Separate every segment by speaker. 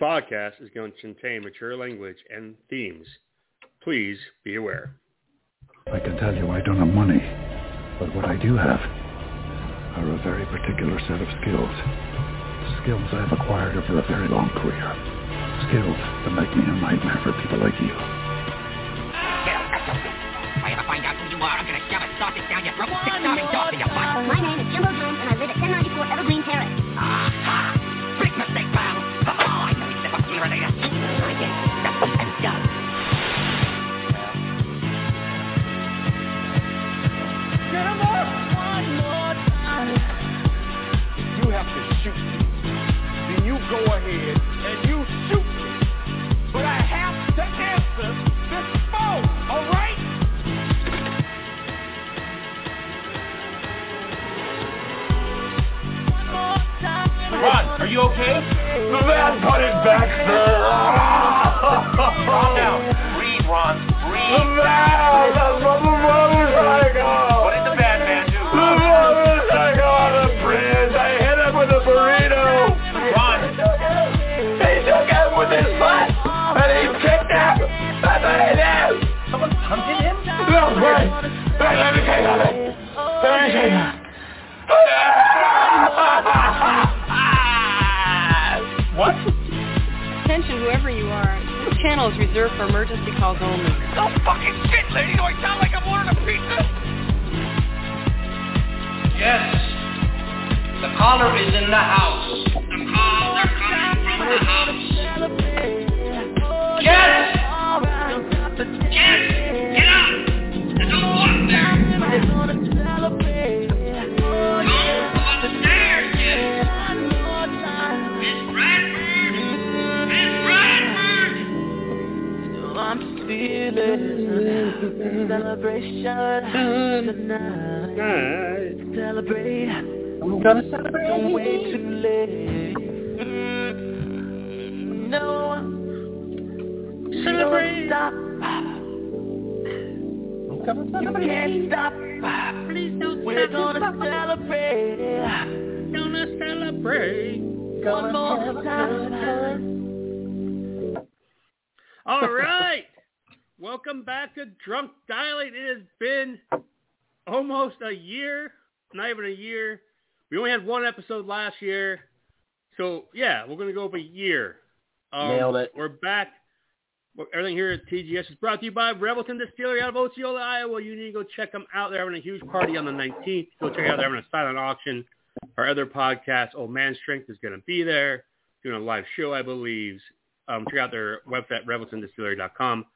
Speaker 1: podcast is going to contain mature language and themes. Please be aware.
Speaker 2: I can tell you I don't have money, but what I do have are a very particular set of skills. Skills I've acquired over a very long career. Skills that make me a nightmare for people like you.
Speaker 3: Bill, that's a thing. If I ever find out who you are, I'm gonna shove a sausage down your throat, stick sausage dogs in your butt.
Speaker 4: My name is Jimbo Jones, and I live at 1094 Evergreen Terrace.
Speaker 3: Aha! Big mistake, pal. Oh, I know you slip up here later. I did. That's what I've done.
Speaker 5: you have to shoot me. Then you go ahead and you shoot me. But I have to answer this phone, all right? Ron, are you okay? The man put it back, sir. Calm down. Breathe, Ron. Breathe. The man, the, the, the motorcycle. What did the bad man do? The motorcycle on the bridge. I hit him with a burrito. Ron. He took him with his butt. And he kicked him. I made him. Someone hunted him? No, wait. Wait, let me take him. Let me take him. What?
Speaker 6: Attention, whoever you are. This channel is reserved for emergency calls only.
Speaker 3: Oh, fucking shit, lady. Do I sound like I'm ordering a pizza?
Speaker 7: Yes. The caller is in the house.
Speaker 3: The calls are coming from the house.
Speaker 7: Yes!
Speaker 3: Get, get up. There's no one there. Don't go upstairs, Jim. Miss Bradford. Miss Bradford.
Speaker 8: I'm feeling celebration tonight.
Speaker 1: Alright.
Speaker 8: Celebrate. I'm gonna celebrate. Don't wait too late. No, celebrate. Don't stop. You can't stop.
Speaker 1: Please don't
Speaker 8: We're gonna celebrate
Speaker 1: Gonna celebrate.
Speaker 8: one more time.
Speaker 1: All right. Welcome back to Drunk Dilate. It has been almost a year, not even a year. We only had one episode last year. So, yeah, we're going to go over a year. Um,
Speaker 9: Nailed it.
Speaker 1: We're back. Well, Everything here at TGS is brought to you by Rebelton Distillery out of Osceola, Iowa. You need to go check them out. They're having a huge party on the 19th. Go check it out. They're having a silent auction. Our other podcast, Old Man Strength, is going to be there doing a live show, I believe um, check out their website, reveltondistillery.com.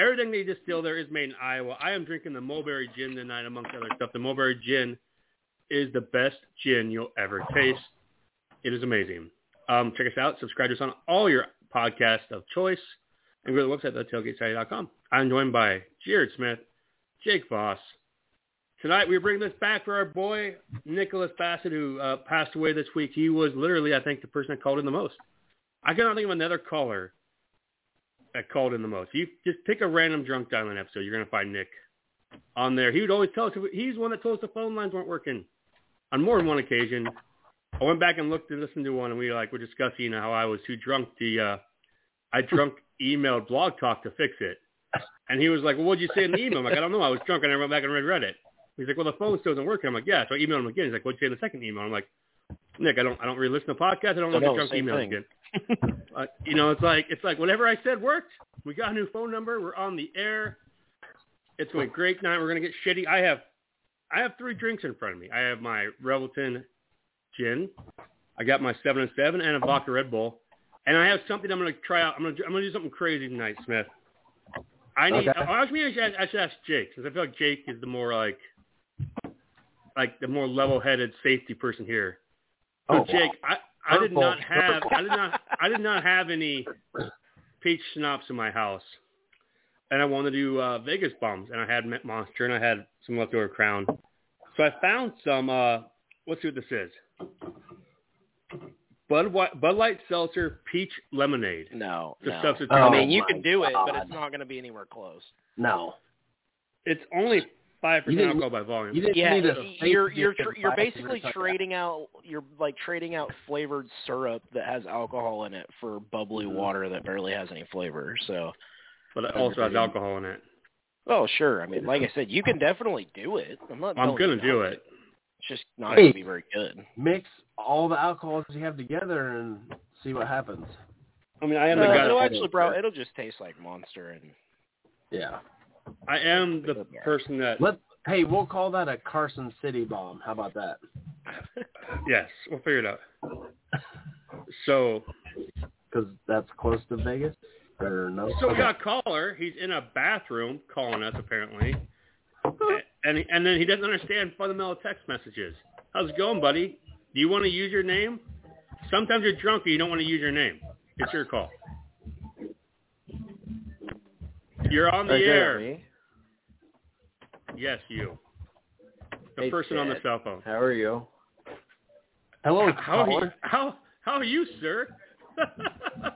Speaker 1: Everything they distill there is made in Iowa. I am drinking the Mulberry Gin tonight, amongst other stuff. The Mulberry Gin is the best gin you'll ever taste. It is amazing. Um, check us out. Subscribe to us on all your podcasts of choice. And go to the website, thetailgatesociety.com. I'm joined by Jared Smith, Jake Voss. Tonight we bring this back for our boy, Nicholas Bassett, who uh, passed away this week. He was literally, I think, the person that called in the most. I cannot think of another caller that called in the most. You just pick a random drunk dialing episode. You're gonna find Nick on there. He would always tell us. He's the one that told us the phone lines weren't working on more than one occasion. I went back and looked and listened to one, and we like were discussing how I was too drunk to. Uh, I drunk emailed Blog Talk to fix it, and he was like, "Well, what'd you say in the email?" I'm like, "I don't know. I was drunk, and I went back and read Reddit." He's like, "Well, the phone still isn't working." I'm like, "Yeah." So I emailed him again. He's like, "What'd you say in the second email?" I'm like, "Nick, I don't, I don't really listen to podcasts. I don't look at
Speaker 9: know,
Speaker 1: drunk
Speaker 9: same
Speaker 1: emails
Speaker 9: thing.
Speaker 1: again." uh, you know, it's like it's like whatever I said worked. We got a new phone number. We're on the air. It's going great night. We're gonna get shitty. I have I have three drinks in front of me. I have my Revelton gin. I got my seven and seven and a vodka Red Bull. And I have something I'm gonna try out. I'm gonna do- I'm gonna do something crazy tonight, Smith. I need.
Speaker 9: Okay.
Speaker 1: I, actually, I, should, ask- I should ask Jake because I feel like Jake is the more like like the more level-headed safety person here. So
Speaker 9: Oh,
Speaker 1: Jake, I, I did
Speaker 9: Purple.
Speaker 1: not have I did not I did not have any peach schnapps in my house, and I wanted to do uh, Vegas bombs, and I had Mint Monster, and I had some leftover Crown. So I found some. Uh, let's see what this is. Bud, Wi- Bud Light Seltzer Peach Lemonade.
Speaker 9: No,
Speaker 1: It's a
Speaker 9: no.
Speaker 1: substitute.
Speaker 9: I
Speaker 1: Oh
Speaker 9: mean, you
Speaker 1: my
Speaker 9: can do it, but it's
Speaker 8: God.
Speaker 9: not going to be anywhere close.
Speaker 8: No.
Speaker 1: It's only Five
Speaker 9: You
Speaker 1: percent
Speaker 9: didn't-
Speaker 1: alcohol by volume.
Speaker 9: You didn't
Speaker 10: Yeah,
Speaker 9: need a fake
Speaker 10: you're you're
Speaker 9: dip
Speaker 10: tr-
Speaker 9: in
Speaker 10: you're
Speaker 9: five
Speaker 10: basically
Speaker 9: minutes like that.
Speaker 10: trading out you're like trading out flavored syrup that has alcohol in it for bubbly
Speaker 9: Mm-hmm.
Speaker 10: water that barely has any flavor. So,
Speaker 1: but it also has alcohol in it.
Speaker 10: oh sure, I mean, like I said, you can definitely do it. I'm not. telling
Speaker 1: I'm gonna
Speaker 10: you
Speaker 1: do
Speaker 10: not to.
Speaker 1: it.
Speaker 10: It's just not gonna
Speaker 9: Hey.
Speaker 10: be very good.
Speaker 9: Mix all the alcohols you have together and see what happens.
Speaker 1: I mean, I am
Speaker 10: Uh,
Speaker 1: the guy.
Speaker 10: it'll
Speaker 1: that-
Speaker 10: actually, bro, it'll just taste like monster and
Speaker 9: Yeah.
Speaker 1: I am the person that.
Speaker 9: Let hey, we'll call that a Carson City bomb. How about that?
Speaker 1: Yes, we'll figure it out. So,
Speaker 9: Because that's close to Vegas. Or no?
Speaker 1: so we
Speaker 9: Okay.
Speaker 1: got a caller. He's in a bathroom calling us apparently, and and then he doesn't understand fundamental text messages. How's it going, buddy? Do you want to use your name? Sometimes you're drunk and you don't want to use your name. It's your call. You're on the air. Yes, you. The
Speaker 11: Hey,
Speaker 1: person on the
Speaker 11: Chad.
Speaker 1: cell phone.
Speaker 11: How are you?
Speaker 9: Hello,
Speaker 1: How are you,
Speaker 9: caller.
Speaker 1: how how are you, sir?
Speaker 11: All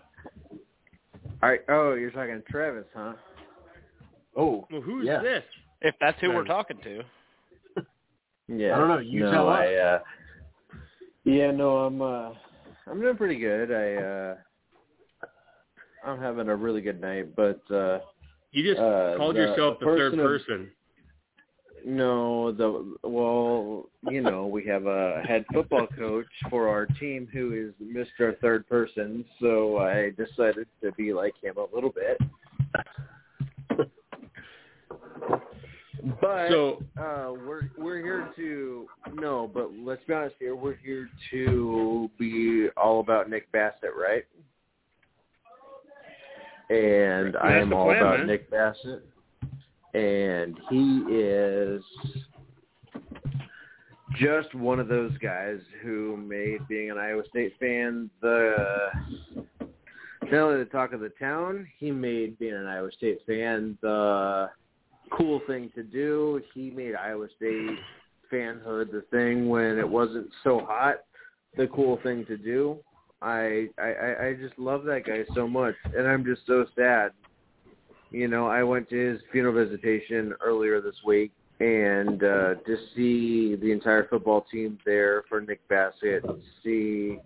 Speaker 11: right. Oh, you're talking to Travis, huh?
Speaker 9: Oh,
Speaker 1: well, who's
Speaker 9: Yeah.
Speaker 1: this?
Speaker 10: if that's who we're
Speaker 1: Travis.
Speaker 10: talking to.
Speaker 11: Yeah.
Speaker 9: I don't know, you
Speaker 11: no,
Speaker 9: tell us.
Speaker 11: I, uh, yeah, no, I'm uh, I'm doing pretty good. I uh, I'm having a really good night, but uh,
Speaker 1: You just
Speaker 11: Uh,
Speaker 1: called
Speaker 11: the-
Speaker 1: yourself the
Speaker 11: the
Speaker 1: third
Speaker 11: person of-
Speaker 1: person.
Speaker 11: no, the well, you know, we have a head football coach for our team who is Mr. Third Person, so I decided to be like him a little bit. But
Speaker 1: So
Speaker 11: uh, we're we're here to no, but let's be honest here. We're here to be all about Nick Bassett, right? And
Speaker 1: That's
Speaker 11: I am
Speaker 1: the
Speaker 11: all
Speaker 1: plan,
Speaker 11: about
Speaker 1: man.
Speaker 11: Nick Bassett, and he is just one of those guys who made being an Iowa State fan the not only the talk of the town. He made being an Iowa State fan the cool thing to do. He made Iowa State fanhood the thing when it wasn't so hot, the cool thing to do. I I- I, I just love that guy so much, and I'm just so sad. You know, I went to his funeral visitation earlier this week, and uh, to see the entire football team there for Nick Bassett, to see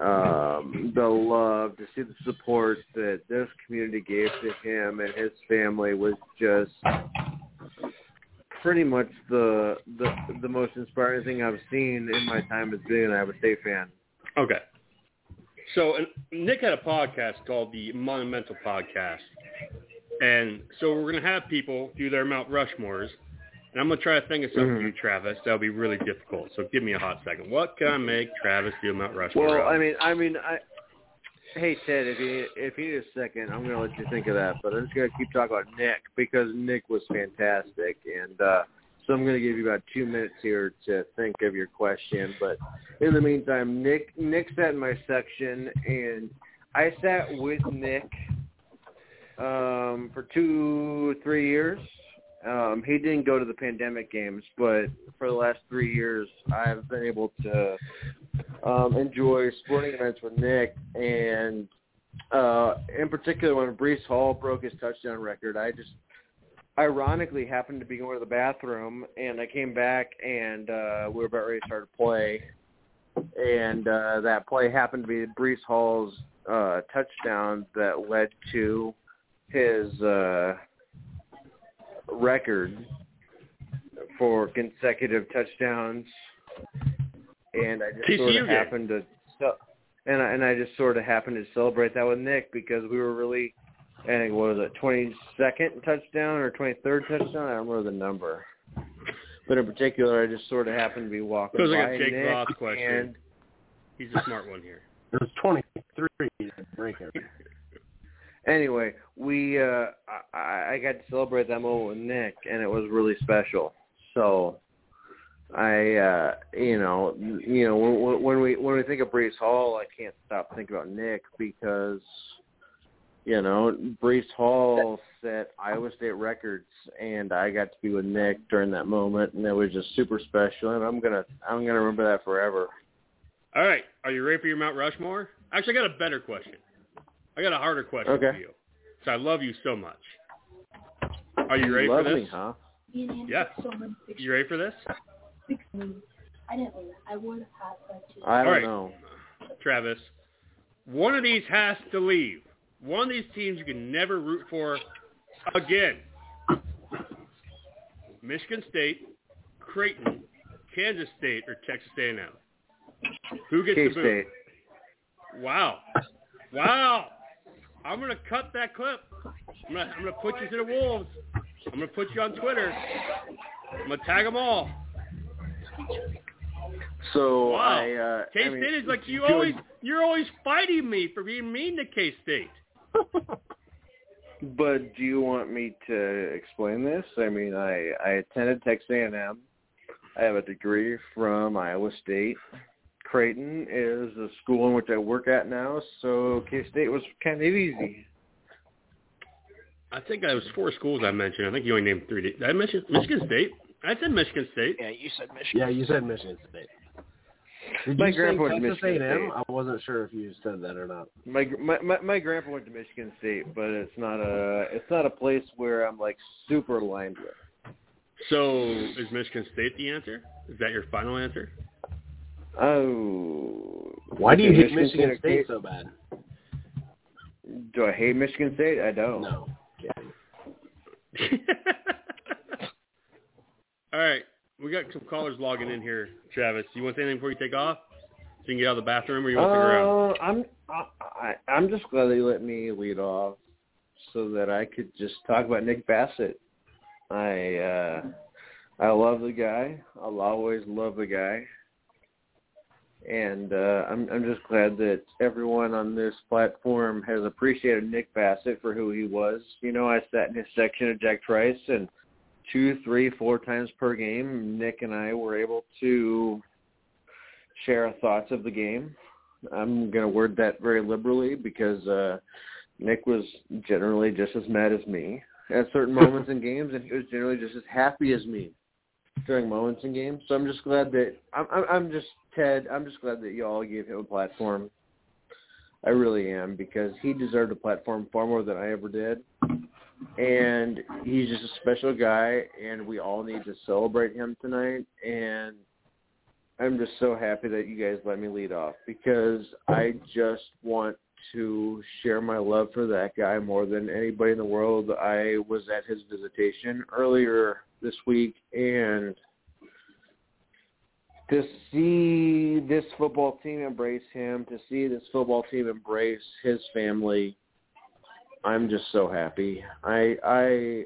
Speaker 11: um, the love, to see the support that this community gave to him and his family was just pretty much the the the most inspiring thing I've seen in my time as being an Iowa State fan.
Speaker 1: okay. So and Nick had a podcast called the Monumental Podcast, and so we're gonna have people do their Mount Rushmores, and I'm gonna try to think of something
Speaker 11: Mm-hmm.
Speaker 1: for you, Travis. That'll be really difficult. So give me a hot second. What can I make Travis do Mount Rushmore?
Speaker 11: Well,
Speaker 1: of?
Speaker 11: I mean, I mean, I. Hey Ted, if you if you need a second, I'm gonna let you think of that. But I'm just gonna keep talking about Nick because Nick was fantastic, and uh, so I'm gonna give you about two minutes here to think of your question. But in the meantime, Nick Nick sat in my section, and I sat with Nick um, for two three years. Um, he didn't go to the pandemic games, but for the last three years, I've been able to um, enjoy sporting events with Nick, and uh, in particular when Brees Hall broke his touchdown record, I just ironically happened to be going to the bathroom, and I came back, and uh, we were about ready to start a play, and uh, that play happened to be Brees Hall's uh, touchdown that led to his uh, record for consecutive touchdowns. And I just sort
Speaker 1: TCU
Speaker 11: of
Speaker 1: game.
Speaker 11: happened to, so, and I, and I just sort of happened to celebrate that with Nick because we were really, I think what was it, twenty second touchdown or twenty third touchdown? I don't remember the number. But in particular, I just sort of happened to be walking
Speaker 1: Feels like a
Speaker 11: by
Speaker 1: Jake
Speaker 11: Nick
Speaker 1: Ross question.
Speaker 11: and
Speaker 1: He's a smart one here.
Speaker 9: It was 23 breaker.
Speaker 11: anyway, we uh I- I, I got to celebrate that moment with Nick, and it was really special. So I uh you know you know when, when we when we think of Brees Hall, I can't stop thinking about Nick because you know Brees Hall set Iowa State records, and I got to be with Nick during that moment, and it was just super special, and I'm gonna I'm gonna remember that forever.
Speaker 1: All right. Are you ready for your Mount Rushmore? Actually, I got a better question. I got a harder question
Speaker 11: Okay.
Speaker 1: for you. So I love you so much. Are you ready
Speaker 11: love
Speaker 1: for this?
Speaker 11: me, huh?
Speaker 1: Yes. You ready for this?
Speaker 12: I didn't leave. I would have, but
Speaker 11: I don't
Speaker 1: All right.
Speaker 11: know.
Speaker 1: Travis, one of these has to leave. One of these teams you can never root for again. Michigan State, Creighton, Kansas State, or Texas A&M. Who gets the boot?
Speaker 11: K-State.
Speaker 1: Wow. Wow. I'm going to cut that clip. I'm going to I'm gonna put you to the wolves. I'm going to put you on Twitter. I'm going to tag them all.
Speaker 11: So
Speaker 1: Wow.
Speaker 11: I, uh, I
Speaker 1: K-State
Speaker 11: mean,
Speaker 1: is like, you
Speaker 11: good-
Speaker 1: always, you're always fighting me for being mean to K-State.
Speaker 11: But do you want me to explain this? I mean, I I attended Texas A&M. I have a degree from Iowa State. Creighton is the school in which I work at now, so K State was kind of easy.
Speaker 1: I think I was four schools I mentioned. I think you only named three. Did I mention Michigan State? I said Michigan State.
Speaker 10: Yeah, you said Michigan.
Speaker 9: Yeah, you said Michigan State. Did
Speaker 11: My
Speaker 9: you say
Speaker 11: grandpa's
Speaker 9: Texas
Speaker 11: Michigan State.
Speaker 9: A&M? I wasn't sure if you said that or not.
Speaker 11: My, gr- my my my grandpa went to Michigan State, but it's not a it's not a place where I'm like super aligned with.
Speaker 1: So is Michigan State the answer? Is that your final answer?
Speaker 11: Oh,
Speaker 9: Why do you
Speaker 11: okay,
Speaker 9: hate Michigan
Speaker 11: or
Speaker 9: State
Speaker 11: K-
Speaker 9: so bad?
Speaker 11: Do I hate Michigan State? I don't.
Speaker 9: No.
Speaker 1: All right. We got some callers logging in here, Travis. You want to say anything before you take off? So you can get out of the bathroom or you want to figure out?
Speaker 11: Uh, I'm I, I, I'm just glad they let me lead off so that I could just talk about Nick Bassett. I uh, I love the guy. I'll always love the guy. And uh, I'm I'm just glad that everyone on this platform has appreciated Nick Bassett for who he was. You know, I sat in his section of Jack Trice, and two, three, four times per game, Nick and I were able to share our thoughts of the game. I'm going to word that very liberally because uh, Nick was generally just as mad as me at certain moments in games, and he was generally just as happy as me during moments in games. So I'm just glad that I'm, I'm, I'm just Ted. I'm just glad that y'all gave him a platform. I really am because he deserved a platform far more than I ever did, and he's just a special guy, and we all need to celebrate him tonight. And I'm just so happy that you guys let me lead off because I just want to share my love for that guy more than anybody in the world. I was at his visitation earlier this week and to see this football team embrace him, to see this football team embrace his family, I'm just so happy. I I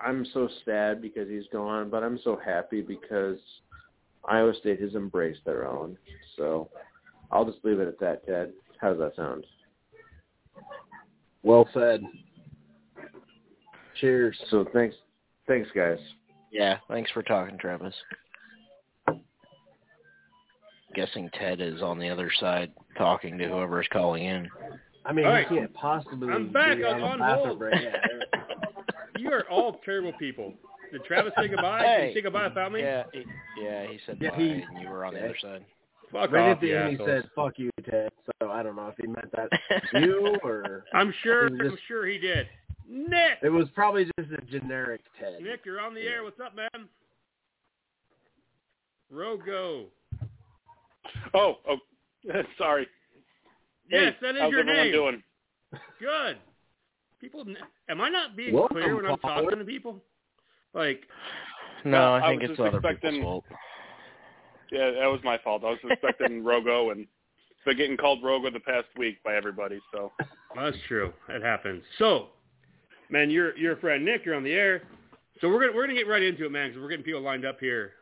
Speaker 11: I'm so sad because he's gone, but I'm so happy because Iowa State has embraced their own. So I'll just leave it at that, Ted. How does that sound?
Speaker 9: Well said. Cheers.
Speaker 11: So thanks, thanks guys.
Speaker 10: Yeah, thanks for talking, Travis. Guessing Ted is on the other side talking to whoever's calling in.
Speaker 9: I mean,
Speaker 1: All
Speaker 9: you
Speaker 1: right.
Speaker 9: can't possibly
Speaker 1: I'm back.
Speaker 9: be
Speaker 1: I
Speaker 9: on
Speaker 1: was
Speaker 9: a
Speaker 1: on
Speaker 9: bathroom
Speaker 1: hold.
Speaker 9: break. Yeah.
Speaker 1: You are all terrible people. Did Travis say goodbye? Did
Speaker 10: Hey.
Speaker 1: he say goodbye without me?
Speaker 10: Yeah, he, yeah, he said
Speaker 9: Yeah,
Speaker 10: bye,
Speaker 9: he-
Speaker 10: and you were on the
Speaker 9: okay.
Speaker 10: other side.
Speaker 1: Fuck
Speaker 9: Right
Speaker 1: off,
Speaker 9: at the
Speaker 1: you
Speaker 9: end, he
Speaker 1: assholes.
Speaker 9: said, "Fuck you, Ted." So I don't know if he meant that to you or
Speaker 1: I'm sure.
Speaker 9: It was
Speaker 1: I'm
Speaker 9: just-
Speaker 1: sure he did. Nick.
Speaker 9: it was probably just a generic Ted.
Speaker 1: Nick, you're on the air. What's up, man? Rogo.
Speaker 5: Oh, oh, sorry.
Speaker 1: Yes,
Speaker 5: Hey,
Speaker 1: that is
Speaker 5: how's
Speaker 1: your
Speaker 5: everyone
Speaker 1: name.
Speaker 5: doing?
Speaker 1: Good. People, am I not being
Speaker 9: Welcome,
Speaker 1: clear when I'm
Speaker 9: caller.
Speaker 1: talking to people? Like,
Speaker 5: No,
Speaker 10: No, I
Speaker 5: I
Speaker 10: think
Speaker 5: was
Speaker 10: it's
Speaker 5: just
Speaker 10: other
Speaker 5: expecting-
Speaker 10: people's fault.
Speaker 5: Yeah, that was my fault. I was expecting Rogo, and it's been getting called Rogo the past week by everybody. So
Speaker 1: that's true. It happens. So, man, you're you're a friend, Nick. You're on the air. So we're gonna we're gonna get right into it, man, because we're getting people lined up here.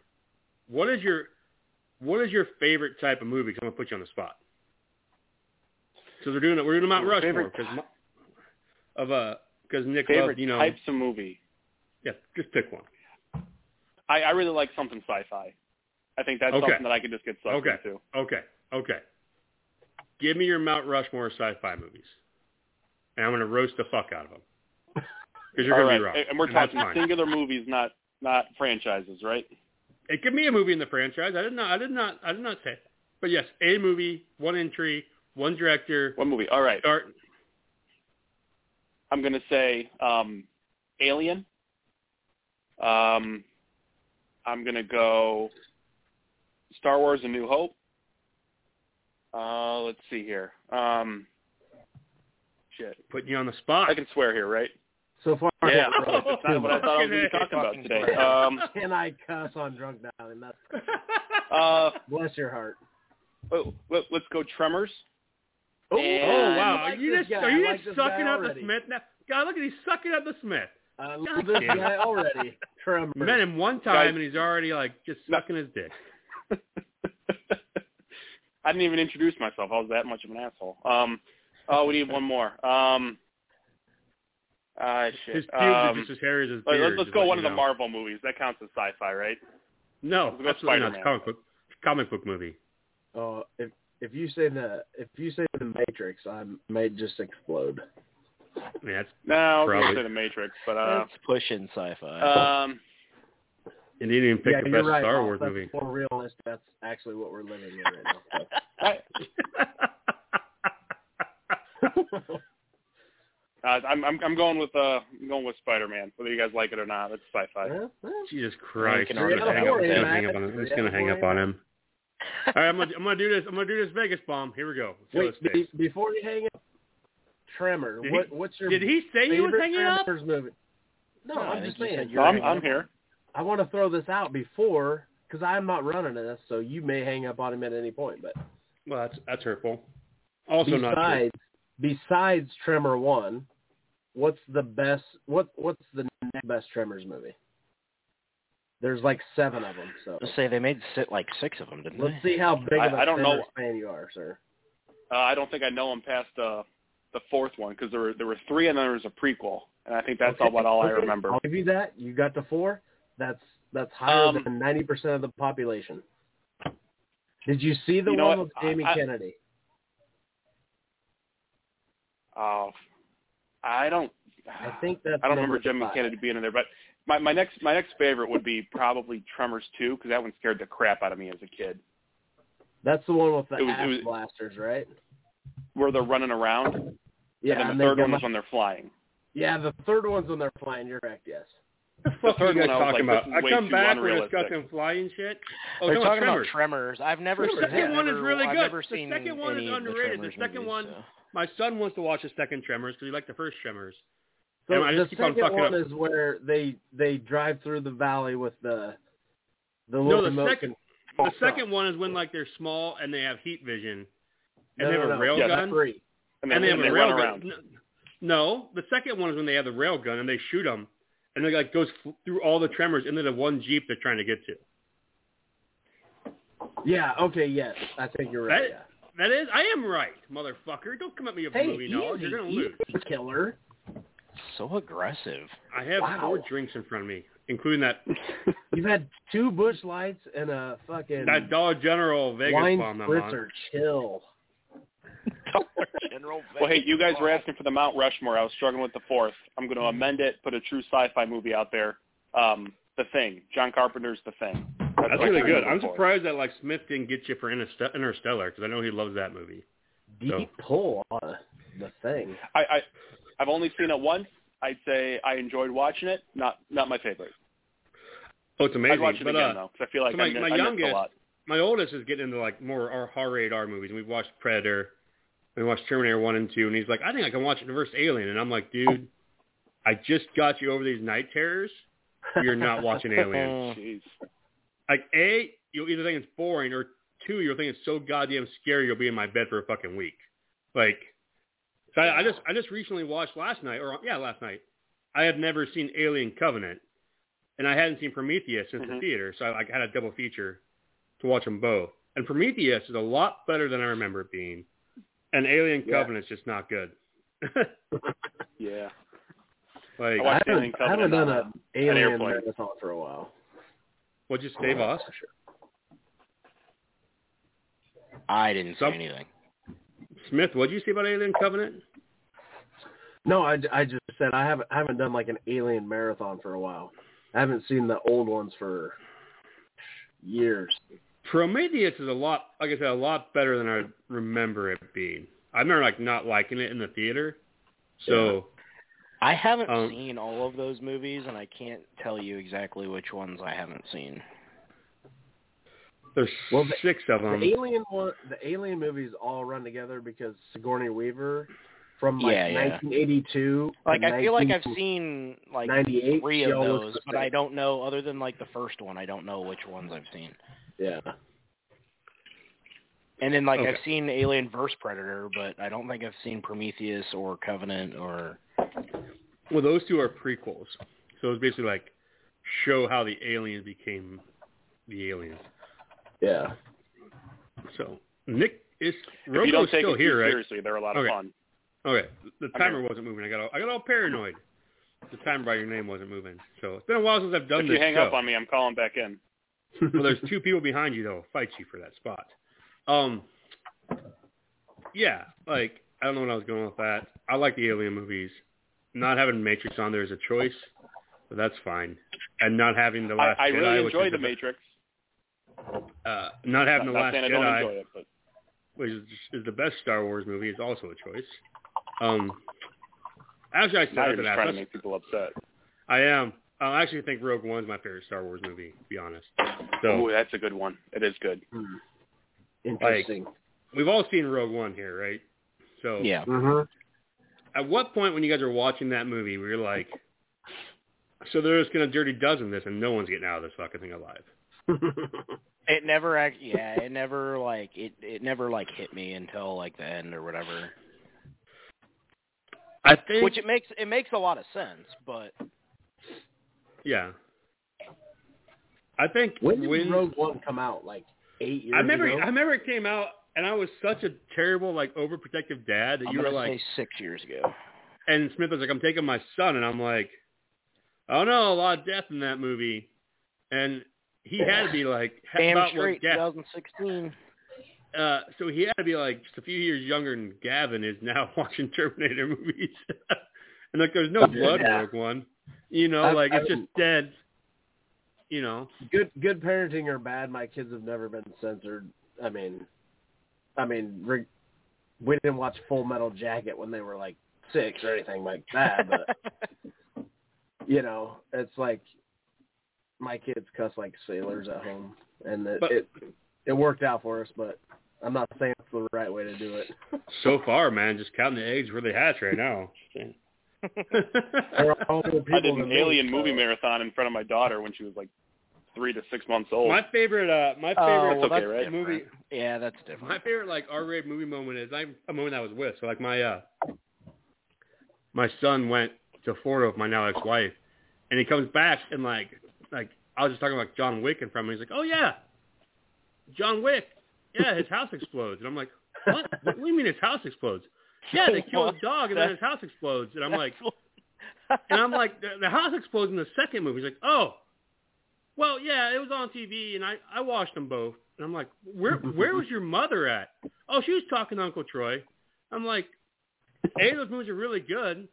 Speaker 1: What is your what is your favorite type of movie? 'Cause I'm gonna put you on the spot. So they're doing it. We're doing a Mount Rushmore
Speaker 5: Favorite-
Speaker 1: because of uh because Nick
Speaker 5: favorite
Speaker 1: loved you know
Speaker 5: types of movie.
Speaker 1: yeah just pick one.
Speaker 5: I, I really like something sci-fi. I think that's
Speaker 1: Okay.
Speaker 5: something that I can just get sucked
Speaker 1: Okay.
Speaker 5: into.
Speaker 1: Okay, okay. Give me your Mount Rushmore of sci-fi movies, and I'm going to roast the fuck out of them because you're
Speaker 5: All
Speaker 1: going
Speaker 5: right,
Speaker 1: to be wrong.
Speaker 5: and- and we're
Speaker 1: that's
Speaker 5: talking
Speaker 1: fine.
Speaker 5: singular movies, not not franchises, right?
Speaker 1: It could be a movie in the franchise. I did not. I did not. I did not say. But yes, a movie, one entry, one director.
Speaker 5: What movie? All right,
Speaker 1: Start.
Speaker 5: I'm gonna say um, Alien.
Speaker 13: Um, I'm gonna go Star Wars: A New Hope. Uh, let's see here. Um, shit,
Speaker 1: putting you on the spot.
Speaker 13: I can swear here, right?
Speaker 9: So far,
Speaker 13: Yeah, that's not what I thought I was going to be talking about today. Um,
Speaker 9: Can I cuss on drunk dialing? That's
Speaker 13: uh,
Speaker 9: bless your heart.
Speaker 13: oh, let, us go Tremors.
Speaker 9: Oh,
Speaker 13: And-
Speaker 1: Oh wow!
Speaker 9: I
Speaker 1: are
Speaker 9: like
Speaker 1: you
Speaker 9: this
Speaker 1: just
Speaker 9: guy.
Speaker 1: are you
Speaker 9: I like
Speaker 1: just
Speaker 9: this guy
Speaker 1: sucking up the
Speaker 9: already.
Speaker 1: Smith now? God, look at he's sucking up the Smith.
Speaker 9: I
Speaker 1: God
Speaker 9: love this
Speaker 1: damn.
Speaker 9: guy already. Tremors.
Speaker 1: You met him one
Speaker 13: Guys-
Speaker 1: time and he's already like just sucking his dick.
Speaker 13: I didn't even introduce myself. I was that much of an asshole. Um, oh, we need one more. Um, ah, shit.
Speaker 1: His pubes are
Speaker 13: um,
Speaker 1: just as hairy as his
Speaker 13: let-
Speaker 1: beard.
Speaker 13: let's, let's
Speaker 1: just
Speaker 13: go
Speaker 1: let
Speaker 13: one
Speaker 1: you
Speaker 13: of the
Speaker 1: know.
Speaker 13: Marvel movies. That counts as sci-fi, right?
Speaker 1: No,
Speaker 13: Let's go
Speaker 1: absolutely not. It's
Speaker 13: Spider-Man.
Speaker 1: comic book, comic book movie.
Speaker 9: Oh, if if you say the if you say the Matrix, I may just explode.
Speaker 1: Yeah, that's
Speaker 13: No, I was
Speaker 1: Probably.
Speaker 13: gonna say The Matrix, but uh,
Speaker 10: That's pushing sci-fi.
Speaker 13: um,
Speaker 1: and you didn't even pick
Speaker 9: yeah,
Speaker 1: the
Speaker 9: you're
Speaker 1: best
Speaker 9: right.
Speaker 1: Star
Speaker 9: Bob.
Speaker 1: Wars
Speaker 9: that's
Speaker 1: movie.
Speaker 9: More realist. That's actually what we're living in right now.
Speaker 13: I, uh, I'm I'm I'm going with uh I'm going with Spider-Man, whether you guys like it or not. It's sci-fi.
Speaker 9: Well, well,
Speaker 1: Jesus Christ!
Speaker 10: can
Speaker 1: I'm just
Speaker 10: already
Speaker 1: gonna hang up,
Speaker 10: tell
Speaker 1: I'm just
Speaker 10: you
Speaker 1: gonna hang
Speaker 9: that.
Speaker 1: up on him. I'm just gonna hang up on him. All right, I'm gonna I'm gonna do this. I'm gonna do this Vegas bomb. Here we go. Let's see how
Speaker 9: Wait,
Speaker 1: this
Speaker 9: be,
Speaker 1: sticks.
Speaker 9: before you hang up, Tremor.
Speaker 1: Did he-
Speaker 9: what what's your
Speaker 1: Did he say he was
Speaker 9: favorite
Speaker 1: hanging up?
Speaker 9: Tremors movie? No,
Speaker 10: No, I
Speaker 9: I'm
Speaker 10: think
Speaker 9: just
Speaker 10: you said
Speaker 9: saying.
Speaker 13: So I'm I'm here.
Speaker 9: I want to throw this out before because I'm not running this, so you may hang up on him at any point. But
Speaker 1: Well, that's that's hurtful. Also not true.
Speaker 9: besides besides Tremor One, what's the best? What what's the next best Tremors movie? There's like seven of them, so
Speaker 10: Let's say they made sit like six of them, didn't
Speaker 9: let's
Speaker 10: they?
Speaker 9: see how big
Speaker 13: I-
Speaker 9: of a
Speaker 13: I don't know.
Speaker 9: Tremors fan you are, sir.
Speaker 13: Uh, I don't think I know him past uh, the fourth one because there were there were three and then there was a prequel, and I think that's
Speaker 9: Okay,
Speaker 13: about all I
Speaker 9: okay,
Speaker 13: remember.
Speaker 9: I'll give you that. You got to four. That's that's higher
Speaker 13: Um,
Speaker 9: than ninety percent of the population. Did you see the
Speaker 13: You know
Speaker 9: one
Speaker 13: what?
Speaker 9: with Jamie
Speaker 13: I- I-
Speaker 9: Kennedy?
Speaker 13: Uh, I don't.
Speaker 9: I think that's
Speaker 13: I don't
Speaker 9: number
Speaker 13: remember Jim
Speaker 9: five.
Speaker 13: Kennedy being in there, but my my next my next favorite would be probably Tremors Two because that one scared the crap out of me as a kid.
Speaker 9: That's the one with the
Speaker 13: It was- it
Speaker 9: axe
Speaker 13: was-
Speaker 9: blasters, right?
Speaker 13: Where they're running around,
Speaker 9: Yeah,
Speaker 13: and then
Speaker 9: and
Speaker 13: the
Speaker 9: they
Speaker 13: third
Speaker 9: go
Speaker 13: one
Speaker 9: like-
Speaker 13: is when they're flying.
Speaker 9: yeah, the third one's when they're flying. You're correct. Yes.
Speaker 1: What the fuck are
Speaker 13: third
Speaker 1: you guys
Speaker 13: one, I was
Speaker 1: talking
Speaker 13: like,
Speaker 1: about?
Speaker 13: this is
Speaker 1: I
Speaker 13: way
Speaker 1: come
Speaker 13: too
Speaker 1: back, we're
Speaker 13: unrealistic.
Speaker 1: discussing flying shit. Oh,
Speaker 10: They're
Speaker 1: no,
Speaker 10: talking
Speaker 1: Tremors.
Speaker 10: about Tremors. I've never
Speaker 1: The
Speaker 10: seen.
Speaker 1: second
Speaker 10: I've
Speaker 1: one is
Speaker 10: never-
Speaker 1: really
Speaker 10: I've
Speaker 1: good.
Speaker 10: never
Speaker 1: The
Speaker 10: seen
Speaker 1: second one
Speaker 10: any
Speaker 1: is
Speaker 10: of
Speaker 1: underrated. The
Speaker 10: Tremors
Speaker 1: second
Speaker 10: movies,
Speaker 1: one-
Speaker 10: so.
Speaker 1: My son wants to watch the second Tremors because he liked the first Tremors.
Speaker 9: So
Speaker 1: Damn, I
Speaker 9: the
Speaker 1: just keep on
Speaker 9: second
Speaker 1: fucking
Speaker 9: one
Speaker 1: up.
Speaker 9: is where they they drive through the valley with the the
Speaker 1: No, the
Speaker 9: locomotion.
Speaker 1: second-
Speaker 13: Oh,
Speaker 1: The second one is when like they're small and they have heat vision and
Speaker 9: No,
Speaker 1: they
Speaker 9: no,
Speaker 1: have a
Speaker 9: no.
Speaker 1: rail
Speaker 13: Yeah,
Speaker 1: gun.
Speaker 9: Three.
Speaker 13: And,
Speaker 1: and they have
Speaker 13: and
Speaker 1: a
Speaker 13: run
Speaker 1: rail
Speaker 13: around.
Speaker 1: gun. No, the second one is when they have the rail gun and they shoot them, and it like goes f- through all the tremors into the one jeep they're trying to get to.
Speaker 9: Yeah. Okay. Yes, I think you're right.
Speaker 1: That- That is, I am right, motherfucker. Don't come at me with
Speaker 9: yeah. Hey,
Speaker 1: movie knowledge. You're gonna
Speaker 9: easy,
Speaker 1: lose.
Speaker 9: easy, killer.
Speaker 10: So aggressive.
Speaker 1: I have
Speaker 9: Wow.
Speaker 1: four drinks in front of me, including that
Speaker 9: You've had two bush lights and a fucking
Speaker 1: that Dollar General Vegas
Speaker 9: wine
Speaker 1: bomb I'm
Speaker 9: spritzer.
Speaker 1: on.
Speaker 9: Chill.
Speaker 10: General
Speaker 13: Well, hey, you guys were asking for the Mount Rushmore. I was struggling with the fourth. I'm going to
Speaker 9: Mm-hmm.
Speaker 13: amend it, put a true sci-fi movie out there. Um, the Thing, John Carpenter's The Thing. That's,
Speaker 1: That's
Speaker 13: my
Speaker 1: really
Speaker 13: true
Speaker 1: good.
Speaker 13: number
Speaker 1: I'm
Speaker 13: four.
Speaker 1: surprised that like Smith didn't get you for Interste- Interstellar because I know he loves that movie.
Speaker 9: Deep pull on the thing.
Speaker 13: I, I, I've only seen it once. I'd say I enjoyed watching it. Not, not my favorite.
Speaker 1: Oh, it's amazing.
Speaker 13: I'd watch it
Speaker 1: but,
Speaker 13: again
Speaker 1: uh,
Speaker 13: though, because I feel like
Speaker 1: so my-
Speaker 13: I, mi-
Speaker 1: my
Speaker 13: I missed
Speaker 1: youngest-
Speaker 13: a lot.
Speaker 1: my oldest is getting into like more our hard radar movies. and We've watched Predator, we watched Terminator One and Two, and he's like, I think I can watch Universe Alien, and I'm like, dude, I just got you over these night terrors. You're not watching Alien.
Speaker 13: Jeez.
Speaker 1: Like a, you'll either think it's boring, or two, you'll think it's so goddamn scary you'll be in my bed for a fucking week. Like, so I, I just I just recently watched last night, or yeah, last night. I had never seen Alien Covenant, and I hadn't seen Prometheus since
Speaker 13: Mhm.
Speaker 1: the theater, so I like, had a double feature to watch them both. And Prometheus is a lot better than I remember it being, and Alien
Speaker 9: Yeah.
Speaker 1: Covenant's just not good.
Speaker 13: Yeah.
Speaker 1: like,
Speaker 13: I watched
Speaker 9: I haven't,
Speaker 13: Alien
Speaker 9: I haven't
Speaker 13: Covenant
Speaker 9: done
Speaker 13: on
Speaker 9: an alien
Speaker 13: airplane.
Speaker 9: marathon for a while. Oh,
Speaker 1: what'd you say, boss?
Speaker 10: I didn't say
Speaker 1: Some-
Speaker 10: anything.
Speaker 1: Smith, what'd you say about Alien Covenant?
Speaker 9: No, I, I just said I haven't I haven't done like an alien marathon for a while. I haven't seen the old ones for years.
Speaker 1: Prometheus is a lot, like I said, a lot better than I remember it being. I remember like not liking it in the theater, so um,
Speaker 10: I haven't
Speaker 1: Oh.
Speaker 10: seen all of those movies, and I can't tell you exactly which ones I haven't seen.
Speaker 1: There's
Speaker 9: Well, the-
Speaker 1: six of them.
Speaker 10: Um,
Speaker 9: The alien one, the alien movies all run together because Sigourney Weaver from like
Speaker 10: Yeah, yeah.
Speaker 9: 1982. to
Speaker 10: Like I feel like I've
Speaker 9: 19-
Speaker 10: seen like
Speaker 9: 98,
Speaker 10: three
Speaker 9: she
Speaker 10: of
Speaker 9: always
Speaker 10: those,
Speaker 9: looks
Speaker 10: but I don't know. Other than like the first one, I don't know which ones I've seen.
Speaker 9: Yeah.
Speaker 10: And then like
Speaker 9: Okay.
Speaker 10: I've seen Alien vs Predator, but I don't think I've seen Prometheus or Covenant or
Speaker 1: Well, those two are prequels, so it's basically like show how the aliens became the aliens.
Speaker 9: Yeah.
Speaker 1: So Nick is
Speaker 13: If you don't
Speaker 1: Robo's
Speaker 13: take
Speaker 1: still
Speaker 13: it
Speaker 1: here,
Speaker 13: too
Speaker 1: right?
Speaker 13: seriously, they're a lot of
Speaker 1: Okay.
Speaker 13: fun.
Speaker 1: Okay, the
Speaker 13: I'm
Speaker 1: timer
Speaker 13: here.
Speaker 1: wasn't moving. I got all, I got all paranoid. The timer by your name wasn't moving. So it's been a while since I've done
Speaker 13: If
Speaker 1: this
Speaker 13: you hang
Speaker 1: show.
Speaker 13: up on me, I'm calling back in.
Speaker 1: well, there's two people behind you that'll fight you for that spot. Um, yeah, like I don't know what I was going with that. I like the Alien movies. Not having Matrix on there is a choice, but that's fine. And not having the
Speaker 13: I,
Speaker 1: last
Speaker 13: I
Speaker 1: Jedi,
Speaker 13: really
Speaker 1: which
Speaker 13: enjoy
Speaker 1: is
Speaker 13: the
Speaker 1: a-
Speaker 13: Matrix.
Speaker 1: Uh, not having
Speaker 13: Not-
Speaker 1: the
Speaker 13: not
Speaker 1: last
Speaker 13: saying I
Speaker 1: Jedi,
Speaker 13: don't enjoy it, but
Speaker 1: which is, is the best Star Wars movie, is also a choice. Um, actually, I
Speaker 13: now you're
Speaker 1: started
Speaker 13: just
Speaker 1: that.
Speaker 13: trying to
Speaker 1: That's-
Speaker 13: make people upset.
Speaker 1: I am. I actually think Rogue One's my favorite Star Wars movie. To be honest, So-
Speaker 13: Ooh, that's a good one. It is good.
Speaker 10: Hmm.
Speaker 1: Interesting. we've all seen Rogue One here, right? So
Speaker 10: yeah.
Speaker 9: Mm-hmm.
Speaker 1: At what point when you guys are watching that movie, were you like, so they're just gonna dirty dozen this, and no one's getting out of this fucking thing alive?
Speaker 10: It never act yeah, it never like it it never like hit me until like the end or whatever.
Speaker 1: I think.
Speaker 10: Which it makes it makes a lot of sense, but
Speaker 1: yeah. I think
Speaker 9: When
Speaker 1: when,
Speaker 9: did Rogue One come out? Like eight years
Speaker 1: I remember,
Speaker 9: ago.
Speaker 1: I remember it came out, and I was such a terrible, like, overprotective dad that
Speaker 10: I'm
Speaker 1: you were
Speaker 10: gonna
Speaker 1: like,
Speaker 10: say six years ago.
Speaker 1: and Smith was like, "I'm taking my son," and I'm like, "Oh no, a lot of death in that movie," and he had to be like, ha-
Speaker 10: Damn
Speaker 1: about
Speaker 10: straight,
Speaker 1: what death.
Speaker 10: 2016.
Speaker 1: Uh, so he had to be like just a few years younger than Gavin is now watching Terminator movies, and like
Speaker 10: Oh,
Speaker 1: there's no blood
Speaker 9: Yeah.
Speaker 1: in Rogue One, you know,
Speaker 9: I've-
Speaker 1: like
Speaker 9: I've-
Speaker 1: it's just dead, you know.
Speaker 9: good good parenting or bad, my kids have never been censored. I mean, I mean, re- we didn't watch Full Metal Jacket when they were like six or anything like that. But you know, it's like my kids cuss like sailors at home, and it
Speaker 1: But-
Speaker 9: it, it worked out for us. But I'm not saying it's the right way to do it.
Speaker 1: So far, man, just counting the eggs where they hatch right now.
Speaker 9: They're all older
Speaker 13: I
Speaker 9: people
Speaker 13: did
Speaker 9: than
Speaker 13: an
Speaker 9: me,
Speaker 13: alien
Speaker 9: so-
Speaker 13: movie marathon in front of my daughter when she was like three to six months old.
Speaker 1: My favorite, uh, my
Speaker 10: Oh,
Speaker 1: favorite
Speaker 10: well, that's
Speaker 1: movie.
Speaker 10: different. Yeah, that's
Speaker 1: My
Speaker 10: different.
Speaker 1: favorite like R-rated movie moment is I a moment I was with. So like my uh my son went to Florida with my now ex-wife, and he comes back and like like I was just talking about John Wick in front of him. He's like, oh yeah, John Wick. Yeah, his house explodes, and I'm like, what? what do you mean his house explodes? Yeah, they kill his dog and then his house explodes, and I'm like, and I'm like, the, the house explodes in the second movie. He's like, oh, well, yeah, it was on TV, and I I watched them both, and I'm like, where where was your mother at? Oh, she was talking to Uncle Troy. I'm like, hey, those movies are really good.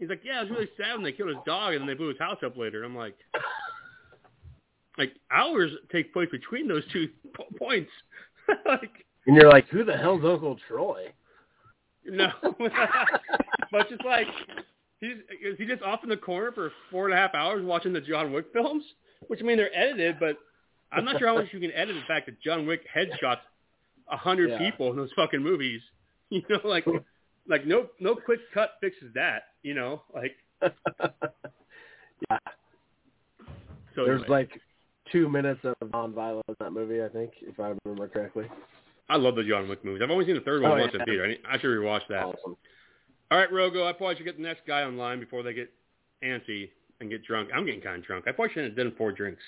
Speaker 1: He's like, yeah, it was really sad when they killed his dog and then they blew his house up later. And I'm like, like hours take place between those two po- points. like,
Speaker 9: And you're like, who the hell's Uncle Troy?
Speaker 1: no, but just like he's is he just off in the corner for four and a half hours watching the John Wick films? Which I mean they're edited, but I'm not sure how much you can edit the fact that John Wick headshots a hundred
Speaker 9: Yeah.
Speaker 1: people in those fucking movies. You know, like like no no quick cut fixes that. You know, like
Speaker 9: Yeah.
Speaker 1: so
Speaker 9: There's
Speaker 1: anyway,
Speaker 9: like two minutes of nonviolence in that movie, I think, if I remember correctly.
Speaker 1: I love the John Wick movies. I've only seen the third one
Speaker 9: Oh,
Speaker 1: once
Speaker 9: yeah.
Speaker 1: in theater. I, need- I should rewatch that.
Speaker 9: Awesome.
Speaker 1: All right, Rogo, I probably should get the next guy online before they get antsy and get drunk. I'm getting kind of drunk. I probably shouldn't have done four drinks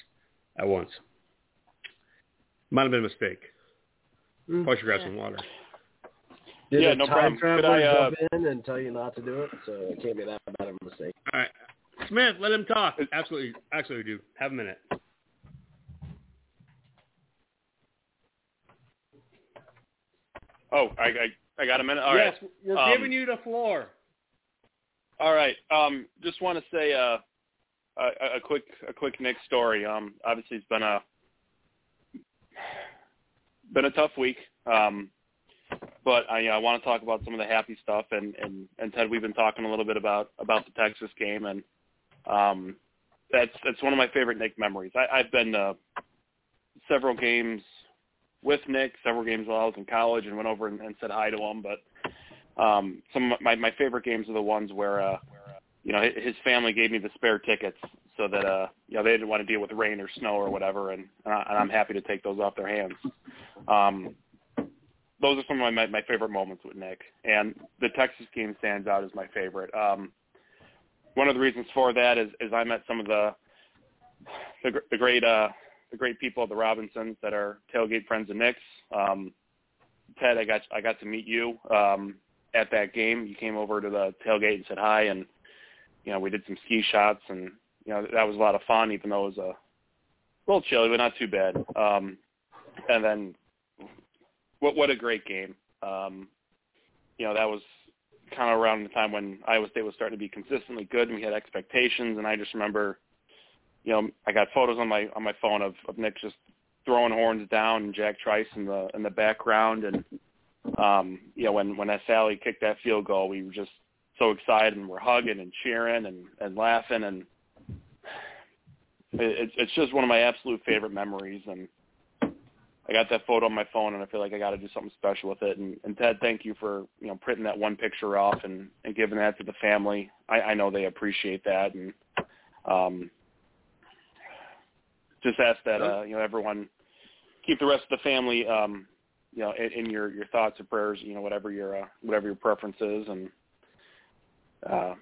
Speaker 1: at once. Might have been a mistake. Probably should grab some water.
Speaker 9: Mm. Did
Speaker 13: Yeah,
Speaker 9: a
Speaker 13: no
Speaker 9: time
Speaker 13: problem. Could
Speaker 9: traveler
Speaker 13: I, uh,
Speaker 9: jump in and tell you not to do it? So it can't be that bad of a mistake.
Speaker 1: All right, Smith, let him talk. Absolutely, absolutely, do. Have a minute.
Speaker 13: Oh, I, I I got a minute. All right.
Speaker 1: yes, we're
Speaker 13: Um,
Speaker 1: giving you the floor.
Speaker 13: All right. Um, just want to say uh, a, a quick a quick Nick story. Um, obviously it's been a been a tough week. Um, But I, I want to talk about some of the happy stuff, and, and and Ted, we've been talking a little bit about about the Texas game, and um, that's that's one of my favorite Nick memories. I, I've been to several games with Nick, several games while I was in college, and went over and, and said hi to him. But um, some of my my favorite games are the ones where uh, you know his family gave me the spare tickets so that uh, you know they didn't want to deal with rain or snow or whatever, and and I- and I'm happy to take those off their hands. Um, those are some of my my favorite moments with Nick, and the Texas game stands out as my favorite. Um, one of the reasons for that is is I met some of the the, gr- the great uh, the great people at the Robinsons that are tailgate friends of Nick's. Um, Ted, I got I got to meet you um, at that game. You came over to the tailgate and said hi, and you know we did some ski shots, and you know that was a lot of fun, even though it was a little chilly, but not too bad. Um, and then what what a great game. Um, you know that was kind of around the time when Iowa State was starting to be consistently good, and we had expectations. And I just remember you know, I got photos on my on my phone of, of Nick just throwing horns down and Jack Trice in the in the background and um, you know, when when that Sally kicked that field goal we were just so excited and we're hugging and cheering and, and laughing and it, it's it's just one of my absolute favorite memories and I got that photo on my phone and I feel like I gotta do something special with it and, and Ted thank you for, you know, printing that one picture off and, and giving that to the family. I, I know they appreciate that and um just ask that uh, you know everyone keep the rest of the family um, you know in, in your your thoughts and prayers. You know whatever your uh, whatever your preference is, and uh,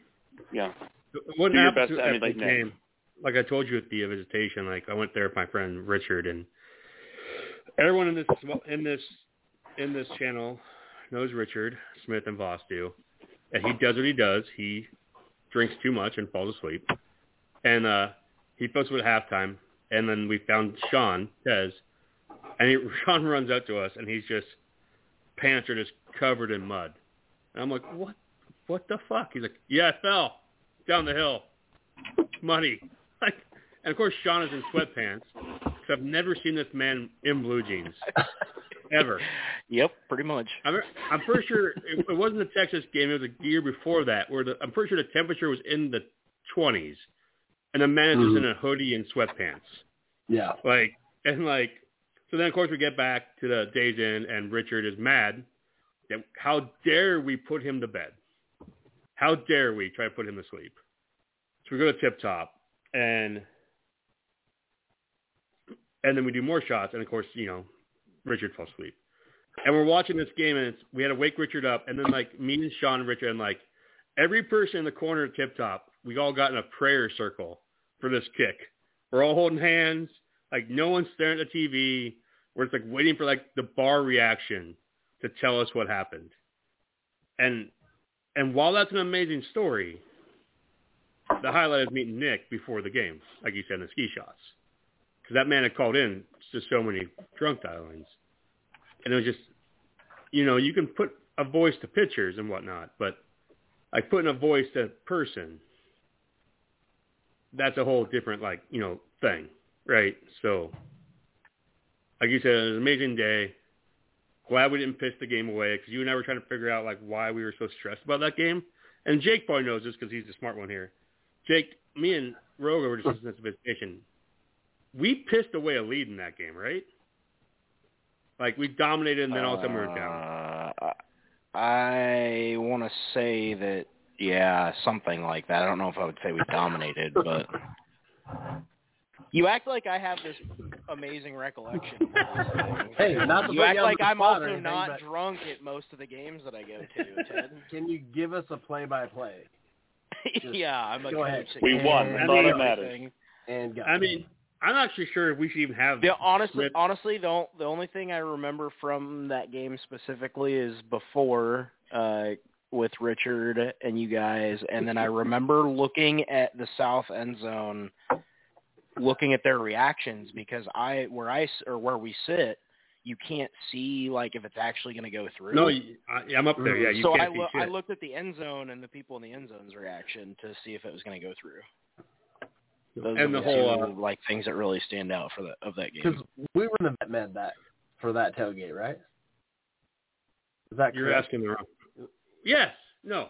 Speaker 13: you know
Speaker 1: What
Speaker 13: do your
Speaker 1: happened
Speaker 13: best to
Speaker 1: at
Speaker 13: emulate
Speaker 1: the
Speaker 13: Nick.
Speaker 1: game? Like I told you at the visitation, like I went there with my friend Richard, and everyone in this in this in this channel knows Richard Smith and Voss do, and he does what he does. He drinks too much and falls asleep, and uh, he posted at halftime, and then we found Sean Tez, and he, Sean runs up to us, and he's just pants are just covered in mud, and I'm like, what, what the fuck? He's like, yeah, I fell down the hill. Money. Like, and of course, Sean is in sweatpants. 'cause I've never seen this man in blue jeans, ever.
Speaker 10: Yep, pretty much.
Speaker 1: I'm, I'm pretty sure it, it wasn't the Texas game. It was the year before that, where the, I'm pretty sure the temperature was in the 20s, and the man is just
Speaker 9: Mhm.
Speaker 1: in a hoodie and sweatpants.
Speaker 9: Yeah.
Speaker 1: Like, and like, so then of course we get back to the days in, and Richard is mad. That how dare we put him to bed? How dare we try to put him to sleep? So we go to Tip Top, and and then we do more shots, and of course, you know, Richard falls asleep. And we're watching this game, and it's, we had to wake Richard up, and then like me and Sean, and Richard, and like every person in the corner of Tip Top, we all got in a prayer circle for this kick. We're all holding hands, like no one's staring at the TV. We're just like waiting for like the bar reaction to tell us what happened. And and while that's an amazing story, the highlight is meeting Nick before the game, like you said in the ski shots, because that man had called in to so many drunk dialings, and it was just, you know, you can put a voice to pictures and whatnot, but like putting a voice to a person, that's a whole different like you know thing, right? So, like you said, it was an amazing day. Glad we didn't piss the game away because you and I were trying to figure out like why we were so stressed about that game. And Jake probably knows this because he's the smart one here. Jake, me and Roger were just listening to this visitation. We pissed away a lead in that game, right? Like we dominated and then all of a sudden we were down.
Speaker 10: Uh, I want to say that yeah, something like that. I don't know if I would say we dominated, but you act like I have this amazing recollection.
Speaker 9: Hey, not to
Speaker 10: you
Speaker 9: put
Speaker 10: act
Speaker 9: you on
Speaker 10: like
Speaker 9: the
Speaker 10: I'm
Speaker 9: spot
Speaker 10: also
Speaker 9: or anything,
Speaker 10: not
Speaker 9: but-
Speaker 10: drunk at most of the games that I go to, Ted.
Speaker 9: Can you give us a play-by-play? Just
Speaker 10: yeah, I'm a
Speaker 9: go
Speaker 10: coach.
Speaker 9: ahead.
Speaker 10: that
Speaker 13: We
Speaker 10: can't
Speaker 13: won.
Speaker 10: do
Speaker 13: That's all that
Speaker 10: everything.
Speaker 13: matters.
Speaker 9: And go.
Speaker 1: I mean, I'm not actually sure if we should even have
Speaker 10: The honestly,
Speaker 1: Rip.
Speaker 10: honestly, the on- the only thing I remember from that game specifically is before uh, with Richard and you guys, and then I remember looking at the south end zone, looking at their reactions because I where I s- or where we sit, you can't see like if it's actually going to go through.
Speaker 1: No, you- I, I'm up there.
Speaker 9: Mm-hmm.
Speaker 1: Yeah, you
Speaker 10: so
Speaker 1: can't
Speaker 10: I,
Speaker 1: see
Speaker 10: loo-
Speaker 1: shit.
Speaker 10: I looked at the end zone and the people in the end zone's reaction to see if it was going to go through. Those
Speaker 1: And
Speaker 10: are
Speaker 1: the whole, uh,
Speaker 10: two, like things that really stand out for the of that game.
Speaker 9: Because we were in the vet med that for that tailgate, right? Is that
Speaker 1: You're
Speaker 9: correct?
Speaker 1: asking the wrong. Yes. No.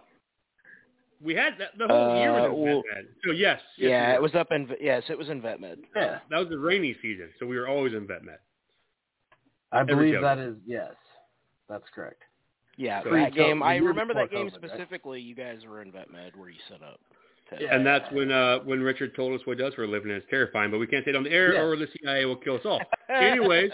Speaker 1: We had that the whole year
Speaker 10: Uh,
Speaker 1: was in
Speaker 10: well-
Speaker 1: vet med. So yes. yes
Speaker 10: yeah,
Speaker 1: we
Speaker 10: it
Speaker 1: were.
Speaker 10: was up in yes, it was in vet med.
Speaker 1: Yeah, that was the rainy season, so we were always in vet med.
Speaker 9: I
Speaker 1: Every
Speaker 9: believe
Speaker 1: joke.
Speaker 9: that is yes. That's correct.
Speaker 10: Yeah,
Speaker 1: So-
Speaker 10: that game. I
Speaker 9: You were
Speaker 10: remember that
Speaker 9: before
Speaker 10: game
Speaker 9: COVID, right?
Speaker 10: specifically. You guys were in vet med where you set up.
Speaker 1: And that's when uh, when Richard told us what he does for a living, and it's terrifying. But we can't say it on the air,
Speaker 9: Yes.
Speaker 1: or the CIA will kill us all. Anyways,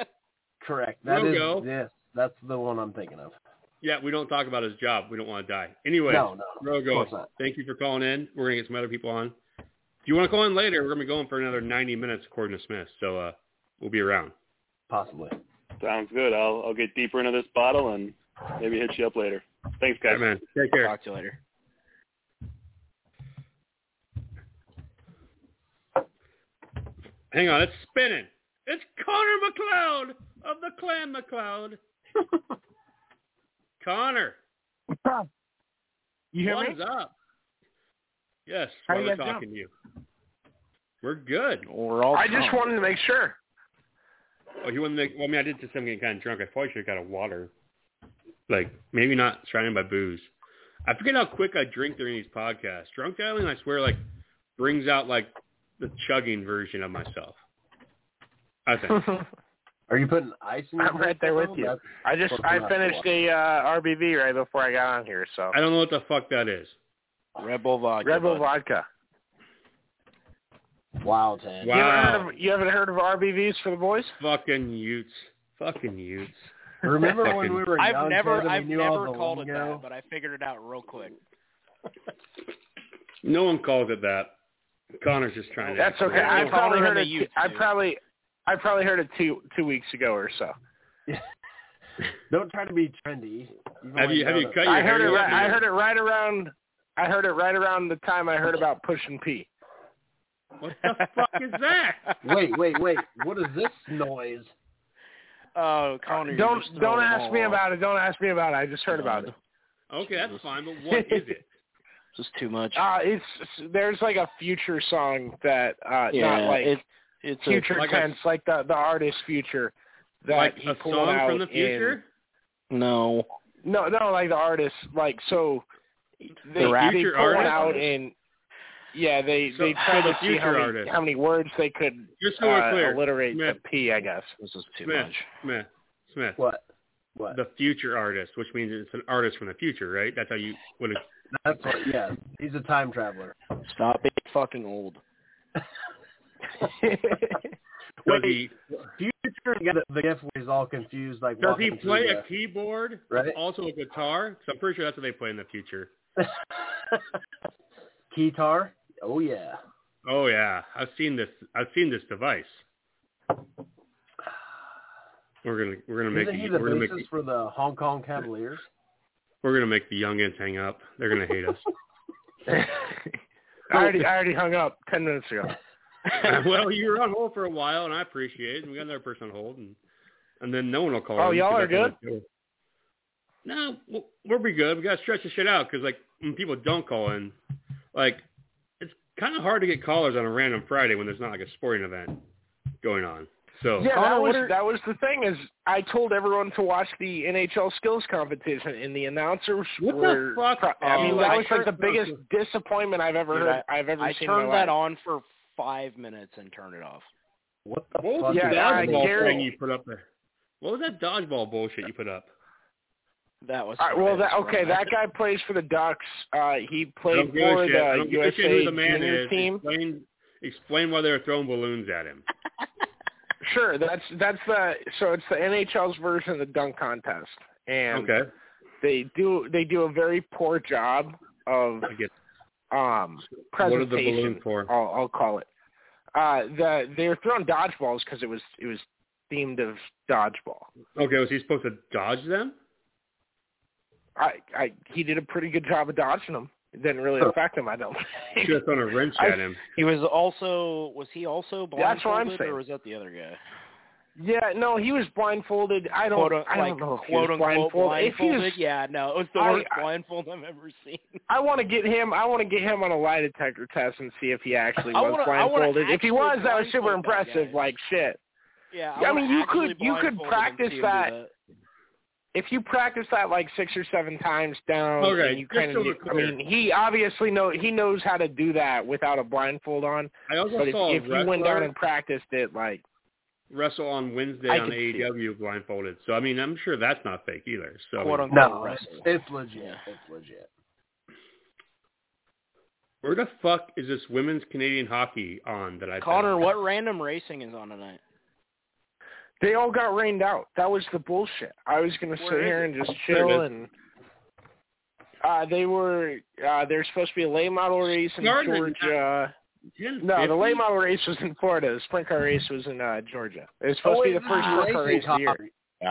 Speaker 9: Correct. That is
Speaker 1: Rogo.
Speaker 9: yes. That's the one I'm thinking of.
Speaker 1: yeah, we don't talk about his job. We don't want to die. Anyways,
Speaker 9: No, no, of
Speaker 1: Rogo,
Speaker 9: course not.
Speaker 1: thank you for calling in. We're gonna get some other people on. If you want to call in later, we're gonna be going for another 90 minutes, according to Smith. So uh, we'll be around.
Speaker 9: Possibly.
Speaker 13: Sounds good. I'll I'll get deeper into this bottle and maybe hit you up later. Thanks, guys.
Speaker 1: All right, man. Take care.
Speaker 10: Talk to you later.
Speaker 1: Hang on, it's spinning. It's Connor McLeod of the Clan McLeod. Connor,
Speaker 14: What's up? You hear
Speaker 1: what
Speaker 14: me?
Speaker 1: is up? Yes,
Speaker 14: How
Speaker 1: why
Speaker 14: you
Speaker 1: we're
Speaker 14: guys
Speaker 1: talking to you. We're good.
Speaker 10: We're all.
Speaker 14: I just wanted to make sure.
Speaker 1: Oh, you want to make? Well, I mean, I did just I'm getting kind of drunk. I probably should have got a water. Like maybe not surrounded by booze. I forget how quick I drink during these podcasts. Drunk dialing, I swear, like brings out like the chugging version of myself. I think.
Speaker 9: Are you putting ice in?
Speaker 14: I'm right there with you. I just I finished a uh, RBV right before I got on here, so
Speaker 1: I don't know what the fuck that is.
Speaker 10: Red Bull vodka.
Speaker 14: Red Bull
Speaker 10: bud.
Speaker 14: vodka.
Speaker 9: Wow, Tan.
Speaker 14: You, haven't
Speaker 1: Wow.
Speaker 14: heard of, you haven't heard of RBVs for the boys?
Speaker 1: Fucking Utes. Fucking Utes.
Speaker 9: Remember when
Speaker 1: Fucking-
Speaker 9: we were
Speaker 10: I've
Speaker 9: young,
Speaker 10: never,
Speaker 9: Tan, and we
Speaker 10: I've
Speaker 9: knew all
Speaker 10: never
Speaker 9: the
Speaker 10: called it
Speaker 9: lingo?
Speaker 10: that, but I figured it out real quick.
Speaker 1: No one calls it that. Connor's just trying to.
Speaker 14: That's okay.
Speaker 1: Yeah.
Speaker 14: I
Speaker 10: Calling
Speaker 14: probably
Speaker 10: him
Speaker 14: heard
Speaker 10: a
Speaker 14: it.
Speaker 10: youth,
Speaker 14: I
Speaker 10: dude.
Speaker 14: probably I probably heard it two two weeks ago or so.
Speaker 9: Don't try to be trendy. You've
Speaker 1: Have
Speaker 9: already
Speaker 1: you- have you
Speaker 9: done
Speaker 1: cut
Speaker 14: I
Speaker 1: your
Speaker 14: heard it.
Speaker 1: hair
Speaker 14: Right,
Speaker 1: yet?
Speaker 14: I heard it right around. I heard it right around the time I heard about push and pee.
Speaker 1: What the fuck is that?
Speaker 9: Wait, wait, wait. What is this noise?
Speaker 10: Oh, Connor. you're
Speaker 14: Don't
Speaker 10: just
Speaker 14: don't
Speaker 10: throwing
Speaker 14: ask
Speaker 10: all
Speaker 14: me
Speaker 10: off.
Speaker 14: about it. Don't ask me about it. I just heard about it.
Speaker 1: Okay, that's fine, but what is it?
Speaker 10: This is too much.
Speaker 14: Uh, it's there's like a future song that uh
Speaker 10: yeah,
Speaker 14: not like
Speaker 10: it, it's a-
Speaker 14: future
Speaker 1: Like a-
Speaker 14: tense, like the the artist future that
Speaker 1: like
Speaker 14: he
Speaker 1: a
Speaker 14: pulled
Speaker 1: song
Speaker 14: out
Speaker 1: from the
Speaker 14: in-
Speaker 1: future?
Speaker 10: no.
Speaker 14: no, no, like the artist, like so they,
Speaker 10: The rap-
Speaker 14: they
Speaker 1: Future
Speaker 14: pull
Speaker 1: artist?
Speaker 14: one out and yeah, they
Speaker 1: So-
Speaker 14: they
Speaker 1: so
Speaker 14: try
Speaker 1: the
Speaker 14: to see
Speaker 1: future
Speaker 14: how many,
Speaker 1: artist.
Speaker 14: how many words they could
Speaker 1: Just so we're
Speaker 14: uh,
Speaker 1: clear,
Speaker 14: alliterate
Speaker 1: Smith.
Speaker 14: the P, I guess.
Speaker 10: This is too
Speaker 1: Smith.
Speaker 10: much.
Speaker 1: Smith. Smith.
Speaker 9: What? What?
Speaker 1: The future artist, which means it's an artist from the future, right? That's how you would have.
Speaker 9: That's what. Yeah, he's a time traveler.
Speaker 10: Stop being fucking old.
Speaker 1: Does
Speaker 9: Wait,
Speaker 1: he,
Speaker 9: future got the gift where he's all confused, like
Speaker 1: does he
Speaker 9: walking through
Speaker 1: play a
Speaker 9: the-
Speaker 1: keyboard?
Speaker 9: Right.
Speaker 1: Also a guitar? 'Cause I'm pretty sure that's what they play in the future.
Speaker 9: Keytar? Oh yeah.
Speaker 1: Oh yeah, I've seen this. I've seen this device. We're gonna we're gonna make
Speaker 9: Isn't he
Speaker 1: the,
Speaker 9: the
Speaker 1: we're gonna make
Speaker 9: bassist for the Hong Kong Cavaliers?
Speaker 1: we're gonna make the youngins hang up. They're gonna hate us.
Speaker 14: I already I already hung up ten minutes ago.
Speaker 1: well, you were on hold for a while, and I appreciate it. And we got another person on hold, and and then no one will call.
Speaker 14: Oh,
Speaker 1: in
Speaker 14: y'all
Speaker 1: because
Speaker 14: are
Speaker 1: that's what they do. No, we'll- we'll be good. We gotta stretch this shit out because like when people don't call in, like it's kind of hard to get callers on a random Friday when there's not like a sporting event going on. So
Speaker 14: Yeah,
Speaker 10: Connor,
Speaker 14: that was
Speaker 10: what are-
Speaker 14: Oh, that was the thing is I told everyone to watch the NHL skills competition and the announcers
Speaker 1: What the
Speaker 14: were
Speaker 1: fuck?
Speaker 14: pro- I mean
Speaker 10: Oh,
Speaker 14: that
Speaker 10: I
Speaker 14: was like the
Speaker 10: turned-
Speaker 14: biggest disappointment I've ever
Speaker 10: Dude,
Speaker 14: heard I've ever
Speaker 10: I
Speaker 14: seen in my
Speaker 10: turned that
Speaker 14: life.
Speaker 10: on for five minutes and turned it off.
Speaker 9: What the
Speaker 1: What was
Speaker 9: fuck?
Speaker 1: the
Speaker 14: Yeah,
Speaker 9: is
Speaker 14: I
Speaker 1: dodgeball
Speaker 14: Gary-
Speaker 1: thing you put up there? What was that dodgeball bullshit you put up?
Speaker 10: That was.
Speaker 14: All right, well,
Speaker 10: that
Speaker 14: that,
Speaker 10: was
Speaker 14: okay,
Speaker 10: wrong.
Speaker 14: that guy plays for the Ducks. Uh, he
Speaker 1: I
Speaker 14: played
Speaker 1: don't give a
Speaker 14: for
Speaker 1: shit. I
Speaker 14: the
Speaker 1: don't give a
Speaker 14: USA
Speaker 1: shit who the man
Speaker 14: junior
Speaker 1: is.
Speaker 14: team.
Speaker 1: Explain, explain why they were throwing balloons at him.
Speaker 14: Sure, that's that's the so it's the NHL's version of the dunk contest, and
Speaker 1: Okay,
Speaker 14: they do they do a very poor job of
Speaker 1: I get.
Speaker 14: um
Speaker 1: What are the
Speaker 14: presentation.
Speaker 1: balloons for?
Speaker 14: I'll, I'll call it. Uh, the they were throwing dodgeballs because it was it was themed of dodgeball.
Speaker 1: Okay, was he supposed to dodge them?
Speaker 14: I I he did a pretty good job of dodging them. It didn't really
Speaker 1: Oh.
Speaker 9: Huh.
Speaker 14: affect him, I don't think.
Speaker 1: Should have thrown a wrench
Speaker 14: I-
Speaker 1: at him.
Speaker 10: He was also. Was he also blindfolded,
Speaker 14: That's what I'm saying.
Speaker 10: or was that the other guy?
Speaker 14: Yeah, no, he was blindfolded. I don't
Speaker 10: Quote, un-
Speaker 14: I don't
Speaker 10: like,
Speaker 14: know if
Speaker 10: quote
Speaker 14: he was
Speaker 10: unquote
Speaker 14: blindfolded. If he was-
Speaker 10: blindfolded. Yeah, no, it was the
Speaker 14: I-
Speaker 10: worst
Speaker 14: I-
Speaker 10: blindfold I've ever seen.
Speaker 14: I want to get him. I want to get him on a lie detector test and see if he actually
Speaker 10: I
Speaker 14: was
Speaker 10: wanna- I wanna
Speaker 14: blindfolded. If he
Speaker 10: actually
Speaker 14: was, that was super
Speaker 10: blindfold that
Speaker 14: impressive.
Speaker 10: guy.
Speaker 14: like shit.
Speaker 10: Yeah,
Speaker 14: Yeah, I
Speaker 10: was
Speaker 14: mean, you
Speaker 10: actually
Speaker 14: could- you could
Speaker 10: blindfolded and
Speaker 14: practice
Speaker 10: see him do
Speaker 14: that. if you practice that like six or seven times down,
Speaker 1: Okay,
Speaker 14: and you
Speaker 1: just
Speaker 14: kind
Speaker 1: so
Speaker 14: of,
Speaker 1: we're
Speaker 14: I
Speaker 1: clear.
Speaker 14: mean, he obviously know he knows how to do that without a blindfold on.
Speaker 1: I also
Speaker 14: but if,
Speaker 1: saw a
Speaker 14: if you went
Speaker 1: wrestler-
Speaker 14: down and practiced it, like
Speaker 1: Wrestle on Wednesday
Speaker 14: I can
Speaker 1: on
Speaker 14: see it.
Speaker 1: AEW blindfolded. So I mean, I'm sure that's not fake either. So
Speaker 10: Quote,
Speaker 1: I mean,
Speaker 10: unquote,
Speaker 9: No, it's,
Speaker 10: wrestling.
Speaker 9: it's legit. It's legit.
Speaker 1: where the fuck is this women's Canadian hockey on that I? bet
Speaker 10: Connor,
Speaker 1: on?
Speaker 10: what random racing is on tonight?
Speaker 14: they all got rained out. That was the bullshit. I was gonna
Speaker 10: Where
Speaker 14: sit
Speaker 10: is
Speaker 14: here
Speaker 10: it?
Speaker 14: and just
Speaker 1: There it
Speaker 14: chill
Speaker 1: is.
Speaker 14: and. Uh, they were uh, there's supposed to be a late model race in
Speaker 1: Started at
Speaker 14: Georgia. No,
Speaker 1: 10:50?
Speaker 14: the late model race was in Florida. The sprint car race was in uh, Georgia. It was supposed
Speaker 9: Oh,
Speaker 14: to be the
Speaker 9: wait, this
Speaker 14: first
Speaker 9: is
Speaker 14: sprint car
Speaker 9: racing
Speaker 14: race of the year.
Speaker 9: talk.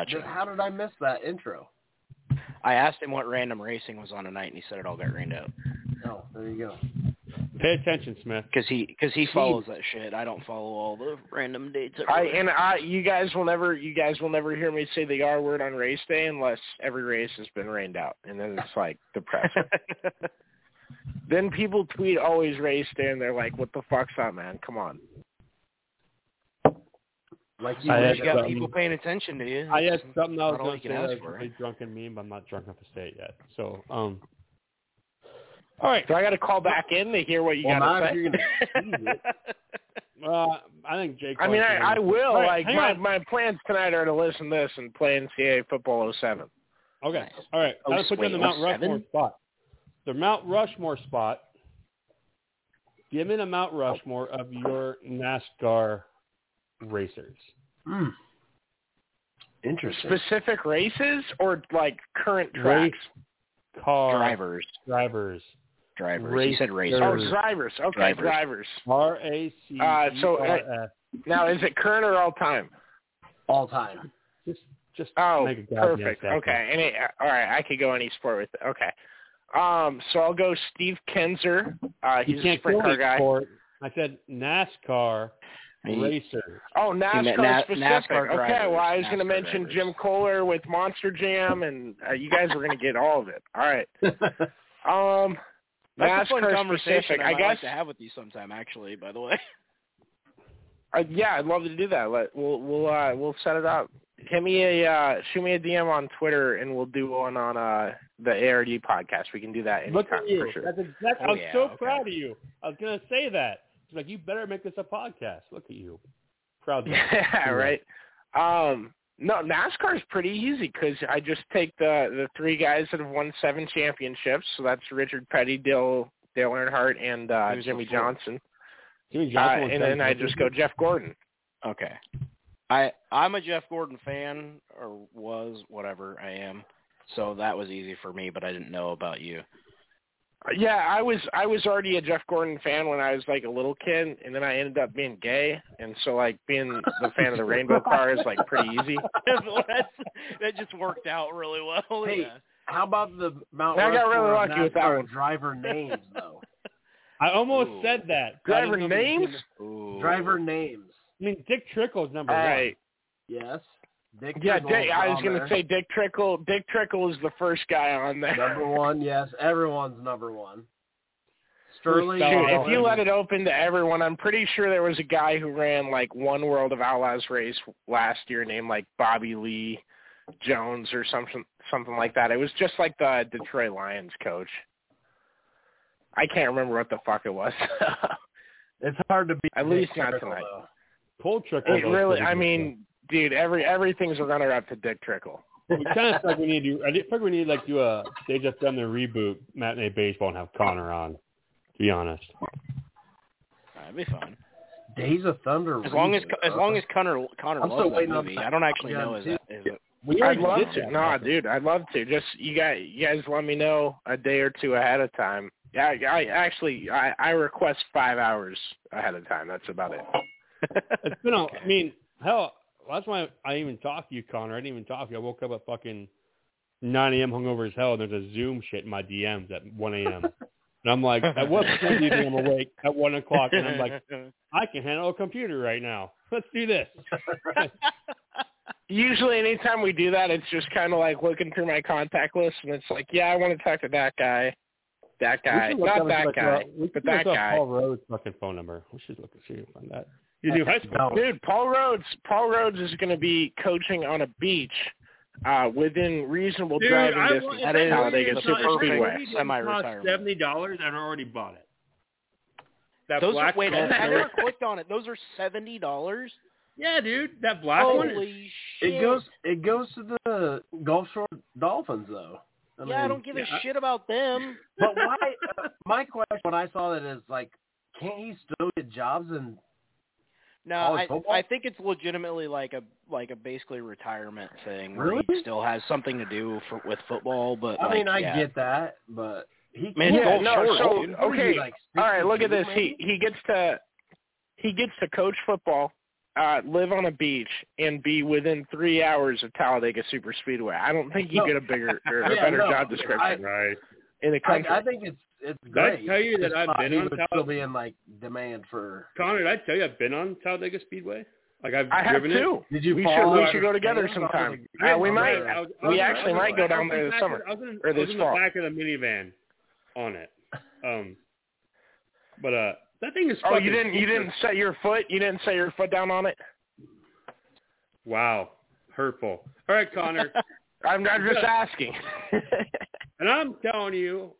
Speaker 10: Gotcha.
Speaker 9: How did I miss that intro?
Speaker 10: I asked him what random racing was on tonight, and he said it all got rained out
Speaker 9: Oh, there you go.
Speaker 1: Pay attention, Smith.
Speaker 10: because he cause he follows that shit. I don't follow all the random dates.
Speaker 14: I
Speaker 10: everywhere.
Speaker 14: and I, you guys will never, you guys will never hear me say the R word on race day unless every race has been rained out, and then it's like depressing. then people tweet always race day, and they're like, "What the fuck's up, man? Come on."
Speaker 9: Like you
Speaker 1: I
Speaker 9: wish
Speaker 1: had
Speaker 10: you got
Speaker 1: something-
Speaker 10: people paying attention to you.
Speaker 1: I had something I was
Speaker 10: Not all
Speaker 1: going
Speaker 10: you can
Speaker 1: to say. I
Speaker 10: ask
Speaker 1: was
Speaker 10: for,
Speaker 1: pretty drunk and mean, but I'm not drunk enough to say it yet. So, um, all right.
Speaker 14: Do I got to call back in to hear what you
Speaker 9: Well,
Speaker 14: got
Speaker 9: now
Speaker 14: to
Speaker 9: if
Speaker 14: say?
Speaker 9: you're gonna
Speaker 1: Uh, I think Jake.
Speaker 14: I mean,
Speaker 1: wants
Speaker 14: I, I
Speaker 1: to-
Speaker 14: will.
Speaker 1: All
Speaker 14: like
Speaker 1: right, hang
Speaker 14: my
Speaker 1: on.
Speaker 14: my plans tonight are to listen to this and play NCAA football 07.
Speaker 1: Okay. All right.
Speaker 10: Oh,
Speaker 1: Now let's put down the
Speaker 10: wait,
Speaker 1: Mount
Speaker 10: oh, seven?
Speaker 1: Rushmore spot. The Mount Rushmore spot. Give me the Mount Rushmore of your NASCAR racers.
Speaker 9: Hmm. Interesting.
Speaker 14: Specific races or like current
Speaker 1: Race
Speaker 14: tracks?
Speaker 1: Car
Speaker 10: drivers,
Speaker 1: drivers.
Speaker 10: drivers. He said racers.
Speaker 1: Racers.
Speaker 14: Oh,
Speaker 1: Drivers.
Speaker 14: drivers. Okay,
Speaker 10: Drivers.
Speaker 14: drivers.
Speaker 1: R A C.
Speaker 14: Uh, so, uh,
Speaker 1: E R S.
Speaker 14: Now, is it current or all time?
Speaker 9: All time.
Speaker 1: just just
Speaker 14: Oh,
Speaker 1: make a goddamn
Speaker 14: perfect.
Speaker 1: statement.
Speaker 14: Okay, and it, all right, I could go any sport with it. Okay, um, so I'll go Steve Kenzer. Uh, he's
Speaker 1: You
Speaker 14: a
Speaker 1: can't
Speaker 14: sprint
Speaker 1: go
Speaker 14: car guy.
Speaker 1: sport. I said NASCAR
Speaker 10: He-
Speaker 1: racers.
Speaker 14: Oh, NASCAR
Speaker 10: meant na-
Speaker 14: specific.
Speaker 10: NASCAR
Speaker 14: okay,
Speaker 10: drivers,
Speaker 14: well, I was going to
Speaker 10: NASCAR
Speaker 14: mention
Speaker 10: drivers.
Speaker 14: Jim Kohler with Monster Jam, and uh, you guys were going to get all of it. All right. Um,
Speaker 10: That's a fun
Speaker 14: NASCAR
Speaker 10: conversation
Speaker 14: specific.
Speaker 10: I,
Speaker 14: I
Speaker 10: might
Speaker 14: guess.
Speaker 10: like to have with you sometime. Actually, by the way,
Speaker 14: Uh, yeah, I'd love to do that. Let, we'll we'll uh, we'll set it up. Hit me a uh, shoot me a DM on Twitter, and we'll do one on uh, the ARD podcast. We can do that anytime
Speaker 1: Look at you.
Speaker 14: for sure.
Speaker 1: That's exactly,
Speaker 10: Oh,
Speaker 1: I'm
Speaker 10: yeah,
Speaker 1: so
Speaker 10: okay.
Speaker 1: proud of you. I was gonna say that. It's like you better make this a podcast. Look at you, proud. dad.
Speaker 14: Yeah, right. Um, no, NASCAR is pretty easy because I just take the the three guys that have won seven championships. So that's Richard Petty, Dale Dale Earnhardt, and uh,
Speaker 10: Who's the
Speaker 14: Jimmy
Speaker 10: fourth?
Speaker 14: Johnson.
Speaker 1: Jimmy
Speaker 14: Uh,
Speaker 1: Johnson won
Speaker 14: and
Speaker 1: seven
Speaker 14: then I just go
Speaker 1: championships.
Speaker 14: Jeff Gordon.
Speaker 10: okay. I I'm a Jeff Gordon fan, or was whatever I am. So that was easy for me, but I didn't know about you.
Speaker 14: Yeah, I was I was already a Jeff Gordon fan when I was like a little kid, and then I ended up being gay, and so like being the fan of the Rainbow Car is like pretty easy.
Speaker 10: that just worked out really well.
Speaker 9: Hey,
Speaker 10: yeah.
Speaker 9: How about the Mount
Speaker 14: I got
Speaker 9: Rushmore
Speaker 14: really
Speaker 9: of
Speaker 14: lucky with that
Speaker 9: NASCAR
Speaker 14: one.
Speaker 9: driver names though?
Speaker 1: I almost
Speaker 10: Ooh.
Speaker 1: said that. I
Speaker 14: Driver
Speaker 1: didn't know if you
Speaker 14: names?
Speaker 1: did.
Speaker 10: Ooh.
Speaker 9: driver names.
Speaker 1: I mean, Dick Trickle's number
Speaker 14: All
Speaker 1: one.
Speaker 14: right.
Speaker 9: Yes. Dick
Speaker 14: Yeah,
Speaker 9: Trickle's
Speaker 14: Dick, I was
Speaker 9: on
Speaker 14: gonna
Speaker 9: there.
Speaker 14: say Dick Trickle. Dick Trickle is the first guy on there.
Speaker 9: number one. Yes, everyone's number one. Sterling.
Speaker 1: First
Speaker 14: Dude,
Speaker 1: Oh,
Speaker 14: if
Speaker 1: yeah.
Speaker 14: you let it open to everyone, I'm pretty sure there was a guy who ran like one World of Outlaws race last year named like Bobby Lee Jones or something something like that. It was just like the Detroit Lions coach. I can't remember what the fuck it was.
Speaker 9: It's hard to beat.
Speaker 14: At
Speaker 9: Dick
Speaker 14: least not
Speaker 9: Trickle,
Speaker 14: tonight.
Speaker 9: though.
Speaker 1: Cole Trickle.
Speaker 14: it really I mean, dude, every everything's a runner up to Dick Trickle.
Speaker 1: we kind of like we need to. I think we need like do a. They just done the reboot matinee baseball and have Connor on. To be honest,
Speaker 10: That'd be fun.
Speaker 9: Days of Thunder.
Speaker 10: As long as
Speaker 9: reboot,
Speaker 10: as
Speaker 9: huh?
Speaker 10: long as Connor Connor
Speaker 9: I'm
Speaker 10: loves
Speaker 9: still
Speaker 10: that
Speaker 9: waiting on
Speaker 10: movie.
Speaker 9: that.
Speaker 10: I don't actually
Speaker 9: Yeah,
Speaker 10: know is
Speaker 9: dude.
Speaker 10: that is it
Speaker 1: we
Speaker 14: I'd
Speaker 1: already
Speaker 14: love
Speaker 1: did
Speaker 14: to.
Speaker 1: that.
Speaker 14: No, dude, I'd love to. Just you guys, you guys, let me know a day or two ahead of time. Yeah, I, I actually, I, I request five hours ahead of time. That's about it.
Speaker 1: It's been a, I mean, hell, that's why I even talked to you, Connor. I didn't even talk to you. I woke up at fucking 9 a.m. hungover as hell, and there's a Zoom shit in my DMs at 1 a.m. and I'm like, at what point do you think I'm awake at 1 o'clock? And I'm like, I can handle a computer right now. Let's do this.
Speaker 14: Usually, anytime we do that, it's just kind of like looking through my contact list, and it's like, yeah, I want to talk to that guy, that guy,
Speaker 1: We should look up
Speaker 14: not
Speaker 1: and
Speaker 14: that
Speaker 1: look
Speaker 14: guy,
Speaker 1: up- we should
Speaker 14: but
Speaker 1: look
Speaker 14: that
Speaker 1: up
Speaker 14: guy.
Speaker 1: Paul Rhodes' fucking phone number. We should look see if we can find that. You do high school.
Speaker 9: No.
Speaker 14: Dude, Paul Rhodes. Paul Rhodes is going to be coaching on a beach uh, within reasonable
Speaker 1: Dude,
Speaker 14: driving
Speaker 1: I
Speaker 14: distance.
Speaker 1: want- if they
Speaker 14: how
Speaker 1: were-
Speaker 14: they get
Speaker 1: if they
Speaker 14: super
Speaker 1: were- if they were-
Speaker 14: speedway,
Speaker 1: if they
Speaker 14: semi
Speaker 1: were- cost
Speaker 14: retirement.
Speaker 1: Seventy dollars, I'd already bought it. That
Speaker 10: Those are,
Speaker 1: black
Speaker 10: wait,
Speaker 1: one-
Speaker 10: I never clicked on it. Those are seventy dollars.
Speaker 1: Yeah, dude, that black
Speaker 10: Holy
Speaker 1: one. is-
Speaker 10: shit.
Speaker 9: It goes it goes to the Gulf Shore Dolphins though.
Speaker 10: Yeah,
Speaker 9: mean,
Speaker 10: I don't give a shit about them.
Speaker 9: But why? my question when I saw that is like, can't he still get jobs and
Speaker 10: No,
Speaker 9: College
Speaker 10: I,
Speaker 9: football?
Speaker 10: I think it's legitimately like a like a basically retirement thing where
Speaker 9: Really?
Speaker 10: he still has something to do for, with football. But
Speaker 9: I mean
Speaker 10: like,
Speaker 9: I
Speaker 10: yeah.
Speaker 9: get that, but he
Speaker 10: Man, Gulf
Speaker 9: can't.
Speaker 14: no,
Speaker 10: Shore,
Speaker 14: Oh, so
Speaker 10: dude.
Speaker 14: okay,
Speaker 9: Like
Speaker 14: all right. Look at this.
Speaker 9: 62
Speaker 14: He he gets to he gets to coach football, uh, live on a beach, and be within three hours of Talladega Super Speedway. I don't think you
Speaker 9: No.
Speaker 14: get a bigger or a
Speaker 9: Yeah,
Speaker 14: better
Speaker 9: no,
Speaker 14: job
Speaker 9: I-
Speaker 14: description
Speaker 1: Right.
Speaker 14: in the
Speaker 9: I,
Speaker 14: country.
Speaker 9: I think it's it's
Speaker 1: Did I
Speaker 9: great.
Speaker 1: tell you that
Speaker 9: It's
Speaker 1: I've
Speaker 9: not-
Speaker 1: been
Speaker 9: he
Speaker 1: on
Speaker 9: would
Speaker 1: top-
Speaker 9: still be in like demand for.
Speaker 1: Connor, did I tell you I've been on Talladega Speedway? Like I've
Speaker 14: I have
Speaker 1: driven
Speaker 14: too.
Speaker 9: Did you
Speaker 14: we
Speaker 9: fall
Speaker 14: should we
Speaker 9: out
Speaker 14: should
Speaker 9: of
Speaker 14: go
Speaker 9: the
Speaker 14: together
Speaker 9: stands?
Speaker 14: sometime.
Speaker 1: I was-
Speaker 14: Uh, we
Speaker 1: I was-
Speaker 14: might.
Speaker 1: I was- I was-
Speaker 14: We
Speaker 1: I was
Speaker 14: actually
Speaker 1: in-
Speaker 14: might go down
Speaker 1: I was in
Speaker 14: there this
Speaker 1: back
Speaker 14: summer
Speaker 1: of- I was in,
Speaker 14: or
Speaker 1: I was
Speaker 14: this
Speaker 1: in
Speaker 14: fall.
Speaker 1: the back of the minivan on it. Um, but uh, that thing is.
Speaker 14: Oh, you
Speaker 1: fucking
Speaker 14: didn't you
Speaker 1: super-
Speaker 14: didn't set your foot you didn't set your foot down on it.
Speaker 1: Wow, hurtful. All right, Connor,
Speaker 14: I'm, I'm just asking.
Speaker 1: and I'm telling you,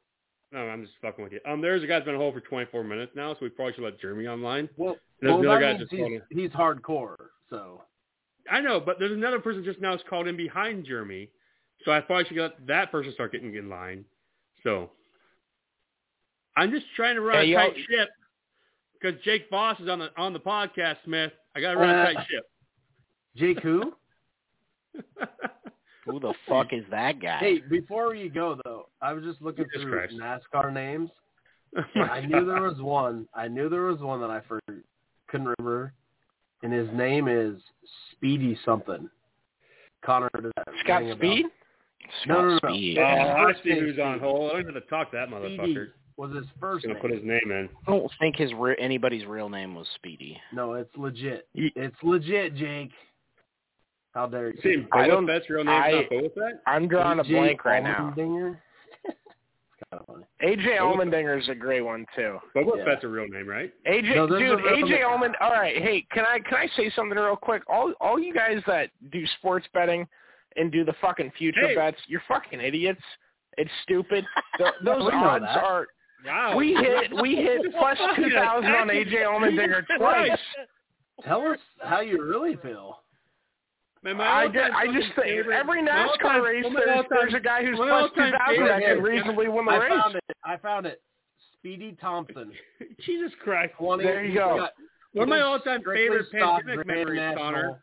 Speaker 1: no, I'm just fucking with you. Um, there's a guy's been on hold for 24 minutes now, so we probably should let Jeremy online.
Speaker 9: Well,
Speaker 1: There's
Speaker 9: well,
Speaker 1: another guy
Speaker 9: that
Speaker 1: just
Speaker 9: means
Speaker 1: called in.
Speaker 9: he's, he's hardcore. So
Speaker 1: I know, but there's another person just now who's called in behind Jeremy, so I probably should let that person start getting in line. So I'm just trying to run
Speaker 14: Hey,
Speaker 1: a
Speaker 14: y'all-
Speaker 1: tight ship because Jake Boss is on the on the podcast, Smith. I got to run
Speaker 9: Uh,
Speaker 1: a tight ship.
Speaker 9: Jake, who?
Speaker 10: Who the fuck is that guy?
Speaker 9: Hey, before you go though, I was just looking
Speaker 1: Jesus
Speaker 9: through
Speaker 1: Christ.
Speaker 9: NASCAR names.
Speaker 1: Oh
Speaker 9: and
Speaker 1: my
Speaker 9: I knew there
Speaker 1: God.
Speaker 9: was one. I knew there was one that I for, couldn't remember, and his name is Speedy something. Connor, does that
Speaker 14: Scott
Speaker 9: ring a bell?
Speaker 14: Speed.
Speaker 9: No, no, no.
Speaker 10: Scott Speed.
Speaker 1: Oh, I
Speaker 9: First
Speaker 1: see
Speaker 9: name
Speaker 1: who's on
Speaker 9: Steve.
Speaker 1: hold. I don't have to talk to that
Speaker 9: Speedy
Speaker 1: motherfucker.
Speaker 9: was his
Speaker 1: He's
Speaker 9: first
Speaker 1: gonna
Speaker 9: name.
Speaker 1: put his name in.
Speaker 10: I don't think his re- anybody's real name was Speedy.
Speaker 9: No, it's legit.
Speaker 14: Ye-
Speaker 9: It's legit, Jake. How dare you?
Speaker 1: See,
Speaker 14: I
Speaker 1: Boba
Speaker 14: don't-
Speaker 1: Fett's real name's
Speaker 14: I-
Speaker 1: not Boba Fett.
Speaker 14: I'm drawing a
Speaker 9: AJ
Speaker 14: blank right now.
Speaker 9: Allmendinger? it's kind of funny.
Speaker 14: AJ Allmendinger is a great one too.
Speaker 1: Boba
Speaker 9: Yeah.
Speaker 1: Fett's a real name, right?
Speaker 14: AJ,
Speaker 9: No, those
Speaker 14: dude,
Speaker 9: are relevant-
Speaker 14: AJ Allman. All right, hey, can I can I say something real quick? All all you guys that do sports betting and do the fucking future
Speaker 1: Hey.
Speaker 14: bets, you're fucking idiots. It's stupid. Th those
Speaker 9: We know
Speaker 14: odds
Speaker 9: that.
Speaker 14: are.
Speaker 1: Wow.
Speaker 14: We hit we hit plus two thousand on AJ Allmendinger twice.
Speaker 9: Tell us how you really feel.
Speaker 1: Man, my
Speaker 14: I,
Speaker 1: all-time
Speaker 14: ju- I
Speaker 1: fucking
Speaker 14: just think
Speaker 1: favorite-
Speaker 14: every
Speaker 1: my all-time-
Speaker 14: NASCAR race
Speaker 1: my
Speaker 14: there's,
Speaker 1: all-time-
Speaker 14: there's a guy who's
Speaker 1: my
Speaker 14: plus two
Speaker 1: all-time
Speaker 14: thousand
Speaker 1: favorite-
Speaker 14: that can reasonably win the
Speaker 9: I
Speaker 14: race.
Speaker 9: found it. I found it. Speedy Thompson.
Speaker 1: Jesus Christ.
Speaker 9: 20,
Speaker 14: There you go.
Speaker 9: we got
Speaker 1: One of my
Speaker 9: Strictly
Speaker 1: all-time favorite
Speaker 9: stock
Speaker 1: pandemic
Speaker 9: Grand
Speaker 1: memories,
Speaker 9: National.
Speaker 1: Connor,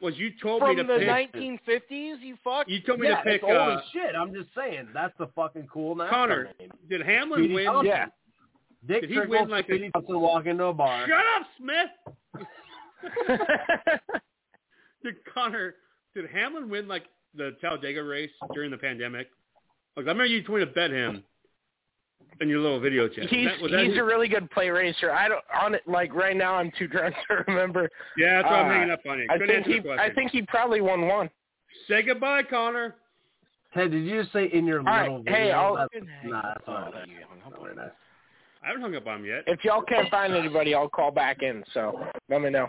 Speaker 1: was you told
Speaker 10: From
Speaker 1: me to
Speaker 10: the
Speaker 1: pick.
Speaker 10: 1950s, you fuck.
Speaker 1: you told me
Speaker 9: Yeah,
Speaker 1: to pick.
Speaker 9: that's old
Speaker 1: Uh,
Speaker 9: as shit. I'm just saying that's the fucking cool NASCAR
Speaker 1: Connor,
Speaker 9: name.
Speaker 1: did Hamlin
Speaker 9: Speedy
Speaker 1: win?
Speaker 9: Thompson.
Speaker 14: Yeah.
Speaker 9: Dick
Speaker 1: Did he
Speaker 9: Trickle,
Speaker 1: win like a-
Speaker 9: Speedy Thompson walk into a bar.
Speaker 1: Shut up, Smith. Did Connor? Did Hamlin win like the Talladega race during the pandemic? Like I remember you told me to bet him in your little video chat. Was
Speaker 14: he's
Speaker 1: that- was that
Speaker 14: he's
Speaker 1: his-
Speaker 14: a really good play racer. I don't on it like right now. I'm too drunk to remember.
Speaker 1: yeah, that's why I'm
Speaker 14: uh,
Speaker 1: hanging up on you.
Speaker 14: I
Speaker 1: Couldn't
Speaker 14: think
Speaker 1: answer the
Speaker 14: he I
Speaker 1: question.
Speaker 14: think he probably won one.
Speaker 1: Say goodbye, Connor.
Speaker 9: Ted, did you just say in your
Speaker 14: right,
Speaker 9: little
Speaker 14: hey,
Speaker 9: video?
Speaker 14: I'll-
Speaker 9: That's- nah, that's all
Speaker 10: Oh,
Speaker 9: right.
Speaker 10: you hung up
Speaker 9: That's
Speaker 10: on
Speaker 9: all
Speaker 10: me.
Speaker 9: right.
Speaker 1: I haven't hung up on him yet.
Speaker 14: If y'all can't find anybody, I'll call back in. So let me know.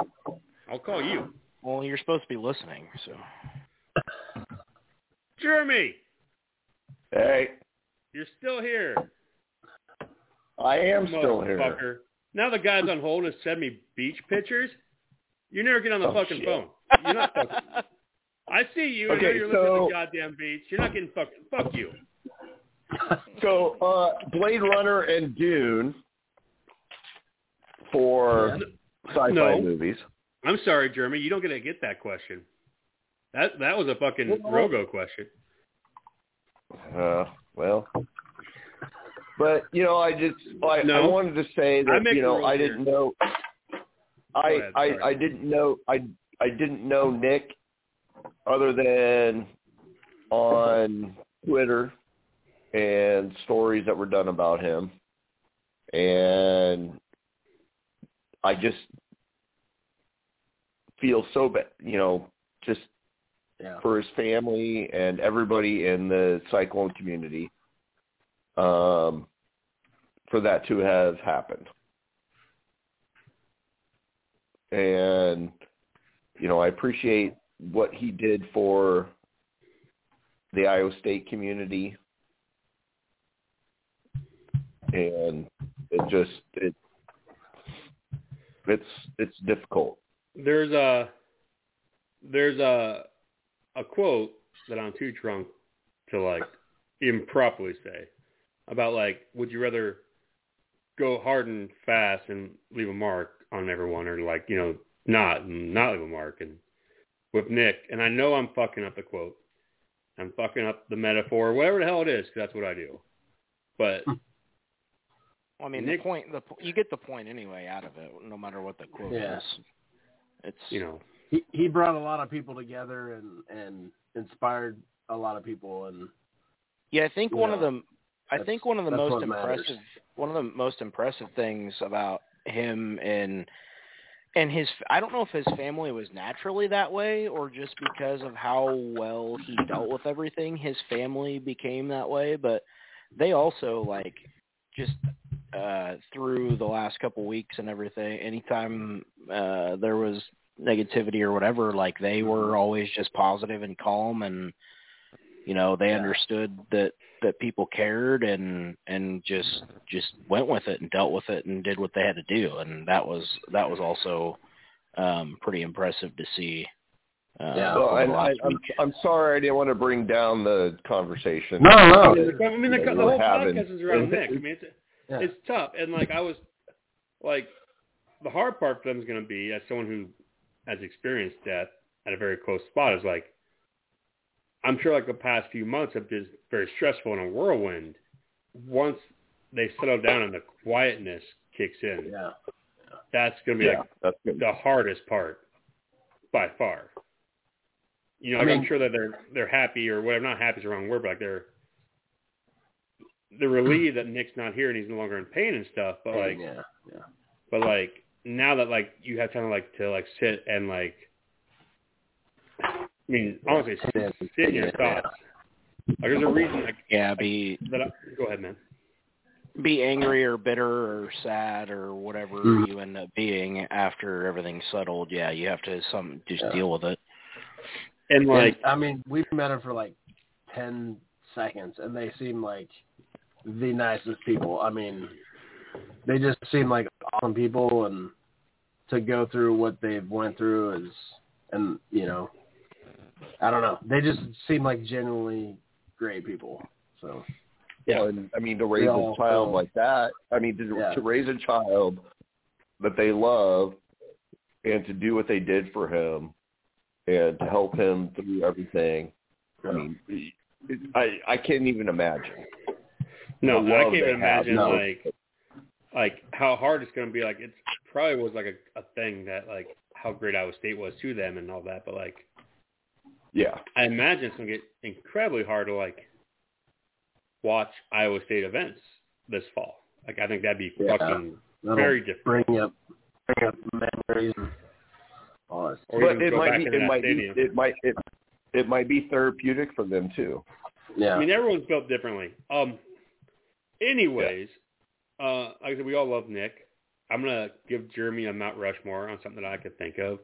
Speaker 1: I'll call you,
Speaker 10: Well, you're supposed to be listening, so.
Speaker 1: Jeremy.
Speaker 15: Hey,
Speaker 1: You're still here.
Speaker 15: I am still here.
Speaker 1: Motherfucker. Now the guy's on hold and send me beach pictures. You never get on the
Speaker 15: Oh,
Speaker 1: fucking
Speaker 15: shit.
Speaker 1: phone. You're not fucking. I see you. I know
Speaker 15: Okay,
Speaker 1: you're
Speaker 15: so-
Speaker 1: listening to the goddamn beach. You're not getting fucking. Fuck you.
Speaker 15: So, uh, Blade Runner and Dune for sci-fi
Speaker 1: No.
Speaker 15: movies.
Speaker 1: I'm sorry, Jeremy. You don't get to get that question. That that was a fucking Rogo question.
Speaker 15: Uh, well, but you know, I just I, I
Speaker 1: No.
Speaker 15: wanted to say
Speaker 1: I
Speaker 15: that
Speaker 1: make
Speaker 15: you
Speaker 1: the
Speaker 15: know
Speaker 1: rules
Speaker 15: I
Speaker 1: here.
Speaker 15: didn't know I
Speaker 1: Go ahead,
Speaker 15: I
Speaker 1: sorry.
Speaker 15: I didn't know I I didn't know Nick other than on Twitter and stories that were done about him, and I just feel so bad, you know, just
Speaker 9: Yeah.
Speaker 15: for his family and everybody in the cyclone community um, for that to have happened. And you know, I appreciate what he did for the Iowa State community, and it just it it's it's difficult.
Speaker 1: There's a there's a a quote that I'm too drunk to like improperly say about like would you rather go hard and fast and leave a mark on everyone or like you know not and not leave a mark and with Nick and I know I'm fucking up the quote I'm fucking up the metaphor whatever the hell it is 'cause that's what I do but
Speaker 10: Well, I mean,
Speaker 1: Nick-
Speaker 10: the point, the po- you get the point anyway out of it, no matter what the quote
Speaker 9: Yeah.
Speaker 10: is. It's
Speaker 1: you know
Speaker 9: He he brought a lot of people together and and inspired a lot of people and
Speaker 10: Yeah, I think
Speaker 9: you
Speaker 10: one
Speaker 9: know,
Speaker 10: of the I
Speaker 9: that's-
Speaker 10: think one of the
Speaker 9: that's
Speaker 10: most
Speaker 9: what matters.
Speaker 10: impressive one of the most impressive things about him and and his I don't know if his family was naturally that way or just because of how well he dealt with everything his family became that way but they also like just uh through the last couple weeks and everything anytime uh there was negativity or whatever like they were always just positive and calm and you know they understood that that people cared and and just just went with it and dealt with it and did what they had to do and that was that was also um pretty impressive to see uh,
Speaker 15: Well,
Speaker 10: over the
Speaker 15: and I,
Speaker 10: last
Speaker 15: I'm, I'm sorry I didn't want to bring down the conversation.
Speaker 1: No, no.
Speaker 15: that-
Speaker 1: I mean, the,
Speaker 15: that
Speaker 1: the
Speaker 15: we're
Speaker 1: whole
Speaker 15: having.
Speaker 1: podcast is around Nick. I mean, it's, it's tough, and like I was, like, the hard part for them is going to be as someone who has experienced death at a very close spot is like, I'm sure like the past few months have been very stressful and a whirlwind. Once they settle down and the quietness kicks in,
Speaker 9: yeah,
Speaker 1: that's going to be
Speaker 15: Yeah,
Speaker 1: like
Speaker 15: that's good.
Speaker 1: the hardest part by far. You know,
Speaker 9: I
Speaker 1: like, I'm
Speaker 9: mean-
Speaker 1: sure that they're they're happy or whatever. Not happy is the wrong word, but like they're they're relieved that Nick's not here and he's no longer in pain and stuff. But like,
Speaker 9: yeah, yeah.
Speaker 1: but like now that like you have time like to like sit and like, I mean, honestly, sit, sit in your thoughts. Like, there's a reason like
Speaker 10: yeah be
Speaker 1: that. I, go ahead, man.
Speaker 10: be angry or bitter or sad or whatever
Speaker 1: Mhm.
Speaker 10: you end up being after everything's settled yeah you have to some just
Speaker 9: Yeah.
Speaker 10: deal with it
Speaker 1: And like,
Speaker 9: I mean, we met them for like ten seconds, and they seem like the nicest people. I mean, they just seem like awesome people, and to go through what they've went through is, and you know, I don't know. They just seem like genuinely great people. So
Speaker 15: Well, and, I mean, to raise
Speaker 9: all
Speaker 15: a child
Speaker 9: feel-
Speaker 15: like that, I mean, to,
Speaker 9: Yeah.
Speaker 15: to raise a child that they love and to do what they did for him and to help him through everything. I mean, it, I I can't even imagine.
Speaker 1: No,
Speaker 15: The
Speaker 1: I
Speaker 15: love
Speaker 1: can't even
Speaker 15: they have.
Speaker 1: imagine
Speaker 15: No.
Speaker 1: like like how hard it's gonna be. Like it's probably was like a, a thing that like how great Iowa State was to them and all that. But like
Speaker 15: Yeah.
Speaker 1: I imagine it's gonna get incredibly hard to like watch Iowa State events this fall. Like I think that'd be
Speaker 9: Yeah.
Speaker 1: fucking
Speaker 9: that'll
Speaker 1: very different.
Speaker 9: Bring up, bring up memories. And all that
Speaker 1: Or
Speaker 15: but
Speaker 1: even
Speaker 15: it
Speaker 1: go
Speaker 15: might
Speaker 1: back
Speaker 15: be
Speaker 1: into
Speaker 15: it
Speaker 1: that
Speaker 15: might be
Speaker 1: stadium.
Speaker 15: it might it it might be therapeutic for them too.
Speaker 9: Yeah.
Speaker 1: I mean, everyone's built differently. Um. Anyways, uh, like I said, we all love Nick. I'm gonna give Jeremy a Mount Rushmore on something that I could think of.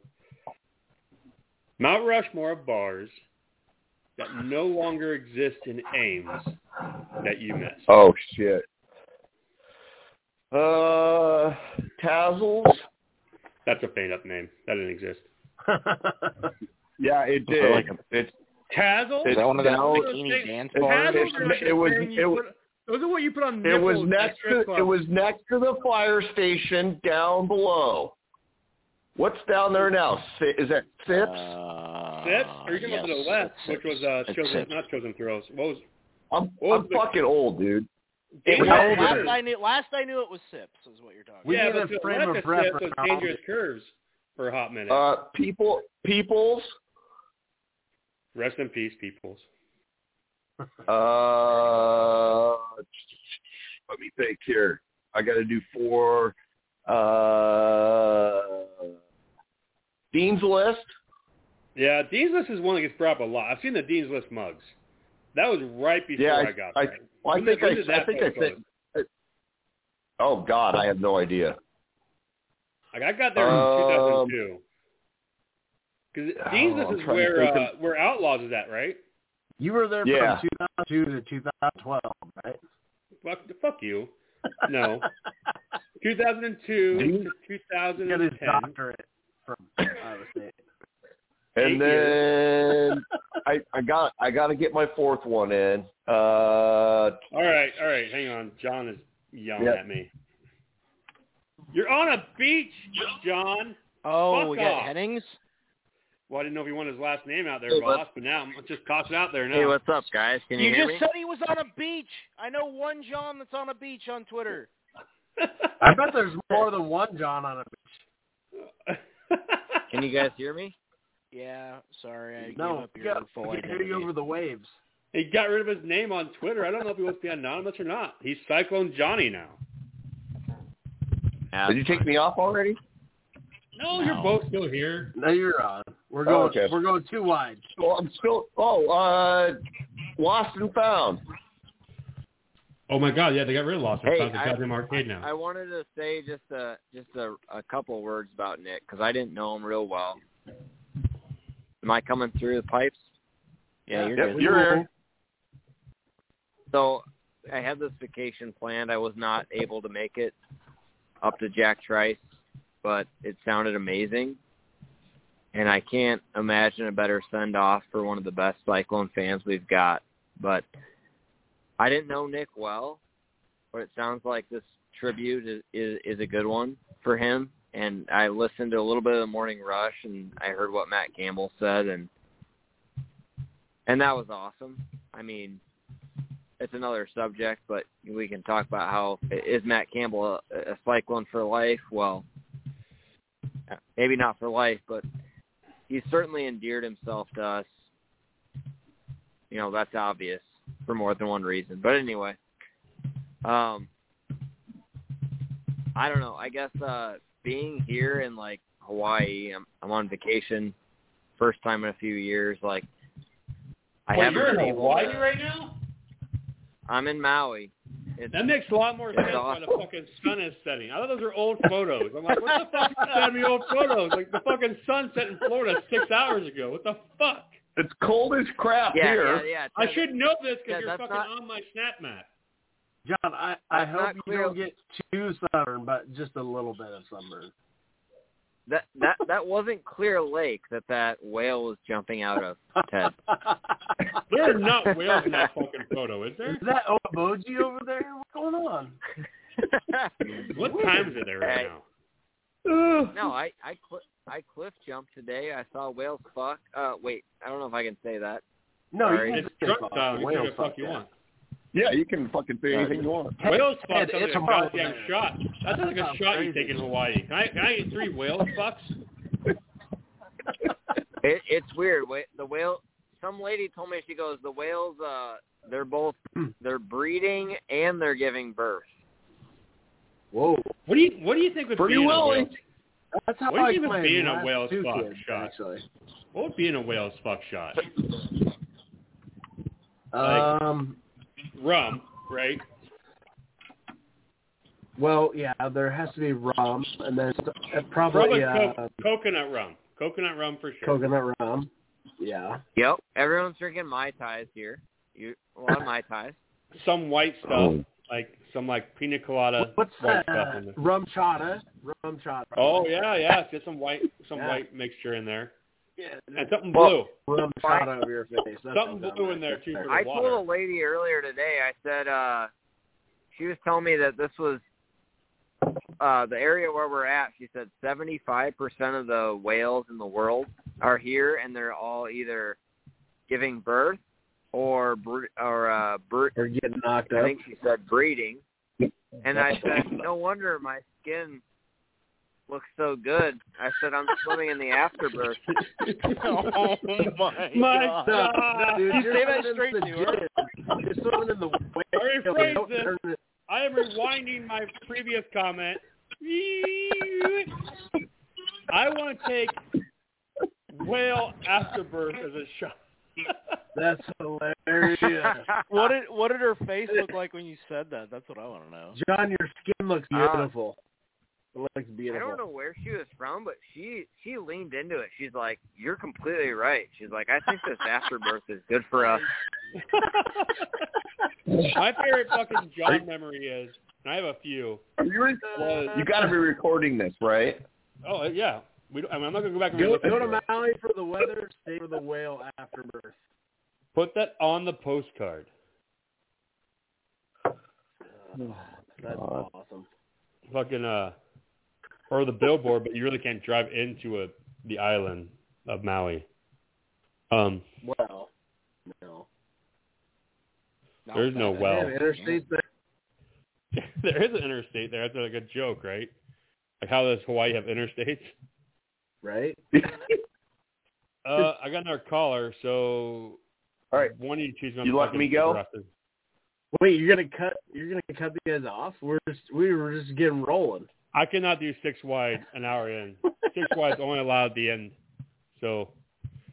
Speaker 1: Mount Rushmore of bars that no longer exist in Ames that you missed.
Speaker 15: Oh shit. Uh, Tassels.
Speaker 1: That's a made up name. That didn't exist.
Speaker 15: Yeah, it did.
Speaker 10: I like 'em.
Speaker 15: it's
Speaker 1: Tazzle?
Speaker 15: Is that one of them
Speaker 1: That's
Speaker 10: bikini
Speaker 1: those things-
Speaker 10: dance
Speaker 1: Tazzles
Speaker 10: bars?
Speaker 1: are like
Speaker 15: It was-
Speaker 1: the thing you
Speaker 15: it was-
Speaker 1: put- Those are what you put on
Speaker 15: it was
Speaker 1: nipples at
Speaker 15: next
Speaker 1: strip
Speaker 15: to
Speaker 1: clubs.
Speaker 15: it was next to the fire station down below. What's down there now? Si- Is that Sips?
Speaker 10: uh,
Speaker 1: Sips? Or you came up to the
Speaker 10: yes,
Speaker 1: left,
Speaker 10: it's
Speaker 1: which
Speaker 10: Sips.
Speaker 1: was uh,
Speaker 10: It's
Speaker 1: chosen,
Speaker 10: Sips.
Speaker 1: not chosen throws. What was
Speaker 15: I'm
Speaker 1: what was
Speaker 15: I'm
Speaker 1: the-
Speaker 15: fucking old, dude. It was
Speaker 10: No,
Speaker 15: older.
Speaker 10: last I knew, last I knew it was Sips, is what you're talking.
Speaker 9: We
Speaker 1: yeah,
Speaker 9: need
Speaker 1: but
Speaker 9: a
Speaker 1: to the
Speaker 9: frame
Speaker 1: left
Speaker 9: of
Speaker 1: it said
Speaker 9: reference.
Speaker 1: those dangerous curves for a hot minute.
Speaker 15: Uh, people, peoples.
Speaker 1: Rest in peace, peoples.
Speaker 15: Uh, let me think here. I got to do four. Uh, Dean's list.
Speaker 1: Yeah, Dean's List is one that gets brought up a lot. I've seen the Dean's List mugs. That was right before
Speaker 15: Yeah,
Speaker 1: I got
Speaker 15: I,
Speaker 1: there.
Speaker 15: well, I
Speaker 1: When did-
Speaker 15: think
Speaker 1: when did
Speaker 15: I, I
Speaker 1: that
Speaker 15: think
Speaker 1: fall
Speaker 15: I
Speaker 1: close?
Speaker 15: think. Oh God, I have no idea.
Speaker 1: Like I got there in
Speaker 15: Um,
Speaker 1: 2002. Because
Speaker 15: oh,
Speaker 1: Dean's List
Speaker 15: I'm
Speaker 1: is
Speaker 15: trying to
Speaker 1: where
Speaker 15: think
Speaker 1: uh, where Outlaws is at, right?
Speaker 9: You were there
Speaker 15: Yeah.
Speaker 9: from 2002 to 2012, right?
Speaker 1: Fuck, fuck you. No. 2002 to 2010.
Speaker 9: Get his doctorate from Iowa State.
Speaker 15: And
Speaker 9: Eight years.
Speaker 15: then I, I got I got to get my fourth one in. Uh,
Speaker 1: All right, all right. Hang on. John is yelling
Speaker 15: Yeah.
Speaker 1: at me. You're on a beach, John.
Speaker 10: Oh,
Speaker 1: Fuck
Speaker 10: we got
Speaker 1: off.
Speaker 10: headings.
Speaker 1: Well, I didn't know if you wanted his last name out there,
Speaker 16: Hey,
Speaker 1: boss,
Speaker 16: what-
Speaker 1: but now I'm just toss it out there now.
Speaker 16: Hey, what's up, guys? Can you,
Speaker 10: you
Speaker 16: hear
Speaker 10: just
Speaker 16: me?
Speaker 10: said he was on a beach. I know one John that's on a beach on Twitter.
Speaker 9: I bet there's more than one John on a beach.
Speaker 16: Can you guys hear me?
Speaker 10: Yeah, sorry, I gave
Speaker 9: no,
Speaker 10: up
Speaker 9: we
Speaker 10: your
Speaker 9: got,
Speaker 10: full
Speaker 9: we can hear
Speaker 10: identity.
Speaker 9: you over the waves.
Speaker 1: He got rid of his name on Twitter. I don't know if he wants to be anonymous or not. He's Cyclone Johnny now.
Speaker 15: did you take me off already?
Speaker 1: No, you're both still here.
Speaker 9: No, you're on. We're
Speaker 15: Oh,
Speaker 9: going.
Speaker 15: okay.
Speaker 9: We're going too wide.
Speaker 15: Well, I'm still. Oh, uh, lost and found.
Speaker 1: Oh my God! Yeah, they got rid of Lost.
Speaker 16: Hey,
Speaker 1: Found the
Speaker 16: I-
Speaker 1: goddamn arcade now.
Speaker 16: I wanted to say just a just a, a couple words about Nick because I didn't know him real well. Am I coming through the pipes?
Speaker 10: Yeah, you're
Speaker 15: Yep,
Speaker 10: good.
Speaker 15: you're here.
Speaker 16: So I had this vacation planned. I was not able to make it up to Jack Trice, but it sounded amazing. And I can't imagine a better send off for one of the best Cyclone fans we've got. But I didn't know Nick well, but it sounds like this tribute is, is, is a good one for him. And I listened to a little bit of the morning rush and I heard what Matt Campbell said and and that was awesome. I mean, it's another subject, but we can talk about how is Matt Campbell a, a cyclone for life? Well, maybe not for life, but he's certainly endeared himself to us. You know, that's obvious for more than one reason. But anyway, um, I don't know. I guess uh, being here in like Hawaii, I'm, I'm on vacation, first time in a few years. Like, I
Speaker 1: Wait,
Speaker 16: haven't
Speaker 1: you're
Speaker 16: been
Speaker 1: in
Speaker 16: able
Speaker 1: Hawaii
Speaker 16: to-
Speaker 1: right now.
Speaker 16: I'm in Maui. It's,
Speaker 1: That makes a lot more
Speaker 16: It's
Speaker 1: sense why
Speaker 16: awesome.
Speaker 1: the fucking sun is setting. I thought those are old photos. I'm like, what the fuck is sending me old photos? Like the fucking sun set in Florida six hours ago. What the fuck?
Speaker 15: It's cold as crap
Speaker 16: yeah,
Speaker 15: here.
Speaker 16: yeah, yeah.
Speaker 1: I should know this
Speaker 16: Yeah,
Speaker 1: because you're
Speaker 16: that's
Speaker 1: fucking
Speaker 16: not-
Speaker 1: on my snap map.
Speaker 9: John, I, I
Speaker 16: That's
Speaker 9: hope
Speaker 16: not
Speaker 9: you
Speaker 16: clear.
Speaker 9: don't get too sunburned, but just a little bit of sunburn.
Speaker 16: That that that wasn't Clear Lake that that whale was jumping out of. Ted.
Speaker 1: There are not whales in that fucking photo, is there?
Speaker 9: Is that emoji over there? What's going on?
Speaker 1: What time is it there right now?
Speaker 16: no, I I cl- I cliff jumped today. I saw whales fuck. Uh, wait, I don't know if I can say that.
Speaker 9: No,
Speaker 16: Sorry.
Speaker 9: you
Speaker 1: It's
Speaker 9: can say
Speaker 1: drunk
Speaker 9: fuck.
Speaker 1: style. You
Speaker 9: Whale
Speaker 1: can do what the
Speaker 9: fuck,
Speaker 1: fuck you
Speaker 9: yeah.
Speaker 1: want.
Speaker 15: Yeah, you can fucking say
Speaker 16: Yeah.
Speaker 15: anything you want.
Speaker 1: Whales fuck
Speaker 9: Ted,
Speaker 1: sounds like
Speaker 9: it's
Speaker 1: a
Speaker 9: a problem.
Speaker 1: goddamn shot. That sounds like a
Speaker 9: That
Speaker 1: shot you
Speaker 9: sounds
Speaker 1: take in Hawaii. Can I, can I eat three whale fucks?
Speaker 16: It, it's weird. Wait, the whale. Some lady told me she goes. The whales. Uh, they're both. They're breeding and they're giving birth.
Speaker 9: Whoa.
Speaker 1: What do you What do you think would
Speaker 15: Free
Speaker 1: be in a
Speaker 15: Willy.
Speaker 1: whale?
Speaker 9: That's how
Speaker 1: What do you
Speaker 9: I
Speaker 1: think of
Speaker 9: played
Speaker 1: being a
Speaker 9: last
Speaker 1: whale's
Speaker 9: two
Speaker 1: fuck
Speaker 9: kids,
Speaker 1: shot?
Speaker 9: actually.
Speaker 1: What would be in a whale's fuck shot? Like-
Speaker 9: Um,
Speaker 1: Rum, right?
Speaker 9: well, yeah, there has to be rum, and then uh,
Speaker 1: Probably
Speaker 9: probably uh,
Speaker 1: co- coconut rum. Coconut rum for sure.
Speaker 9: coconut rum. Yeah.
Speaker 16: Yep. Everyone's drinking mai tais here. You a lot of mai tais.
Speaker 1: Some white stuff,
Speaker 15: Oh.
Speaker 1: like some like pina colada
Speaker 9: What's
Speaker 1: white
Speaker 9: that?
Speaker 1: stuff in there.
Speaker 9: Uh, rum chata. Rum chata.
Speaker 1: Oh yeah, yeah. Get some white, some
Speaker 9: Yeah.
Speaker 1: white mixture in there,
Speaker 9: Yeah,
Speaker 1: and something blue.
Speaker 15: Well,
Speaker 9: rum chata over your face. That's
Speaker 1: Something
Speaker 9: what I'm
Speaker 1: blue in
Speaker 9: at.
Speaker 1: there, too, for-
Speaker 16: I
Speaker 1: water.
Speaker 16: told a lady earlier today. I said uh, she was telling me that this was uh, the area where we're at. She said seventy-five percent of the whales in the world are here, and they're all either giving birth or bre- or uh, bre-
Speaker 9: Or getting knocked
Speaker 16: I
Speaker 9: up.
Speaker 16: think she said breeding, and I said, no wonder my skin looks so good. I said I'm swimming in the afterbirth.
Speaker 10: oh my,
Speaker 1: My
Speaker 10: God.
Speaker 1: God.
Speaker 9: dude,
Speaker 10: You
Speaker 9: you're
Speaker 10: say that
Speaker 9: swimming
Speaker 10: straight
Speaker 9: in
Speaker 10: to her.
Speaker 9: the- You're swimming in the
Speaker 1: Sorry,
Speaker 9: whale.
Speaker 1: phrase
Speaker 9: Don't
Speaker 1: this.
Speaker 9: turn it-
Speaker 1: I am rewinding my previous comment. I want to take whale afterbirth as a shot.
Speaker 9: That's hilarious.
Speaker 10: What did what did her face look like when you said that? That's what I want to know.
Speaker 9: John, your skin looks
Speaker 16: Uh,
Speaker 9: beautiful. It looks beautiful.
Speaker 16: I don't know where she was from, but she she leaned into it. She's like, "You're completely right." She's like, "I think this afterbirth is good for us."
Speaker 1: My favorite fucking job memory is, and I have a few.
Speaker 15: Are you in?
Speaker 1: Was,
Speaker 15: You got to be recording this, right?
Speaker 1: Oh yeah. We don't, I mean, I'm not gonna go back and
Speaker 9: Go,
Speaker 1: relook at
Speaker 9: go to
Speaker 1: it.
Speaker 9: Maui for the weather, stay for the whale afterbirth.
Speaker 1: Put that on the postcard.
Speaker 9: Oh, That's
Speaker 15: God.
Speaker 9: awesome.
Speaker 1: Fucking uh, or the billboard, but you really can't drive into a, the island of Maui. Um,
Speaker 9: Well, no.
Speaker 1: There's no well.
Speaker 9: Damn, interstate there.
Speaker 1: there is an interstate there. That's like a joke, right? Like how does Hawaii have interstates?
Speaker 9: Right.
Speaker 1: Uh, I got another caller, so
Speaker 15: all right.
Speaker 1: One of you choose.
Speaker 9: You let me go?
Speaker 1: All
Speaker 9: Wait, you're gonna cut? You're gonna cut these guys off? We're just we were just getting rolling.
Speaker 1: I cannot do six wide an hour in. Six wide is only allowed at the end. So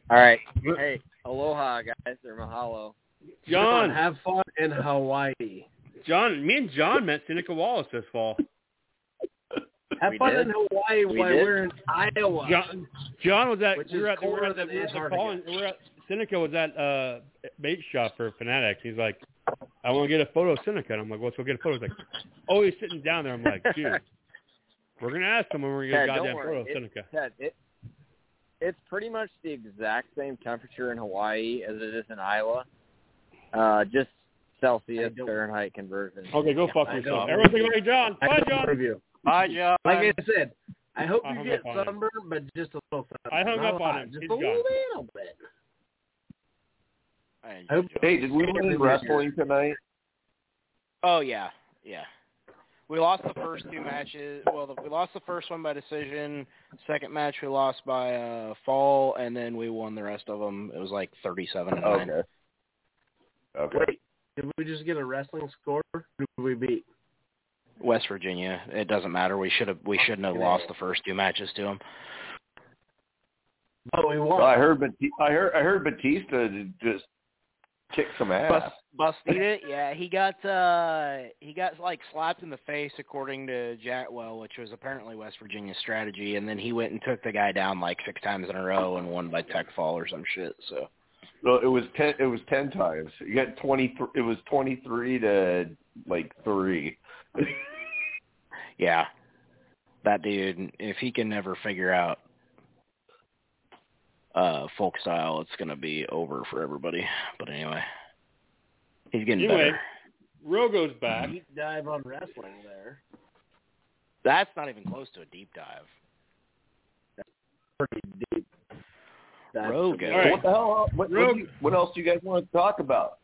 Speaker 16: right. Hey, aloha, guys, or mahalo.
Speaker 1: John.
Speaker 9: have fun in Hawaii.
Speaker 1: John, me and John met Seneca Wallace this fall.
Speaker 9: Have
Speaker 1: We
Speaker 9: fun
Speaker 1: did.
Speaker 9: in Hawaii
Speaker 1: We
Speaker 9: while
Speaker 1: did.
Speaker 9: we're in Iowa.
Speaker 1: John, John was at
Speaker 9: Which
Speaker 1: we were
Speaker 9: is
Speaker 1: at, we were
Speaker 9: cooler
Speaker 1: at the,
Speaker 9: than
Speaker 1: we were at the
Speaker 9: Antarctica.
Speaker 1: call and- we were at, Seneca was at uh bait shop for Fanatics. He's like, I want to get a photo of Seneca. And I'm like, well, let's go get a photo. He's like, oh, he's sitting down there. I'm like, dude, we're gonna ask him when we're gonna
Speaker 16: Ted,
Speaker 1: get a
Speaker 16: don't
Speaker 1: goddamn
Speaker 16: worry.
Speaker 1: photo of
Speaker 16: It-
Speaker 1: Seneca.
Speaker 16: Ted, it, it's pretty much the exact same temperature in Hawaii as it is in Iowa. Uh, just Celsius Fahrenheit conversion.
Speaker 1: Okay, go fuck
Speaker 16: I don't-
Speaker 1: yourself. Everyone say goodbye, to John.
Speaker 16: I
Speaker 1: Bye,
Speaker 16: don't
Speaker 1: John.
Speaker 9: review.
Speaker 10: Bye, John.
Speaker 9: Like I said, I hope
Speaker 1: I
Speaker 9: you
Speaker 1: hung
Speaker 9: get
Speaker 1: up on him.
Speaker 9: sunburned, but just a little.
Speaker 1: I hung
Speaker 9: sunburn. Not
Speaker 1: up
Speaker 9: a
Speaker 1: on
Speaker 9: lot,
Speaker 1: him.
Speaker 9: Just
Speaker 1: He's
Speaker 9: a
Speaker 1: gone.
Speaker 9: little bit.
Speaker 10: I-
Speaker 9: I hope
Speaker 15: Hey, did we win wrestling tonight?
Speaker 10: Oh yeah, yeah. We lost the first two matches. Well, the, we lost the first one by decision. Second match we lost by uh, fall, and then we won the rest of them. It was like thirty-seven to nine.
Speaker 15: Okay. Okay.
Speaker 9: Wait, did we just get a wrestling score? Who Did we beat?
Speaker 10: West Virginia. It doesn't matter. We should have. We shouldn't have lost the first two matches to them.
Speaker 9: But we won.
Speaker 15: Well, Oh, I heard, Bat- I heard, I heard Batista d- just kick some ass.
Speaker 10: Bustita, yeah, he got uh he got like slapped in the face according to Jatwell, which was apparently West Virginia's strategy, and then he went and took the guy down like six times in a row and won by tech fall or some shit. So
Speaker 15: So it was ten. It was ten times. You got twenty. th- It was twenty three to like three.
Speaker 10: yeah, that dude, if he can never figure out uh folk style, it's gonna be over for everybody. But anyway, he's getting
Speaker 1: Anyway,
Speaker 10: better.
Speaker 1: Rogo's
Speaker 5: Hmm.
Speaker 1: back.
Speaker 9: Deep dive on wrestling there.
Speaker 10: That's not even close to a deep dive.
Speaker 9: Pretty deep. That's
Speaker 10: Rogo.
Speaker 1: All right.
Speaker 15: What the hell? What, what, do you, what else do you guys want to talk about?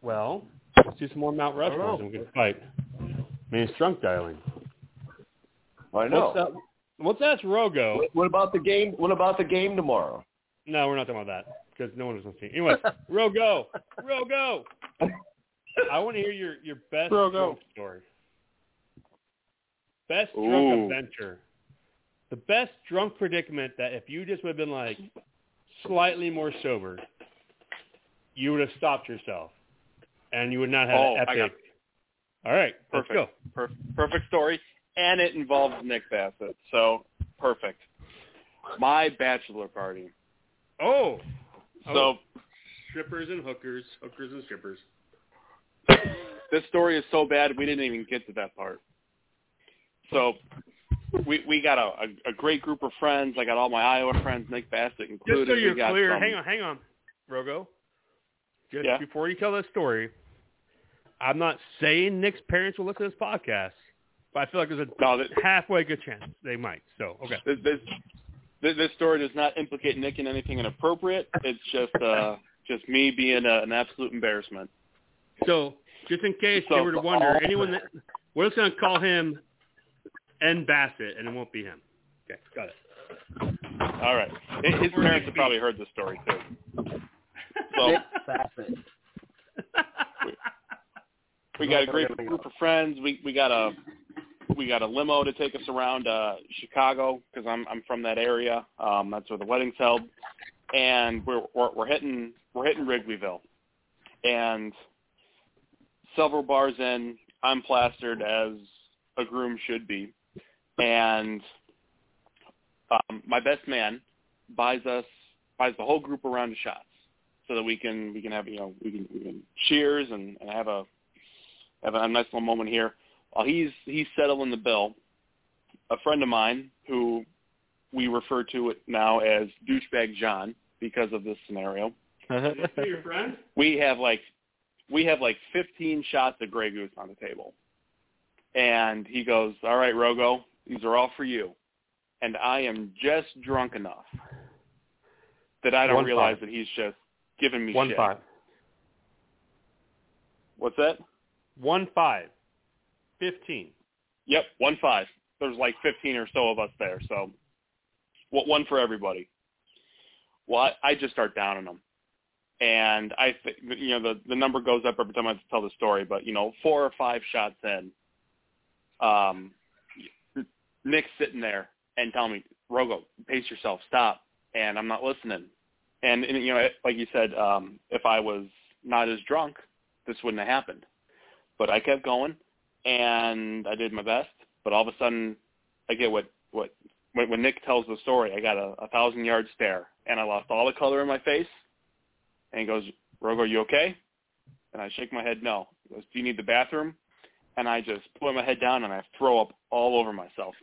Speaker 1: Well, let's do some more Mount
Speaker 15: I don't
Speaker 1: Rushmores
Speaker 15: know.
Speaker 1: and we can fight. Man, it's drunk dialing.
Speaker 15: I know.
Speaker 1: What's, uh, what's that, Rogo?
Speaker 15: What, what about the game? What about the game tomorrow?
Speaker 1: No, we're not talking about that because no one was listening. Anyway, Rogo, Rogo, I want to hear your your best
Speaker 10: Rogo.
Speaker 1: drunk story. Best
Speaker 13: Ooh.
Speaker 1: drunk adventure. The best drunk predicament that if you just would have been like slightly more sober, you would have stopped yourself, and you would not have
Speaker 13: Oh,
Speaker 1: an
Speaker 13: I got
Speaker 1: epic. All right,
Speaker 13: Perfect.
Speaker 1: let's go.
Speaker 13: Perf- perfect story, and it involves Nick Bassett, so perfect. My bachelor party.
Speaker 1: Oh,
Speaker 13: So
Speaker 1: strippers and hookers, hookers and strippers.
Speaker 13: this story is so bad we didn't even get to that part. So we we got a, a, a great group of friends. I got all my Iowa friends, Nick Bassett included.
Speaker 1: Just so you're
Speaker 13: we got
Speaker 1: clear,
Speaker 13: some-
Speaker 1: hang on, hang on, Rogo. Just
Speaker 13: Yeah.
Speaker 1: before you tell that story, I'm not saying Nick's parents will listen to this podcast, but I feel like there's a
Speaker 13: No, that-
Speaker 1: halfway good chance they might. So okay,
Speaker 13: This, this this this story does not implicate Nick in anything inappropriate. It's just uh just me being a, an absolute embarrassment.
Speaker 1: so just in case
Speaker 13: So
Speaker 1: they were to wonder,
Speaker 13: all-
Speaker 1: anyone that we're just gonna call him N Bassett, and it won't be him. Okay, got it.
Speaker 13: All right, his his parents have probably heard this story too. So
Speaker 9: Nick Bassett.
Speaker 13: we got a great group of friends. We we got a we got a limo to take us around uh, Chicago because I'm I'm from that area. Um, that's where the wedding's held, and we're, we're we're hitting we're hitting Wrigleyville, and several bars in, I'm plastered as a groom should be, and um, my best man buys us buys the whole group a round of shots so that we can we can have you know we can, we can cheers and, and have a have a nice little moment here while he's he's settling the bill. A friend of mine who we refer to it now as douchebag John because of this scenario.
Speaker 1: your friend?
Speaker 13: We have like we have like 15 shots of Grey Goose on the table, and he goes, "All right, Rogo, these are all for you." And I am just drunk enough that I don't
Speaker 1: One
Speaker 13: realize that
Speaker 1: five.
Speaker 13: he's just giving me
Speaker 1: One
Speaker 13: shit.
Speaker 1: five.
Speaker 13: What's that?
Speaker 1: One five. Fifteen.
Speaker 13: Yep, one five. There's like fifteen or so of us there, so what one for everybody. Well, I, I just start downing them, and I, th- you know, the the number goes up every time I have to tell the story. But you know, four or five shots in, um, Nick's sitting there and telling me, "Rogo, pace yourself, stop," and I'm not listening. And, and you know, like you said, um, if I was not as drunk, this wouldn't have happened. But I kept going, and I did my best. But all of a sudden, I get what what when, when Nick tells the story. I got a, a thousand yard stare, and I lost all the color in my face. And he goes, "Rogo, are you okay?" And I shake my head, no. He goes, "Do you need the bathroom?" And I just put my head down and I throw up all over myself.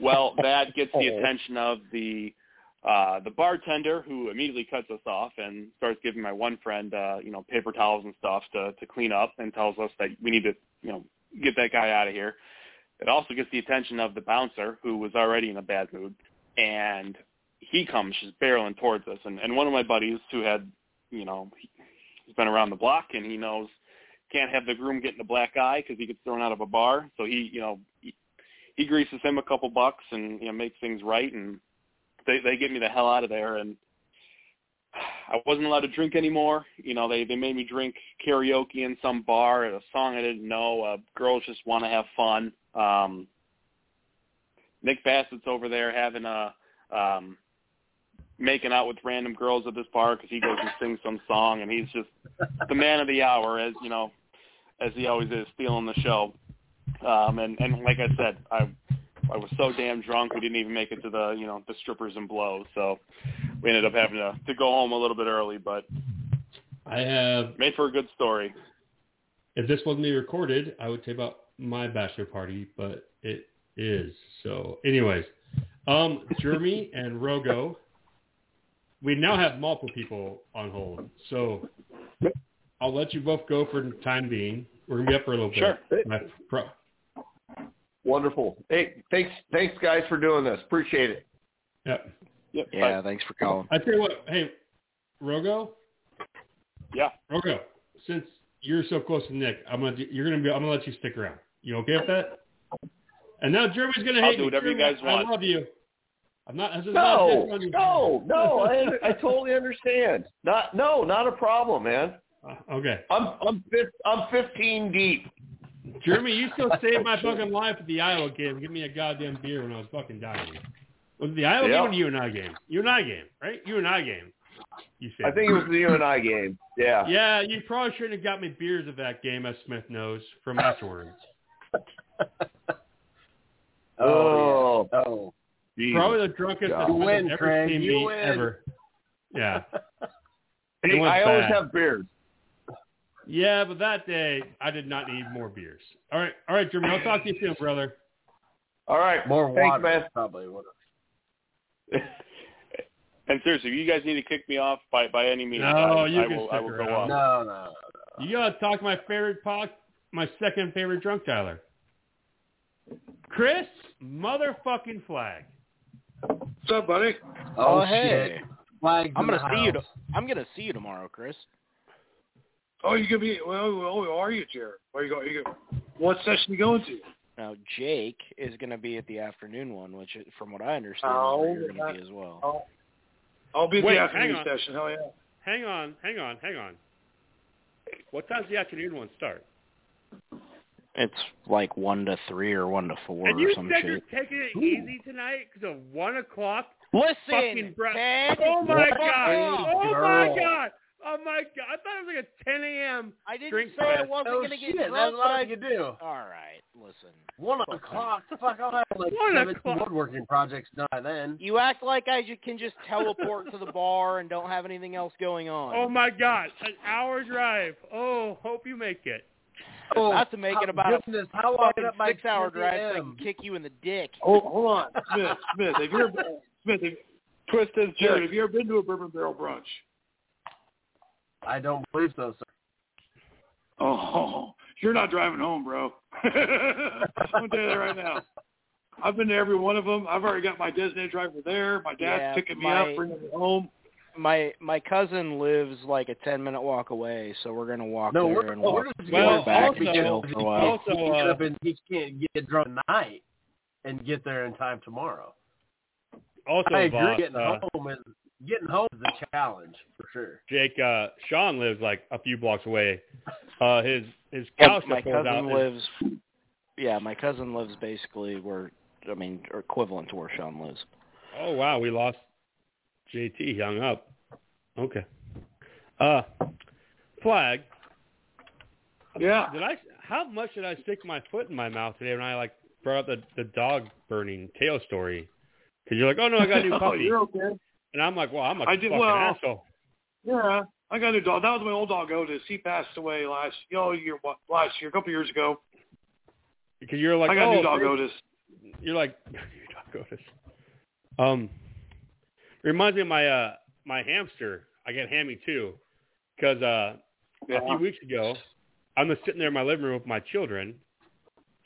Speaker 13: Well, that gets the
Speaker 5: Oh.
Speaker 13: attention of the uh, the bartender, who immediately cuts us off and starts giving my one friend, uh, you know, paper towels and stuff to to clean up, and tells us that we need to, you know, get that guy out of here. It also gets the attention of the bouncer, who was already in a bad mood, and he comes just barreling towards us. And, and one of my buddies who had, you know, he- he's been around the block and he knows can't have the groom getting a black eye because he gets thrown out of a bar. So he, you know, he, he greases him a couple bucks and you know makes things right. And they they get me the hell out of there. And I wasn't allowed to drink anymore. You know, they they made me drink karaoke in some bar at a song I didn't know. Uh, girls just want to have fun. Um, Nick Bassett's over there having a um, making out with random girls at this bar because he goes and sings some song and he's just the man of the hour as you know as he always is stealing the show. Um, and and like I said, I I was so damn drunk we didn't even make it to the you know the strippers and blow. So we ended up having to to go home a little bit early, but
Speaker 1: I have.
Speaker 13: made for a good story.
Speaker 1: If this wasn't being recorded, I would say about my bachelor party, but it is. So, anyways, um, Jeremy and Rogo, we now have multiple people on hold. So, I'll let you both go for the time being. We're gonna be up for a little bit. Sure. Pro-
Speaker 15: Wonderful. Hey, thanks, thanks guys for doing this. Appreciate it.
Speaker 1: Yep.
Speaker 13: Yep.
Speaker 10: Yeah, thanks for calling.
Speaker 1: I tell you what, hey, Rogo.
Speaker 13: Yeah.
Speaker 1: Rogo, since you're so close to Nick, I'm gonna do, you're gonna be I'm gonna let you stick around. You okay with that? And now Jeremy's gonna
Speaker 13: I'll
Speaker 1: hate
Speaker 13: do
Speaker 1: me.
Speaker 13: whatever you
Speaker 1: Jeremy,
Speaker 13: guys want.
Speaker 1: I love you. I'm not. This is not a diss
Speaker 15: No,
Speaker 1: on you.
Speaker 15: no, no. I, I totally understand. Not, no, not a problem, man.
Speaker 1: Uh, Okay.
Speaker 15: I'm, I'm, fif- I'm 15 deep.
Speaker 1: Jeremy, you still saved my fucking life at the Iowa game. Give me a goddamn beer when I was fucking dying. Was it the Iowa
Speaker 15: Yeah.
Speaker 1: game or the U and I game? U and I game, right? U and I game. You said.
Speaker 15: I think it was the U and I game. Yeah.
Speaker 1: Yeah, you probably shouldn't have got me beers of that game, as Smith knows from afterwards.
Speaker 15: Oh.
Speaker 9: yeah. Oh.
Speaker 15: Jesus
Speaker 1: Probably the drunkest
Speaker 15: God.
Speaker 1: I've
Speaker 9: You win,
Speaker 1: ever
Speaker 9: Craig.
Speaker 1: seen
Speaker 9: You
Speaker 1: me
Speaker 9: win.
Speaker 1: ever. Yeah. It
Speaker 15: Hey,
Speaker 1: was
Speaker 15: I always
Speaker 1: bad.
Speaker 15: have beers.
Speaker 1: Yeah, but that day I did not need more beers. All right, all right, Jeremy. I'll talk to you soon, brother.
Speaker 15: All right.
Speaker 9: More
Speaker 15: Thanks,
Speaker 9: water
Speaker 15: man.
Speaker 9: probably would
Speaker 13: And seriously, you guys need to kick me off by by any means.
Speaker 1: No,
Speaker 13: I,
Speaker 1: you
Speaker 13: I
Speaker 1: can
Speaker 13: will I
Speaker 1: stick
Speaker 13: will go
Speaker 1: around.
Speaker 13: off.
Speaker 9: No, no.
Speaker 1: You gotta talk my favorite pod, my second favorite drunk dialer, Chris motherfucking Flag.
Speaker 5: What's up, buddy?
Speaker 10: Oh,
Speaker 9: Oh,
Speaker 10: hey.
Speaker 9: shit. Flags
Speaker 10: I'm
Speaker 9: in
Speaker 10: gonna
Speaker 9: the
Speaker 10: see you.
Speaker 9: house.
Speaker 10: To, I'm gonna see you tomorrow, Chris.
Speaker 5: Oh, you gonna be? Well, well are you, Jared? Where you go? You go? What session you going to?
Speaker 10: Now Jake is gonna be at the afternoon one, which, is- from what I understand, is
Speaker 5: Oh,
Speaker 10: where you're gonna
Speaker 5: that-
Speaker 10: be as well.
Speaker 9: Oh.
Speaker 5: I'll, I'll be at
Speaker 1: Wait,
Speaker 5: the
Speaker 1: hang
Speaker 5: afternoon
Speaker 1: on.
Speaker 5: session. Hell yeah.
Speaker 1: Hang on, hang on, hang on. What time's the afternoon one start?
Speaker 10: It's like one to three or one to four
Speaker 1: and you
Speaker 10: or some
Speaker 1: said
Speaker 10: shit.
Speaker 1: you're taking it easy tonight because of one o'clock.
Speaker 10: Listen,
Speaker 1: fucking bro-
Speaker 10: Ted,
Speaker 1: Oh my
Speaker 10: fuck
Speaker 1: god!
Speaker 10: off.
Speaker 1: Oh my
Speaker 10: Girl.
Speaker 1: god! Oh my god! I thought it was like a 10 a.m.
Speaker 10: I didn't
Speaker 1: Drink
Speaker 10: say I
Speaker 1: fest.
Speaker 10: wasn't
Speaker 9: Oh,
Speaker 10: gonna get
Speaker 9: shit,
Speaker 10: drunk.
Speaker 9: that's what I could do.
Speaker 10: All right. right, listen.
Speaker 9: One o'clock. Fuck, I'll have like
Speaker 10: One
Speaker 9: 17
Speaker 10: o'clock.
Speaker 9: woodworking projects done by then.
Speaker 10: You act like I ju- can just teleport to the bar and don't have anything else going on.
Speaker 1: Oh my God, an hour drive. Oh, hope you make it.
Speaker 10: I'm about to make it about
Speaker 9: goodness,
Speaker 10: a
Speaker 9: how I
Speaker 10: fucking
Speaker 9: get up by
Speaker 10: six-hour
Speaker 9: 10
Speaker 10: drive so I
Speaker 9: a.m.
Speaker 10: can kick you in the dick.
Speaker 5: Oh, hold on, Smith. Smith, have you ever, Smith, have, twist as Jared, have you ever been to a bourbon barrel brunch?
Speaker 9: I don't believe so, sir.
Speaker 5: Oh, you're not driving home, bro. I'm gonna tell you that right now. I've been to every one of them. I've already got my designated driver there. My dad's
Speaker 10: Yeah,
Speaker 5: picking me
Speaker 10: my-
Speaker 5: up, bringing me home.
Speaker 10: My my cousin lives like a ten minute walk away, so we're gonna walk
Speaker 9: No,
Speaker 10: there
Speaker 9: we're-
Speaker 10: and
Speaker 9: oh,
Speaker 10: walk,
Speaker 9: we're
Speaker 10: walk
Speaker 9: just going uh,
Speaker 10: back
Speaker 9: back
Speaker 10: and
Speaker 9: because
Speaker 10: chill
Speaker 9: he
Speaker 10: for a while.
Speaker 1: uh,
Speaker 9: can't- he can't, up and, he can't get drunk tonight and get there in time tomorrow.
Speaker 1: Also,
Speaker 9: I agree.
Speaker 1: Voss,
Speaker 9: getting
Speaker 1: uh,
Speaker 9: home is getting home is a challenge for sure.
Speaker 1: Jake, uh, Sean lives like a few blocks away. Uh, his his
Speaker 10: Yeah,
Speaker 1: couch
Speaker 10: my
Speaker 1: that folds out.
Speaker 10: cousin lives. Yeah, my cousin lives basically where I mean or equivalent to where Sean lives.
Speaker 1: oh wow, we lost JT. He hung up. Okay. Uh, flag.
Speaker 5: Yeah.
Speaker 1: Did I? How much did I stick my foot in my mouth today when I like brought up the the dog burning tail story? Because you're like, oh no, I got a new
Speaker 5: Oh,
Speaker 1: puppy,
Speaker 5: you're okay.
Speaker 1: and I'm like, well, I'm a
Speaker 5: I did-
Speaker 1: fucking
Speaker 5: well,
Speaker 1: asshole.
Speaker 5: Yeah, I got a new dog. That was my old dog Otis. He passed away last you know, year, last year, a couple years ago.
Speaker 1: Because you're like,
Speaker 5: I got
Speaker 1: oh,
Speaker 5: a new dog
Speaker 1: first-
Speaker 5: Otis.
Speaker 1: You're like, your dog Otis. Um, it reminds me of my uh my hamster. I got hammy too, because uh, a few weeks ago, I'm just sitting there in my living room with my children,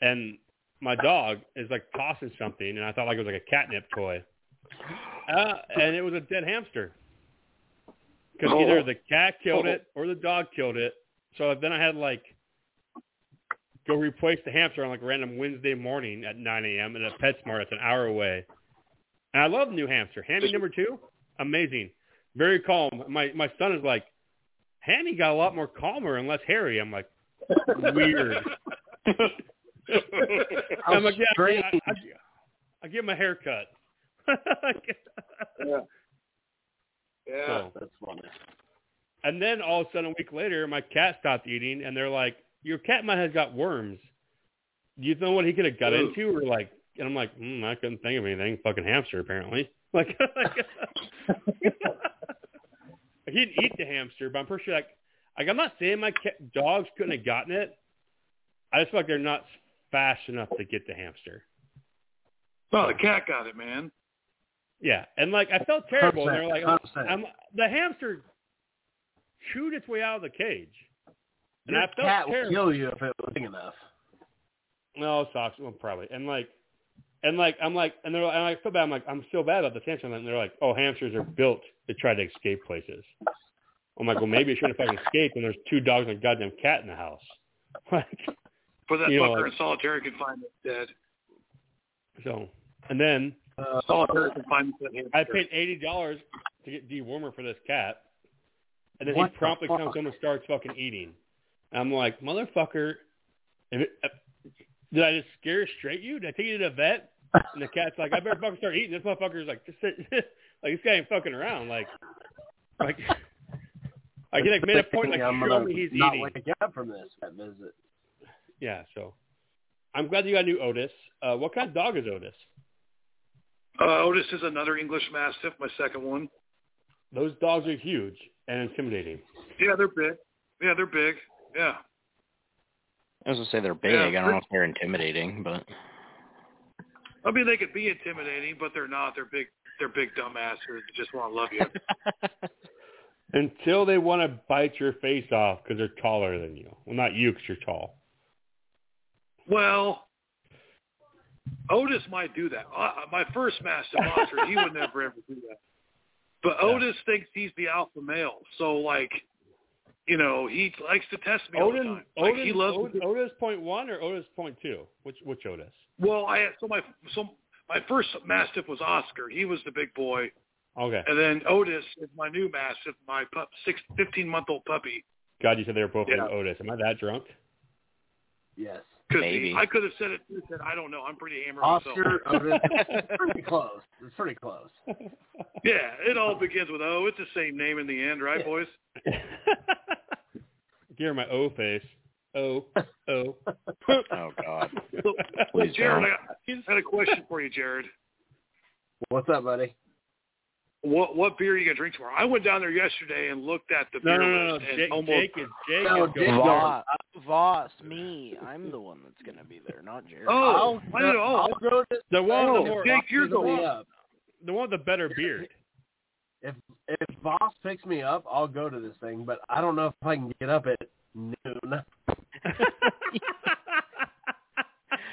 Speaker 1: and my dog is like tossing something, and I thought like it was like a catnip toy, uh, and it was a dead hamster. Because either the cat killed it or the dog killed it. So then I had like go replace the hamster on like random Wednesday morning at 9 a.m. at a PetSmart that's an hour away. And I love New Hampshire. Hammy number two, amazing, very calm. My my son is like, Hammy got a lot more calmer and less hairy. I'm like, weird. I'm like, yeah, I, I, I, I give him a haircut.
Speaker 5: yeah. Yeah.
Speaker 1: So-
Speaker 9: That's funny.
Speaker 1: And then all of a sudden, a week later, my cat stopped eating, and they're like, "Your cat might have got worms. Do you know what he could have got
Speaker 5: Ooh.
Speaker 1: into?" Or like, and I'm like, mm, "I couldn't think of anything. Fucking hamster, apparently. Like, I didn't eat the hamster, but I'm pretty sure like, like I'm not saying my cat, dogs couldn't have gotten it. I just feel like they're not fast enough to get the hamster.
Speaker 5: Oh, the cat got it, man.
Speaker 1: Yeah, and like I felt terrible, and they're like,
Speaker 5: 100%.
Speaker 1: I'm, "The hamster chewed its way out of the cage." And
Speaker 9: Your
Speaker 1: I felt
Speaker 9: cat
Speaker 1: terrible.
Speaker 9: will kill you if it was big enough.
Speaker 1: No socks. Well, probably. And like, and like, I'm like, and they're, and I feel bad. I'm like, I'm so bad about the hamster. And they're like, oh, hamsters are built to try to escape places. I'm like, well, maybe it shouldn't fucking escape when there's two dogs and a goddamn cat in the house.
Speaker 5: Put that
Speaker 1: You know,
Speaker 5: fucker
Speaker 1: like-
Speaker 5: in solitary confinement, dead.
Speaker 1: So, and then
Speaker 9: Uh,
Speaker 5: solitary confinement. for the hamster.
Speaker 1: I paid eighty dollars to get dewormer for this cat, and then
Speaker 5: What
Speaker 1: he
Speaker 5: the
Speaker 1: promptly
Speaker 5: fuck?
Speaker 1: comes home and starts fucking eating. And I'm like, motherfucker, if it, uh, did I just scare straight you? Did I take you to the vet? And the cat's like, I better fucking start eating. This motherfucker's like, just sit. like this guy ain't fucking around. Like, like, like he like made a point like,
Speaker 9: I'm
Speaker 1: show
Speaker 9: gonna
Speaker 1: me he's
Speaker 9: not
Speaker 1: eating.
Speaker 9: wake up from this vet visit.
Speaker 1: Yeah, so I'm glad you got a new Otis. Uh, what kind of dog is Otis?
Speaker 5: Uh, Otis is another English Mastiff, my second one.
Speaker 1: Those dogs are huge and intimidating.
Speaker 5: Yeah, they're big. Yeah, they're big. Yeah.
Speaker 10: I was gonna say they're big.
Speaker 5: Yeah,
Speaker 10: I don't know if they're intimidating, but
Speaker 5: I mean, they could be intimidating, but they're not. They're big. They're big dumbasses that just want to love you.
Speaker 1: Until they want to bite your face off because they're taller than you. Well, not you because you're tall.
Speaker 5: well, Otis might do that. Uh, my first Mastiff monster, he would never ever do that. But
Speaker 1: Yeah.
Speaker 5: Otis thinks he's the alpha male, so like, you know, he likes to test me all the
Speaker 1: Odin,
Speaker 5: time. Like
Speaker 1: Odin,
Speaker 5: he loves.
Speaker 1: Odin, Otis point one or Otis point two? Which which Otis?
Speaker 5: Well, I so my so my first Mastiff was Oscar. He was the big boy.
Speaker 1: Okay.
Speaker 5: And then Otis is my new mastiff, my pup, six, 15-month-old puppy.
Speaker 1: God, you said they were both
Speaker 5: Yeah.
Speaker 1: named Otis. Am I that drunk?
Speaker 9: Yes.
Speaker 5: Could
Speaker 1: Maybe.
Speaker 5: Be. I could have said it too, said I don't know. I'm pretty hammered
Speaker 9: Oscar
Speaker 5: myself.
Speaker 9: Otis. pretty close. It's pretty close.
Speaker 5: yeah, it all begins with O. It's the same name in the end, right, boys?
Speaker 1: Give her my O face. oh, oh.
Speaker 10: oh God. Please
Speaker 5: Jared,
Speaker 10: don't.
Speaker 5: I had a question for you, Jared.
Speaker 9: What's up, buddy?
Speaker 5: What what beer are you gonna drink tomorrow? I went down there yesterday and looked at the
Speaker 1: No,
Speaker 5: beer
Speaker 1: no, no,
Speaker 5: list
Speaker 1: no.
Speaker 5: and
Speaker 1: Jake-
Speaker 5: almost
Speaker 1: Jake is- Jake
Speaker 5: No,
Speaker 1: is
Speaker 5: Jake
Speaker 1: going.
Speaker 5: don't.
Speaker 10: Voss, Voss, me. I'm the one that's gonna be there, not Jared.
Speaker 5: Oh,
Speaker 1: I don't know.
Speaker 9: I'll grow this.
Speaker 1: The one with
Speaker 9: Oh,
Speaker 1: the more,
Speaker 9: Jake, you're
Speaker 1: the,
Speaker 9: going
Speaker 1: one,
Speaker 9: up.
Speaker 1: the one with the better beard.
Speaker 9: If if Voss picks me up, I'll go to this thing. But I don't know if I can get up at noon.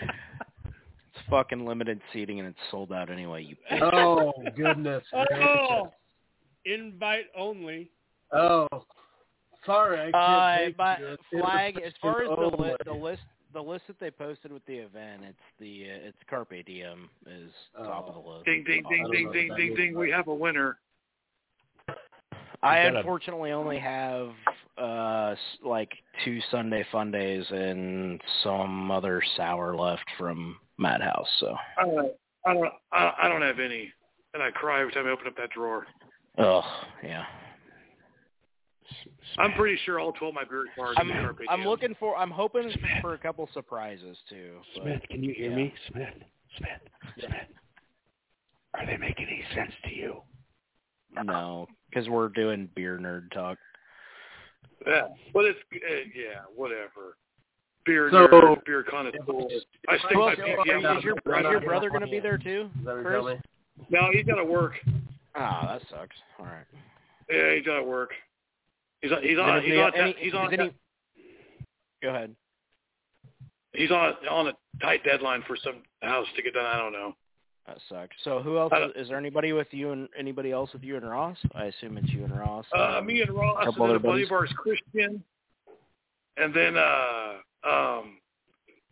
Speaker 10: It's fucking limited seating and it's sold out anyway. You.
Speaker 9: Oh goodness gracious!
Speaker 1: Oh, invite only.
Speaker 9: Oh, sorry. I can't
Speaker 10: Uh,
Speaker 9: take Oh
Speaker 10: but
Speaker 9: you. It's
Speaker 10: flag as far as
Speaker 2: oh
Speaker 10: the,
Speaker 9: only.
Speaker 10: li- the list, the list that they posted with the event, it's the uh, it's Carpe Diem is top of
Speaker 2: Oh.
Speaker 10: the list.
Speaker 5: ding ding ding ding ding ding ding. We have a winner.
Speaker 10: I
Speaker 1: You gotta-
Speaker 10: unfortunately only have uh s- like two Sunday fun days and some other sour left from Madhouse. So,
Speaker 5: I don't I don't I, I don't have any, and I cry every time I open up that drawer.
Speaker 10: oh yeah,
Speaker 5: I'm pretty sure all twelve of my beer cards
Speaker 10: I'm
Speaker 5: are Carpe
Speaker 10: I'm
Speaker 5: Diem.
Speaker 10: looking for I'm hoping for a couple surprises too. but-
Speaker 2: Smith, can you hear
Speaker 10: yeah.
Speaker 2: me? Smith, Smith, Smith. Are they making any sense to you?
Speaker 10: No, because we're doing beer nerd talk.
Speaker 5: Yeah, but it's uh, yeah, whatever. Beer
Speaker 10: So-
Speaker 5: nerd, beer connoisseur. I stick my
Speaker 10: Well,
Speaker 5: PPM.
Speaker 10: is, your, is your brother going to be there too?
Speaker 9: Better
Speaker 10: Chris?
Speaker 9: tell me.
Speaker 5: No, he's got to work.
Speaker 10: Ah, that sucks. All right.
Speaker 5: Yeah, he's got to work. He's on. He's
Speaker 10: Is
Speaker 5: on.
Speaker 10: anybody
Speaker 5: He's on.
Speaker 10: else- any-
Speaker 5: he's
Speaker 10: is
Speaker 5: on.
Speaker 10: any- Go ahead.
Speaker 5: He's on on a tight deadline for some house to get done. I don't know.
Speaker 10: That sucks. So who else
Speaker 5: I don't-
Speaker 10: is there? Anybody with you and anybody else with you and Ross? I assume it's you and Ross.
Speaker 5: Uh,
Speaker 10: um,
Speaker 5: me and Ross, and
Speaker 10: couple other
Speaker 5: then a buddy
Speaker 10: buddies.
Speaker 5: of ours, Christian, and then uh, um,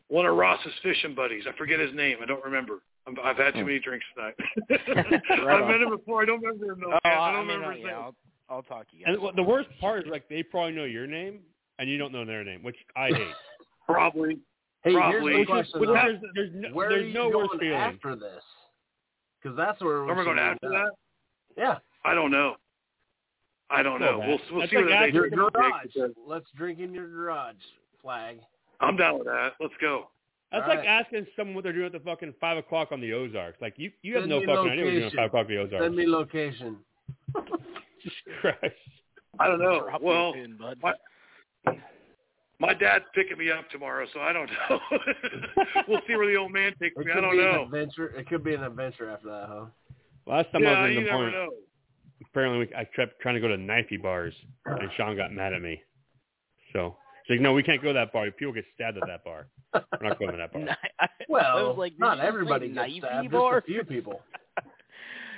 Speaker 5: one of Ross's fishing buddies. I forget his name. I don't remember. I'm, I've had too many drinks tonight.
Speaker 10: Hmm. Right
Speaker 5: I
Speaker 10: on.
Speaker 5: met him before. I don't remember him though.
Speaker 10: Oh,
Speaker 5: man. I
Speaker 10: I
Speaker 5: don't
Speaker 10: mean,
Speaker 5: remember
Speaker 10: uh,
Speaker 5: his
Speaker 10: yeah,
Speaker 5: name.
Speaker 10: I'll, I'll talk to you.
Speaker 1: And
Speaker 10: guys.
Speaker 1: what- the worst part is like they probably know your name and you don't know their name, which I hate.
Speaker 5: Probably.
Speaker 9: Hey,
Speaker 5: Probably.
Speaker 9: here's
Speaker 1: Which
Speaker 9: the
Speaker 1: is-
Speaker 9: question.
Speaker 1: which
Speaker 9: though.
Speaker 1: there's, there's no,
Speaker 9: Where are
Speaker 1: there's
Speaker 9: you
Speaker 1: no
Speaker 9: going
Speaker 1: worse feeling.
Speaker 9: after this? Because that's where we
Speaker 5: Are we
Speaker 9: should
Speaker 5: going
Speaker 9: end
Speaker 5: after
Speaker 9: up.
Speaker 5: that?
Speaker 9: Yeah,
Speaker 5: I don't know. I don't
Speaker 1: Well,
Speaker 5: know.
Speaker 1: that-
Speaker 5: We'll we'll
Speaker 1: that's
Speaker 5: see what
Speaker 1: like
Speaker 5: they
Speaker 9: your
Speaker 1: You're
Speaker 5: do.
Speaker 9: garage. Let's drink in your garage. Flag.
Speaker 5: I'm down with that. Let's go.
Speaker 1: That's
Speaker 9: All
Speaker 1: like
Speaker 9: right.
Speaker 1: asking someone what they're doing at the fucking five o'clock on the Ozarks. Like you, you have
Speaker 9: Send
Speaker 1: no
Speaker 9: me
Speaker 1: fucking idea what you're doing at
Speaker 9: location.
Speaker 1: five o'clock on the
Speaker 9: Send
Speaker 1: Ozarks.
Speaker 9: me location.
Speaker 1: Jesus Christ.
Speaker 5: I don't know.
Speaker 10: Drop me
Speaker 5: Well,
Speaker 10: a pin, bud.
Speaker 5: what- my dad's picking me up tomorrow, so I don't know. we'll see where the old man takes
Speaker 9: It
Speaker 5: me.
Speaker 9: could
Speaker 5: I don't
Speaker 9: be
Speaker 5: know.
Speaker 9: an adventure. It could be an adventure after that, huh?
Speaker 1: Last time I
Speaker 5: yeah,
Speaker 1: was in
Speaker 5: you
Speaker 1: Des
Speaker 5: never
Speaker 1: Moines,
Speaker 5: know.
Speaker 1: apparently we, I kept trying to go to knifey bars, and Sean got mad at me. So he's like, "No, we can't go to that bar. People get stabbed at that bar. We're not going to that bar."
Speaker 10: I
Speaker 9: Well,
Speaker 10: was like, did
Speaker 9: not
Speaker 10: you just say
Speaker 9: everybody gets
Speaker 10: knifey
Speaker 9: stabbed.
Speaker 10: bar?
Speaker 9: Just a few people.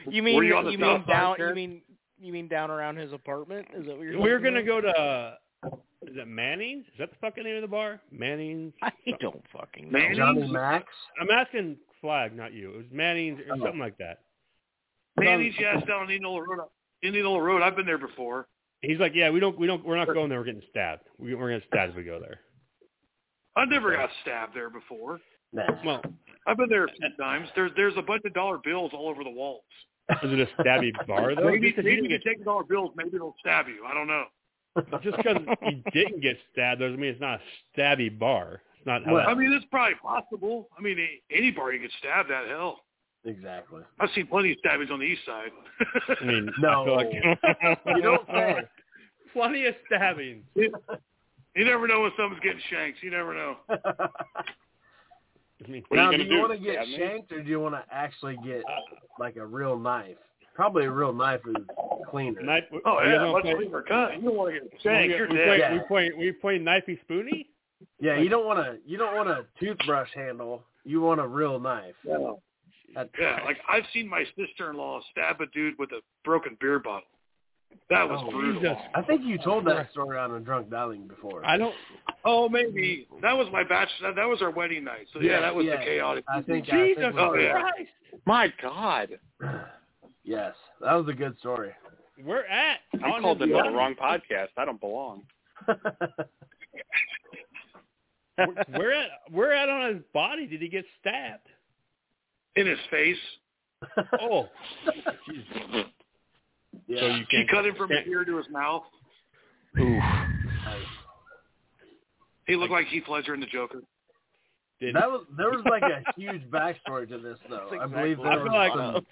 Speaker 10: You mean
Speaker 5: Were you on the
Speaker 10: mean
Speaker 5: south side,
Speaker 10: down? You
Speaker 5: Jared?
Speaker 10: mean you mean down around his apartment? Is that what you're?
Speaker 1: We're
Speaker 10: talking
Speaker 1: gonna
Speaker 10: about?
Speaker 1: go to is it Manning's? Is that the fucking name of the bar? Manning's.
Speaker 10: I don't fucking know.
Speaker 5: Man,
Speaker 9: Johnny Max.
Speaker 1: I'm asking Flag, not you. It was Manning's or
Speaker 9: Oh.
Speaker 1: something like that.
Speaker 5: Man, these guys down on Indianola Road. Indianola Road. I've been there before.
Speaker 1: He's like, "Yeah, we don't, we don't, we're not going there. We're getting stabbed. We, we're gonna stab if we go there."
Speaker 5: I never got stabbed there before.
Speaker 9: Nah.
Speaker 1: Well,
Speaker 5: I've been there a few times. There's there's a bunch of dollar bills all over the walls.
Speaker 1: is it a stabby bar though?
Speaker 5: maybe
Speaker 1: Just 'cause
Speaker 5: maybe
Speaker 1: you didn't
Speaker 5: if you
Speaker 1: get
Speaker 5: take dollar bills, maybe they'll stab you. I don't know.
Speaker 1: just because you didn't get stabbed doesn't mean it's not a stabby bar. It's not how
Speaker 9: Well-
Speaker 1: that-
Speaker 5: I mean, it's probably possible. I mean, a- any bar you get stabbed at, hell.
Speaker 9: Exactly.
Speaker 5: I've seen plenty of stabbings on the east side.
Speaker 1: I mean,
Speaker 9: No.
Speaker 1: I feel like
Speaker 9: You don't say.
Speaker 1: plenty of stabbing.
Speaker 5: you never know when someone's getting shanks. You never know. Oh,
Speaker 1: I mean,
Speaker 13: What
Speaker 9: now,
Speaker 13: are you
Speaker 9: do
Speaker 13: gonna
Speaker 9: you want to
Speaker 13: do,
Speaker 9: get
Speaker 13: stab me? Uh,
Speaker 9: shanked or do you want to actually get like a real knife? Probably a real knife is cleaner.
Speaker 1: knife.
Speaker 5: Oh
Speaker 1: you guys
Speaker 5: yeah,
Speaker 1: wanna
Speaker 5: much
Speaker 1: play-
Speaker 5: cleaner cut. You don't want to get
Speaker 1: we-
Speaker 5: shanked. You're
Speaker 1: we,
Speaker 5: dead.
Speaker 1: play,
Speaker 9: dead.
Speaker 1: we play we play knifey spoony.
Speaker 9: yeah, you don't want to. You don't want a toothbrush handle. You want a real knife.
Speaker 5: Yeah.
Speaker 9: That-
Speaker 5: Yeah, like I've seen my sister-in-law stab a dude with a broken beer bottle. That was
Speaker 9: Oh,
Speaker 5: brutal.
Speaker 1: Jesus.
Speaker 9: I think you told that story on a drunk dialing before.
Speaker 1: I don't.
Speaker 5: Oh, maybe that was my bachelor. That, that was our wedding night. So yeah,
Speaker 9: Yeah,
Speaker 5: that was
Speaker 9: yeah.
Speaker 5: the chaotic.
Speaker 9: I think. I
Speaker 1: Jesus
Speaker 9: think we
Speaker 5: oh,
Speaker 9: did.
Speaker 5: yeah.
Speaker 1: Christ,
Speaker 13: My God,
Speaker 9: Yes, that was a good story.
Speaker 1: we're at.
Speaker 13: I
Speaker 1: on
Speaker 13: called
Speaker 1: his
Speaker 13: into the
Speaker 1: line.
Speaker 13: wrong podcast. I don't belong.
Speaker 1: We're- We're at. We're at on his body. Did he get stabbed?
Speaker 5: in his face.
Speaker 1: Oh,
Speaker 9: yeah.
Speaker 1: so you
Speaker 5: She
Speaker 1: can't.
Speaker 5: cut him from
Speaker 1: can't-
Speaker 5: his ear to his mouth.
Speaker 9: nice.
Speaker 5: He looked like Heath Ledger in the Joker.
Speaker 9: That was there was like a huge backstory to this though.
Speaker 5: That's
Speaker 9: I believe
Speaker 5: exactly-
Speaker 9: there
Speaker 5: I
Speaker 9: was
Speaker 5: feel like-
Speaker 9: some,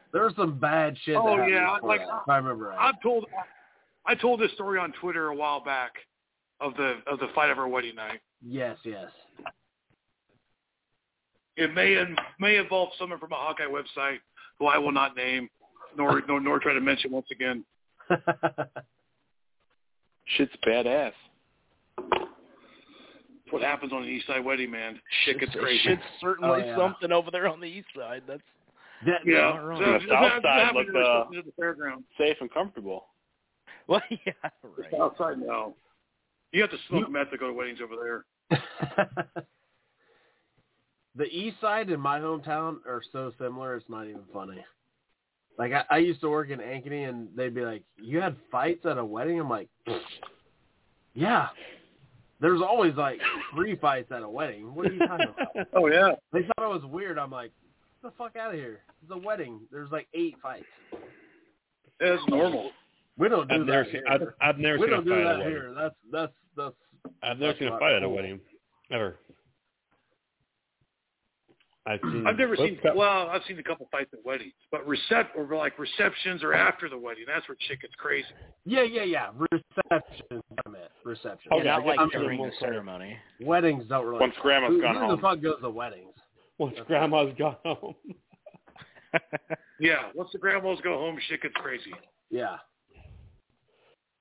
Speaker 9: there was some bad shit. that
Speaker 5: Oh,
Speaker 9: happened
Speaker 5: yeah,
Speaker 9: before
Speaker 5: like-
Speaker 9: that, if I remember right.
Speaker 5: I've told I told this story on Twitter a while back of the of the fight of our wedding night.
Speaker 9: Yes, yes.
Speaker 5: It may may involve someone from a Hawkeye website who I will not name, nor nor, nor try to mention once again.
Speaker 13: Shit's badass.
Speaker 5: It's what happens on an East Side wedding, man. Shit gets crazy.
Speaker 10: Shit's certainly
Speaker 5: Oh, yeah.
Speaker 10: something over there on the east side. That's
Speaker 9: That-
Speaker 5: yeah.
Speaker 10: not wrong.
Speaker 5: So,
Speaker 13: The
Speaker 5: so
Speaker 13: South
Speaker 5: that- that
Speaker 13: Side
Speaker 5: happened
Speaker 13: looked,
Speaker 5: to
Speaker 13: uh,
Speaker 5: us to the fairground.
Speaker 13: Safe and comfortable.
Speaker 10: Well, yeah, right.
Speaker 5: Outside now. You have to smoke meth to go to weddings over there.
Speaker 9: The East Side and my hometown are so similar; it's not even funny. Like I, I used to work in Ankeny, and they'd be like, "You had fights at a wedding?" I'm like, "Yeah." There's always like three fights at a wedding. What are you talking about?
Speaker 5: oh yeah.
Speaker 9: They thought I was weird. I'm like, "Get the fuck out of here! It's a wedding. There's like eight fights.
Speaker 5: It's normal.
Speaker 9: We don't do
Speaker 1: I've
Speaker 9: that
Speaker 1: never seen,
Speaker 9: here.
Speaker 1: I've, I've never
Speaker 9: we
Speaker 1: seen
Speaker 9: don't
Speaker 1: a
Speaker 9: do
Speaker 1: fight
Speaker 9: that
Speaker 1: at a wedding.
Speaker 9: here. That's that's that's
Speaker 1: I've never
Speaker 9: That's
Speaker 1: seen a
Speaker 9: not
Speaker 1: fight at a
Speaker 9: cool.
Speaker 1: wedding. Ever. I've seen
Speaker 5: I've never
Speaker 1: Flip
Speaker 5: seen.
Speaker 1: cup-
Speaker 5: Well, I've seen a couple fights at weddings, but recep or like receptions are after the wedding. That's where shit gets crazy.
Speaker 9: yeah yeah yeah reception. I meant reception.
Speaker 10: Oh, yeah, not like
Speaker 9: I'm
Speaker 10: during
Speaker 9: sorry.
Speaker 10: the ceremony.
Speaker 9: Weddings don't really.
Speaker 13: Once grandma's
Speaker 9: who,
Speaker 13: gone
Speaker 9: who
Speaker 13: home.
Speaker 9: the fuck goes to weddings?
Speaker 1: Once grandma's gone home.
Speaker 5: Yeah, once the grandmas go home, shit gets crazy.
Speaker 9: Yeah.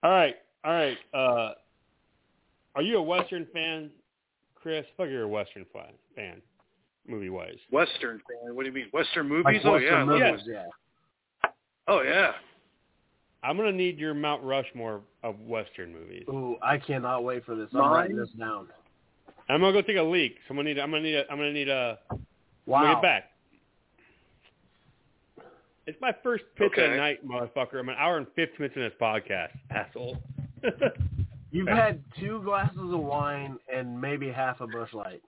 Speaker 1: All right, all right. Uh, are you a Western fan, Chris? Fuck, you're a Western fan, fan movie wise.
Speaker 5: Western fan. What do you mean? Western movies? oh yeah, I love
Speaker 1: Yes.
Speaker 5: Western- Oh yeah.
Speaker 1: I'm gonna need your Mount Rushmore of Western movies.
Speaker 9: Ooh, I cannot wait for this. I'm
Speaker 1: Mine?
Speaker 9: writing this down.
Speaker 1: I'm gonna go take a leak. So I'm gonna need. I'm gonna need. A, I'm gonna need a.
Speaker 9: Wow.
Speaker 1: Bring it back. It's my first pitch of
Speaker 9: Okay.
Speaker 1: the night, motherfucker. I'm an hour and 15 minutes in this podcast, asshole.
Speaker 9: You've had two glasses of wine and maybe half a bush light.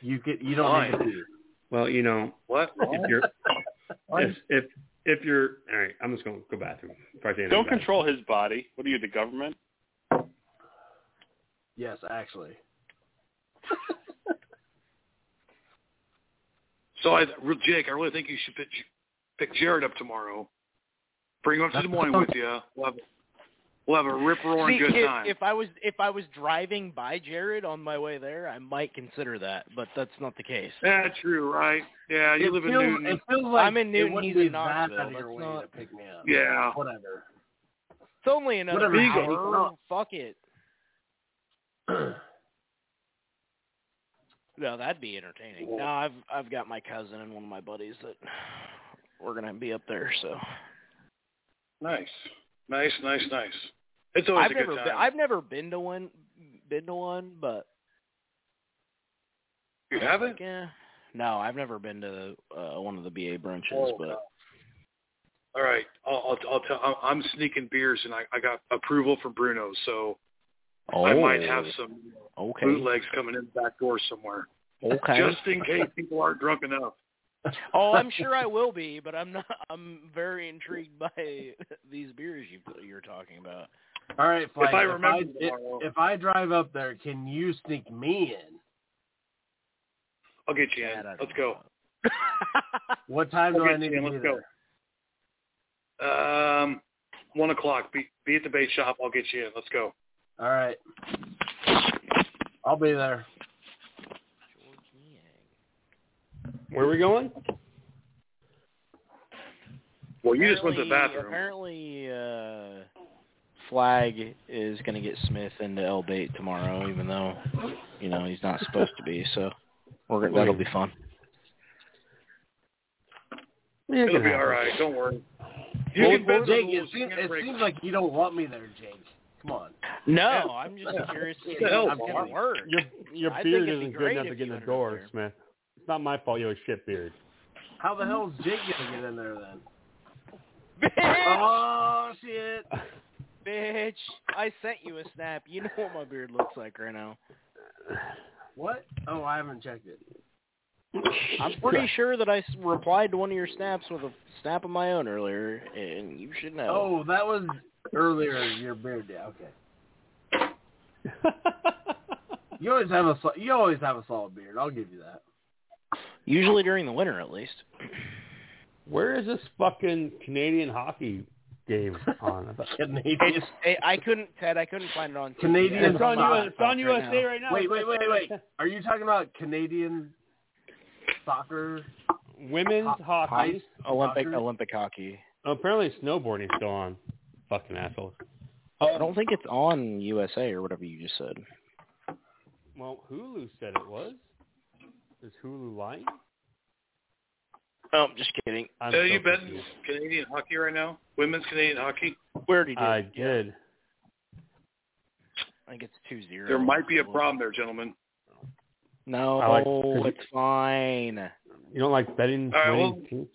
Speaker 9: You could. You don't need to
Speaker 1: Wine.
Speaker 9: pee.
Speaker 1: Well, you know,
Speaker 5: What?
Speaker 1: if you're, if, if if you're, all right, I'm just gonna go bathroom. before I say anything
Speaker 13: Don't
Speaker 1: bad.
Speaker 13: control his body. What are you, the government?
Speaker 9: Yes, actually.
Speaker 5: So I, Jake, I really think you should pick, pick Jared up tomorrow. Bring him up to Des Moines with you. We'll have, we'll have a rip roaring
Speaker 10: See,
Speaker 5: good
Speaker 10: if,
Speaker 5: time.
Speaker 10: if I was if I was driving by Jared on my way there, I might consider that, but that's not the case.
Speaker 5: Yeah, true, right? Yeah, you
Speaker 10: It
Speaker 5: live in
Speaker 10: feels-
Speaker 5: Newton.
Speaker 10: it feels like I'm in it Newton, wouldn't he's be in that out of
Speaker 9: Out
Speaker 10: Knoxville.
Speaker 9: of your
Speaker 10: That's
Speaker 9: way
Speaker 10: not-
Speaker 9: to pick me up.
Speaker 5: Yeah.
Speaker 9: Whatever.
Speaker 10: It's only another
Speaker 9: Whatever,
Speaker 10: hour.
Speaker 9: Eagle. No.
Speaker 10: Oh, Fuck it. No, that'd be entertaining. No, I've I've got my cousin and one of my buddies that we're gonna be up there. So
Speaker 5: Nice, nice, nice, nice. It's always
Speaker 10: I've
Speaker 5: a good
Speaker 10: never
Speaker 5: time.
Speaker 10: Been, I've never been to one been to one, but
Speaker 5: you haven't?
Speaker 10: Yeah. No, I've never been to uh, one of the BA brunches,
Speaker 5: Oh,
Speaker 10: but
Speaker 5: All right, I'll I'll, I'll tell. I'm- I'm sneaking beers, and I, I got approval from Bruno, so I might have some
Speaker 10: Oh. okay.
Speaker 5: bootlegs coming in the back door somewhere,
Speaker 10: Okay.
Speaker 5: just in case people aren't drunk enough.
Speaker 10: oh, I'm sure I will be, but I'm not. I'm very intrigued by these beers you you're talking about.
Speaker 9: All right,
Speaker 10: If
Speaker 9: Flag,
Speaker 10: I remember
Speaker 9: if,
Speaker 10: tomorrow.
Speaker 9: if I drive up there, can you sneak me in?
Speaker 5: I'll get you in. Let's go.
Speaker 9: What time do
Speaker 5: Okay,
Speaker 9: I need to
Speaker 5: Dan,
Speaker 9: be
Speaker 5: let's
Speaker 9: there?
Speaker 5: go. Um, one o'clock. Be be at the bait shop. I'll get you in. Let's go.
Speaker 9: All right. I'll be there.
Speaker 1: Where are we going?
Speaker 5: Well, you just went to the
Speaker 10: Apparently-
Speaker 5: bathroom.
Speaker 10: Apparently, uh, Flag is going to get Smith into L Bait tomorrow, even though you know he's not supposed to be. So we're, gonna- that'll be fun. Yeah, it
Speaker 5: It'll
Speaker 10: can
Speaker 5: be
Speaker 10: happen.
Speaker 5: all right. Don't worry. You
Speaker 9: Well,
Speaker 5: can bend the
Speaker 9: Jake, it,
Speaker 5: rules. You
Speaker 9: seems,
Speaker 5: can't
Speaker 9: it
Speaker 5: break
Speaker 9: seems like you don't want me there, Jake. Come on.
Speaker 10: No, I'm just curious to
Speaker 9: What
Speaker 10: see
Speaker 9: the hell,
Speaker 10: how it's gonna
Speaker 9: Mark?
Speaker 10: work.
Speaker 1: Your your
Speaker 10: I
Speaker 1: beard
Speaker 10: think it'd be
Speaker 1: isn't good
Speaker 10: great
Speaker 1: enough
Speaker 10: if
Speaker 1: to get in
Speaker 10: you
Speaker 1: the door, Smith. It's not my fault you have a shit beard.
Speaker 9: How the hell is Jake gonna get in there then? oh shit!
Speaker 10: Bitch, I sent you a snap. You know what my beard looks like right now.
Speaker 9: What? Oh, I haven't checked it.
Speaker 10: I'm pretty sure that I s- replied to one of your snaps with a snap of my own earlier, and you should know.
Speaker 9: Oh, that was earlier in your beard. Yeah, okay. You always have a sol- you always have a solid beard. I'll give you that.
Speaker 10: Usually during the winter, at least.
Speaker 1: Where is this fucking Canadian hockey game on?
Speaker 10: It's, I I couldn't, Ted. I couldn't find it on TV.
Speaker 9: Canadian.
Speaker 10: It's on
Speaker 9: sock.
Speaker 10: US it's on USA right now.
Speaker 9: Wait, wait, wait, wait. Are you talking about Canadian soccer?
Speaker 1: Women's hockey.
Speaker 10: Olympic Olympic hockey.
Speaker 1: Apparently snowboarding's still on. Fucking assholes.
Speaker 10: I don't think it's on USA or whatever you just said.
Speaker 1: Well, Hulu said it was. Is Hulu lying?
Speaker 10: Oh, I'm just kidding.
Speaker 1: I'm
Speaker 17: Have
Speaker 1: so
Speaker 17: you been
Speaker 1: confused.
Speaker 17: Canadian hockey right now? Women's Canadian hockey.
Speaker 10: We already did.
Speaker 1: I did.
Speaker 10: I think it's two zero.
Speaker 17: There might be a problem there, gentlemen.
Speaker 10: No,
Speaker 1: I like- 'cause you-
Speaker 10: it's fine.
Speaker 1: You don't like betting?
Speaker 17: All right,
Speaker 1: winning
Speaker 17: well-
Speaker 1: teams?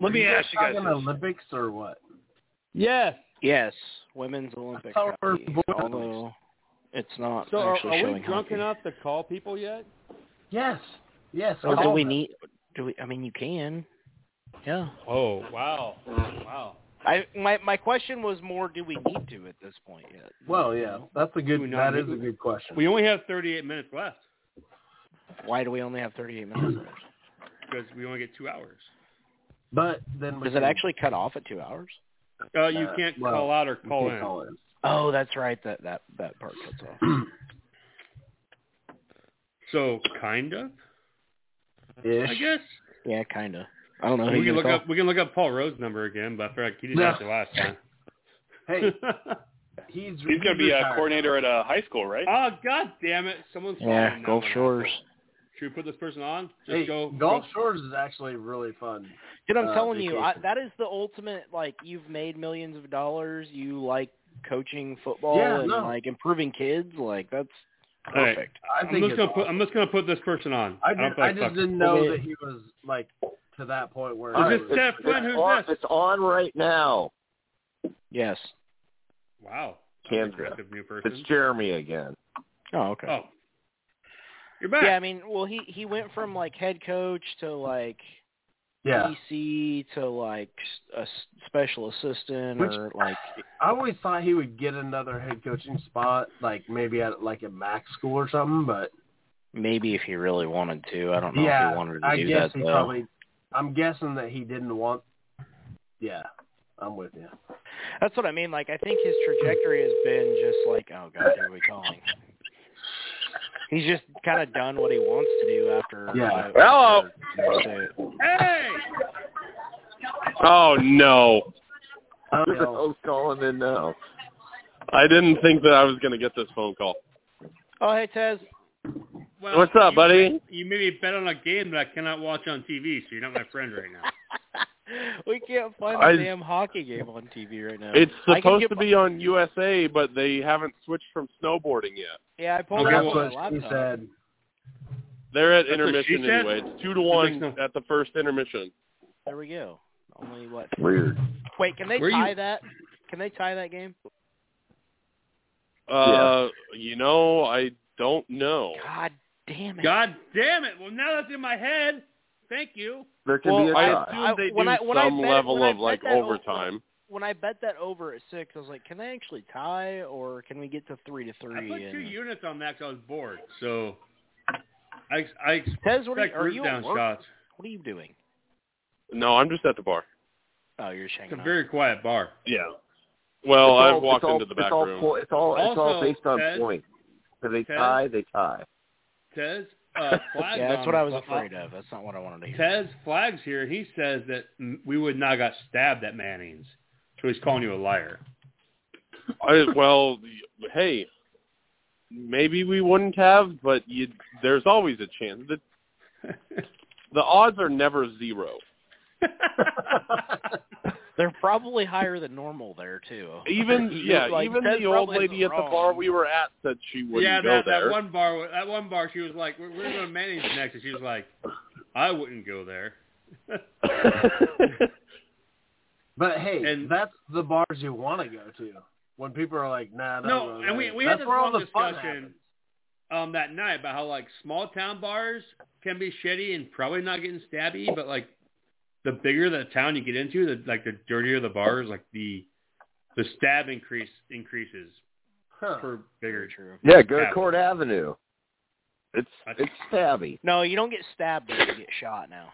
Speaker 17: Let me
Speaker 9: Are
Speaker 17: ask you guys.
Speaker 9: talking
Speaker 17: this.
Speaker 9: Olympics or what?
Speaker 1: Yes.
Speaker 10: Yes, women's Olympic
Speaker 9: thought we were
Speaker 10: hockey.
Speaker 9: boys.
Speaker 10: Although it's not
Speaker 1: So are,
Speaker 10: actually
Speaker 1: are we
Speaker 10: showing
Speaker 1: drunk
Speaker 10: hockey.
Speaker 1: enough to call people yet?
Speaker 9: Yes, yes.
Speaker 10: Or Oh, do
Speaker 9: all
Speaker 10: we
Speaker 9: that.
Speaker 10: need? Do we? I mean, you can. Yeah.
Speaker 1: Oh wow, wow.
Speaker 10: I my my question was more: Do we need to at this point yet?
Speaker 9: Well, yeah, that's a
Speaker 1: Do
Speaker 9: good.
Speaker 1: not
Speaker 9: That is
Speaker 1: need-
Speaker 9: a good question.
Speaker 1: We only have 38 minutes left
Speaker 10: Why do we only have 38 minutes? left?
Speaker 1: because we only get two hours.
Speaker 9: but then we
Speaker 10: Does it
Speaker 9: can-
Speaker 10: actually cut off at two hours?
Speaker 1: Uh, you
Speaker 9: Uh,
Speaker 1: can't
Speaker 9: well,
Speaker 1: call out or
Speaker 9: we
Speaker 1: call
Speaker 9: can't
Speaker 1: in.
Speaker 9: call in.
Speaker 10: Oh, that's right. That that that part cuts off.
Speaker 1: So kind of,
Speaker 9: Ish.
Speaker 1: I guess.
Speaker 10: yeah, kind of. I don't know. who's
Speaker 1: We can
Speaker 10: gonna
Speaker 1: look
Speaker 10: call.
Speaker 1: up. We can look up Paul Rowe's number again, but I feel like he didn't
Speaker 9: Yeah.
Speaker 1: answer last time.
Speaker 9: Hey, he's
Speaker 13: He's going to be a
Speaker 9: retired.
Speaker 13: coordinator at a high school, right?
Speaker 1: oh God damn it! Someone's
Speaker 10: Yeah,
Speaker 1: following that
Speaker 10: Gulf
Speaker 1: one.
Speaker 10: Shores.
Speaker 1: Should we put this person on? Just
Speaker 9: Hey,
Speaker 1: go.
Speaker 9: Gulf
Speaker 1: go-
Speaker 9: Shores is actually really fun.
Speaker 10: Dude, I'm
Speaker 9: uh,
Speaker 10: telling you, I,
Speaker 9: vacation.
Speaker 10: that is the ultimate. Like, you've made millions of dollars. You like coaching football
Speaker 9: Yeah,
Speaker 10: and
Speaker 9: no.
Speaker 10: like improving kids. Like, that's
Speaker 1: All right.
Speaker 10: perfect.
Speaker 9: I
Speaker 1: I'm
Speaker 9: think
Speaker 1: just
Speaker 9: it's
Speaker 1: gonna put.
Speaker 9: awesome.
Speaker 1: I'm just gonna put this person on.
Speaker 9: I
Speaker 1: don't
Speaker 9: just,
Speaker 1: feel
Speaker 9: I
Speaker 1: like
Speaker 9: just
Speaker 1: fucking-
Speaker 9: didn't know
Speaker 15: Okay.
Speaker 9: that he was like to that point where.
Speaker 1: Is
Speaker 9: he
Speaker 1: this
Speaker 9: was-
Speaker 1: Steph Flynn? Who's
Speaker 15: on,
Speaker 1: this?
Speaker 15: it's on right now.
Speaker 10: Yes.
Speaker 1: Wow.
Speaker 15: Can't-
Speaker 1: That's a new person.
Speaker 15: It's Jeremy again.
Speaker 10: Oh, okay.
Speaker 1: Oh, you're back.
Speaker 10: Yeah, I mean, well, he he went from like head coach to like
Speaker 9: Yeah,
Speaker 10: DC to like s- a s- special assistant
Speaker 9: Which-
Speaker 10: or like
Speaker 9: I always thought he would get another head coaching spot, like maybe at like a Mac school or something. But
Speaker 10: maybe if he really wanted to. I don't know if
Speaker 9: yeah,
Speaker 10: he wanted to
Speaker 9: I
Speaker 10: do
Speaker 9: guess
Speaker 10: that
Speaker 9: he
Speaker 10: though.
Speaker 9: probably. I'm guessing that he didn't want. Yeah, I'm with you.
Speaker 10: That's what I mean. Like, I think his trajectory has been just like, oh god, who are we calling? He's just kind of done what he wants to do after.
Speaker 9: Yeah.
Speaker 10: uh,
Speaker 15: Hello.
Speaker 10: after State.
Speaker 1: Hey.
Speaker 13: Oh no!
Speaker 9: Oh,
Speaker 15: Who the
Speaker 9: no.
Speaker 15: hell's calling in now?
Speaker 13: I didn't think that I was going to get this phone call.
Speaker 10: Oh hey Tez.
Speaker 1: Well,
Speaker 13: What's up,
Speaker 1: you-
Speaker 13: buddy?
Speaker 1: You made me bet on a game that I cannot watch on TV, so you're not my friend right now.
Speaker 10: we can't find
Speaker 13: I-
Speaker 10: the damn hockey game on TV right now.
Speaker 13: It's
Speaker 10: I can
Speaker 13: supposed
Speaker 10: get
Speaker 13: to
Speaker 10: my-
Speaker 13: be on USA, but they haven't switched from snowboarding yet.
Speaker 10: Yeah, I pulled
Speaker 1: Okay,
Speaker 10: it up
Speaker 9: That's
Speaker 1: well,
Speaker 10: on my
Speaker 9: what he
Speaker 10: laptop.
Speaker 9: said.
Speaker 13: They're at
Speaker 1: That's what she
Speaker 13: intermission
Speaker 1: said.
Speaker 13: anyway. It's two to
Speaker 1: That
Speaker 13: one
Speaker 1: makes no-
Speaker 13: at the first intermission.
Speaker 10: There we go. Only what?
Speaker 15: Weird.
Speaker 10: Wait, can they
Speaker 1: Where you-
Speaker 10: tie that? Can they tie that game?
Speaker 13: Uh, you know, I don't know.
Speaker 10: God damn it!
Speaker 1: God damn it! Well, now that's in my head. Thank you.
Speaker 15: There can
Speaker 10: Well,
Speaker 15: be a
Speaker 13: I
Speaker 15: tie.
Speaker 10: I-
Speaker 13: assume they
Speaker 10: when
Speaker 13: do
Speaker 10: I- when I
Speaker 13: some
Speaker 10: bet- when
Speaker 13: level
Speaker 10: I
Speaker 13: of
Speaker 10: bet
Speaker 13: like
Speaker 10: that over-
Speaker 13: overtime.
Speaker 10: When I bet that over at six, I was like, can they actually tie, or can we get to three to
Speaker 1: I
Speaker 10: three?
Speaker 1: put two
Speaker 10: and-
Speaker 1: units on that 'cause I was bored. So I I expect
Speaker 10: Tez, what are you, are you at
Speaker 1: down
Speaker 10: work?
Speaker 1: shots.
Speaker 10: What are you doing?
Speaker 13: No, I'm just at the bar.
Speaker 10: Oh, you're just
Speaker 1: It's a
Speaker 10: hanging out.
Speaker 1: very quiet bar.
Speaker 13: Yeah. Well,
Speaker 15: It's all-
Speaker 13: I've walked
Speaker 15: it's all-
Speaker 13: into the back
Speaker 15: it's all,
Speaker 13: room.
Speaker 15: po- It's all, it's all
Speaker 1: Also,
Speaker 15: based on
Speaker 1: Ted-
Speaker 15: points. So they
Speaker 1: Ted-
Speaker 15: tie, they tie.
Speaker 1: Tez uh, flags.
Speaker 10: yeah, that's
Speaker 1: on
Speaker 10: what I was
Speaker 1: the-
Speaker 10: afraid of. That's not what I wanted to hear.
Speaker 1: Tez flags here. He says that mm, we would not got stabbed at Manning's, so he's calling you a liar.
Speaker 13: I, well, hey, maybe we wouldn't have, but you, there's always a chance. The, the odds are never zero.
Speaker 10: They're probably higher than normal there too.
Speaker 13: Even
Speaker 10: You-
Speaker 13: yeah,
Speaker 10: like,
Speaker 13: even
Speaker 10: Tez
Speaker 13: the old
Speaker 10: probably
Speaker 13: lady
Speaker 10: isn't
Speaker 13: at the bar
Speaker 10: wrong.
Speaker 13: we were at said she wouldn't
Speaker 1: yeah,
Speaker 13: go
Speaker 1: that,
Speaker 13: there.
Speaker 1: that one bar. That one bar. She was like, "We're, we're going to Manning's next," and she was like, "I wouldn't go there."
Speaker 9: But hey,
Speaker 1: And-
Speaker 9: that's the bars you want to go to when people are like, nah, don't
Speaker 1: No,
Speaker 9: go
Speaker 1: and we-
Speaker 9: there.
Speaker 1: we had
Speaker 9: that's
Speaker 1: this
Speaker 9: where all
Speaker 1: long
Speaker 9: the fun
Speaker 1: discussion.
Speaker 9: happens.
Speaker 1: um that night about how like small town bars can be shitty and probably not getting stabby, but like the bigger the town you get into, the like the dirtier the bars, like the the stab increase increases. Huh. For bigger.
Speaker 15: Yeah, go to Court Avenue. It's it's stabby.
Speaker 10: No, you don't get stabbed. But you get shot now.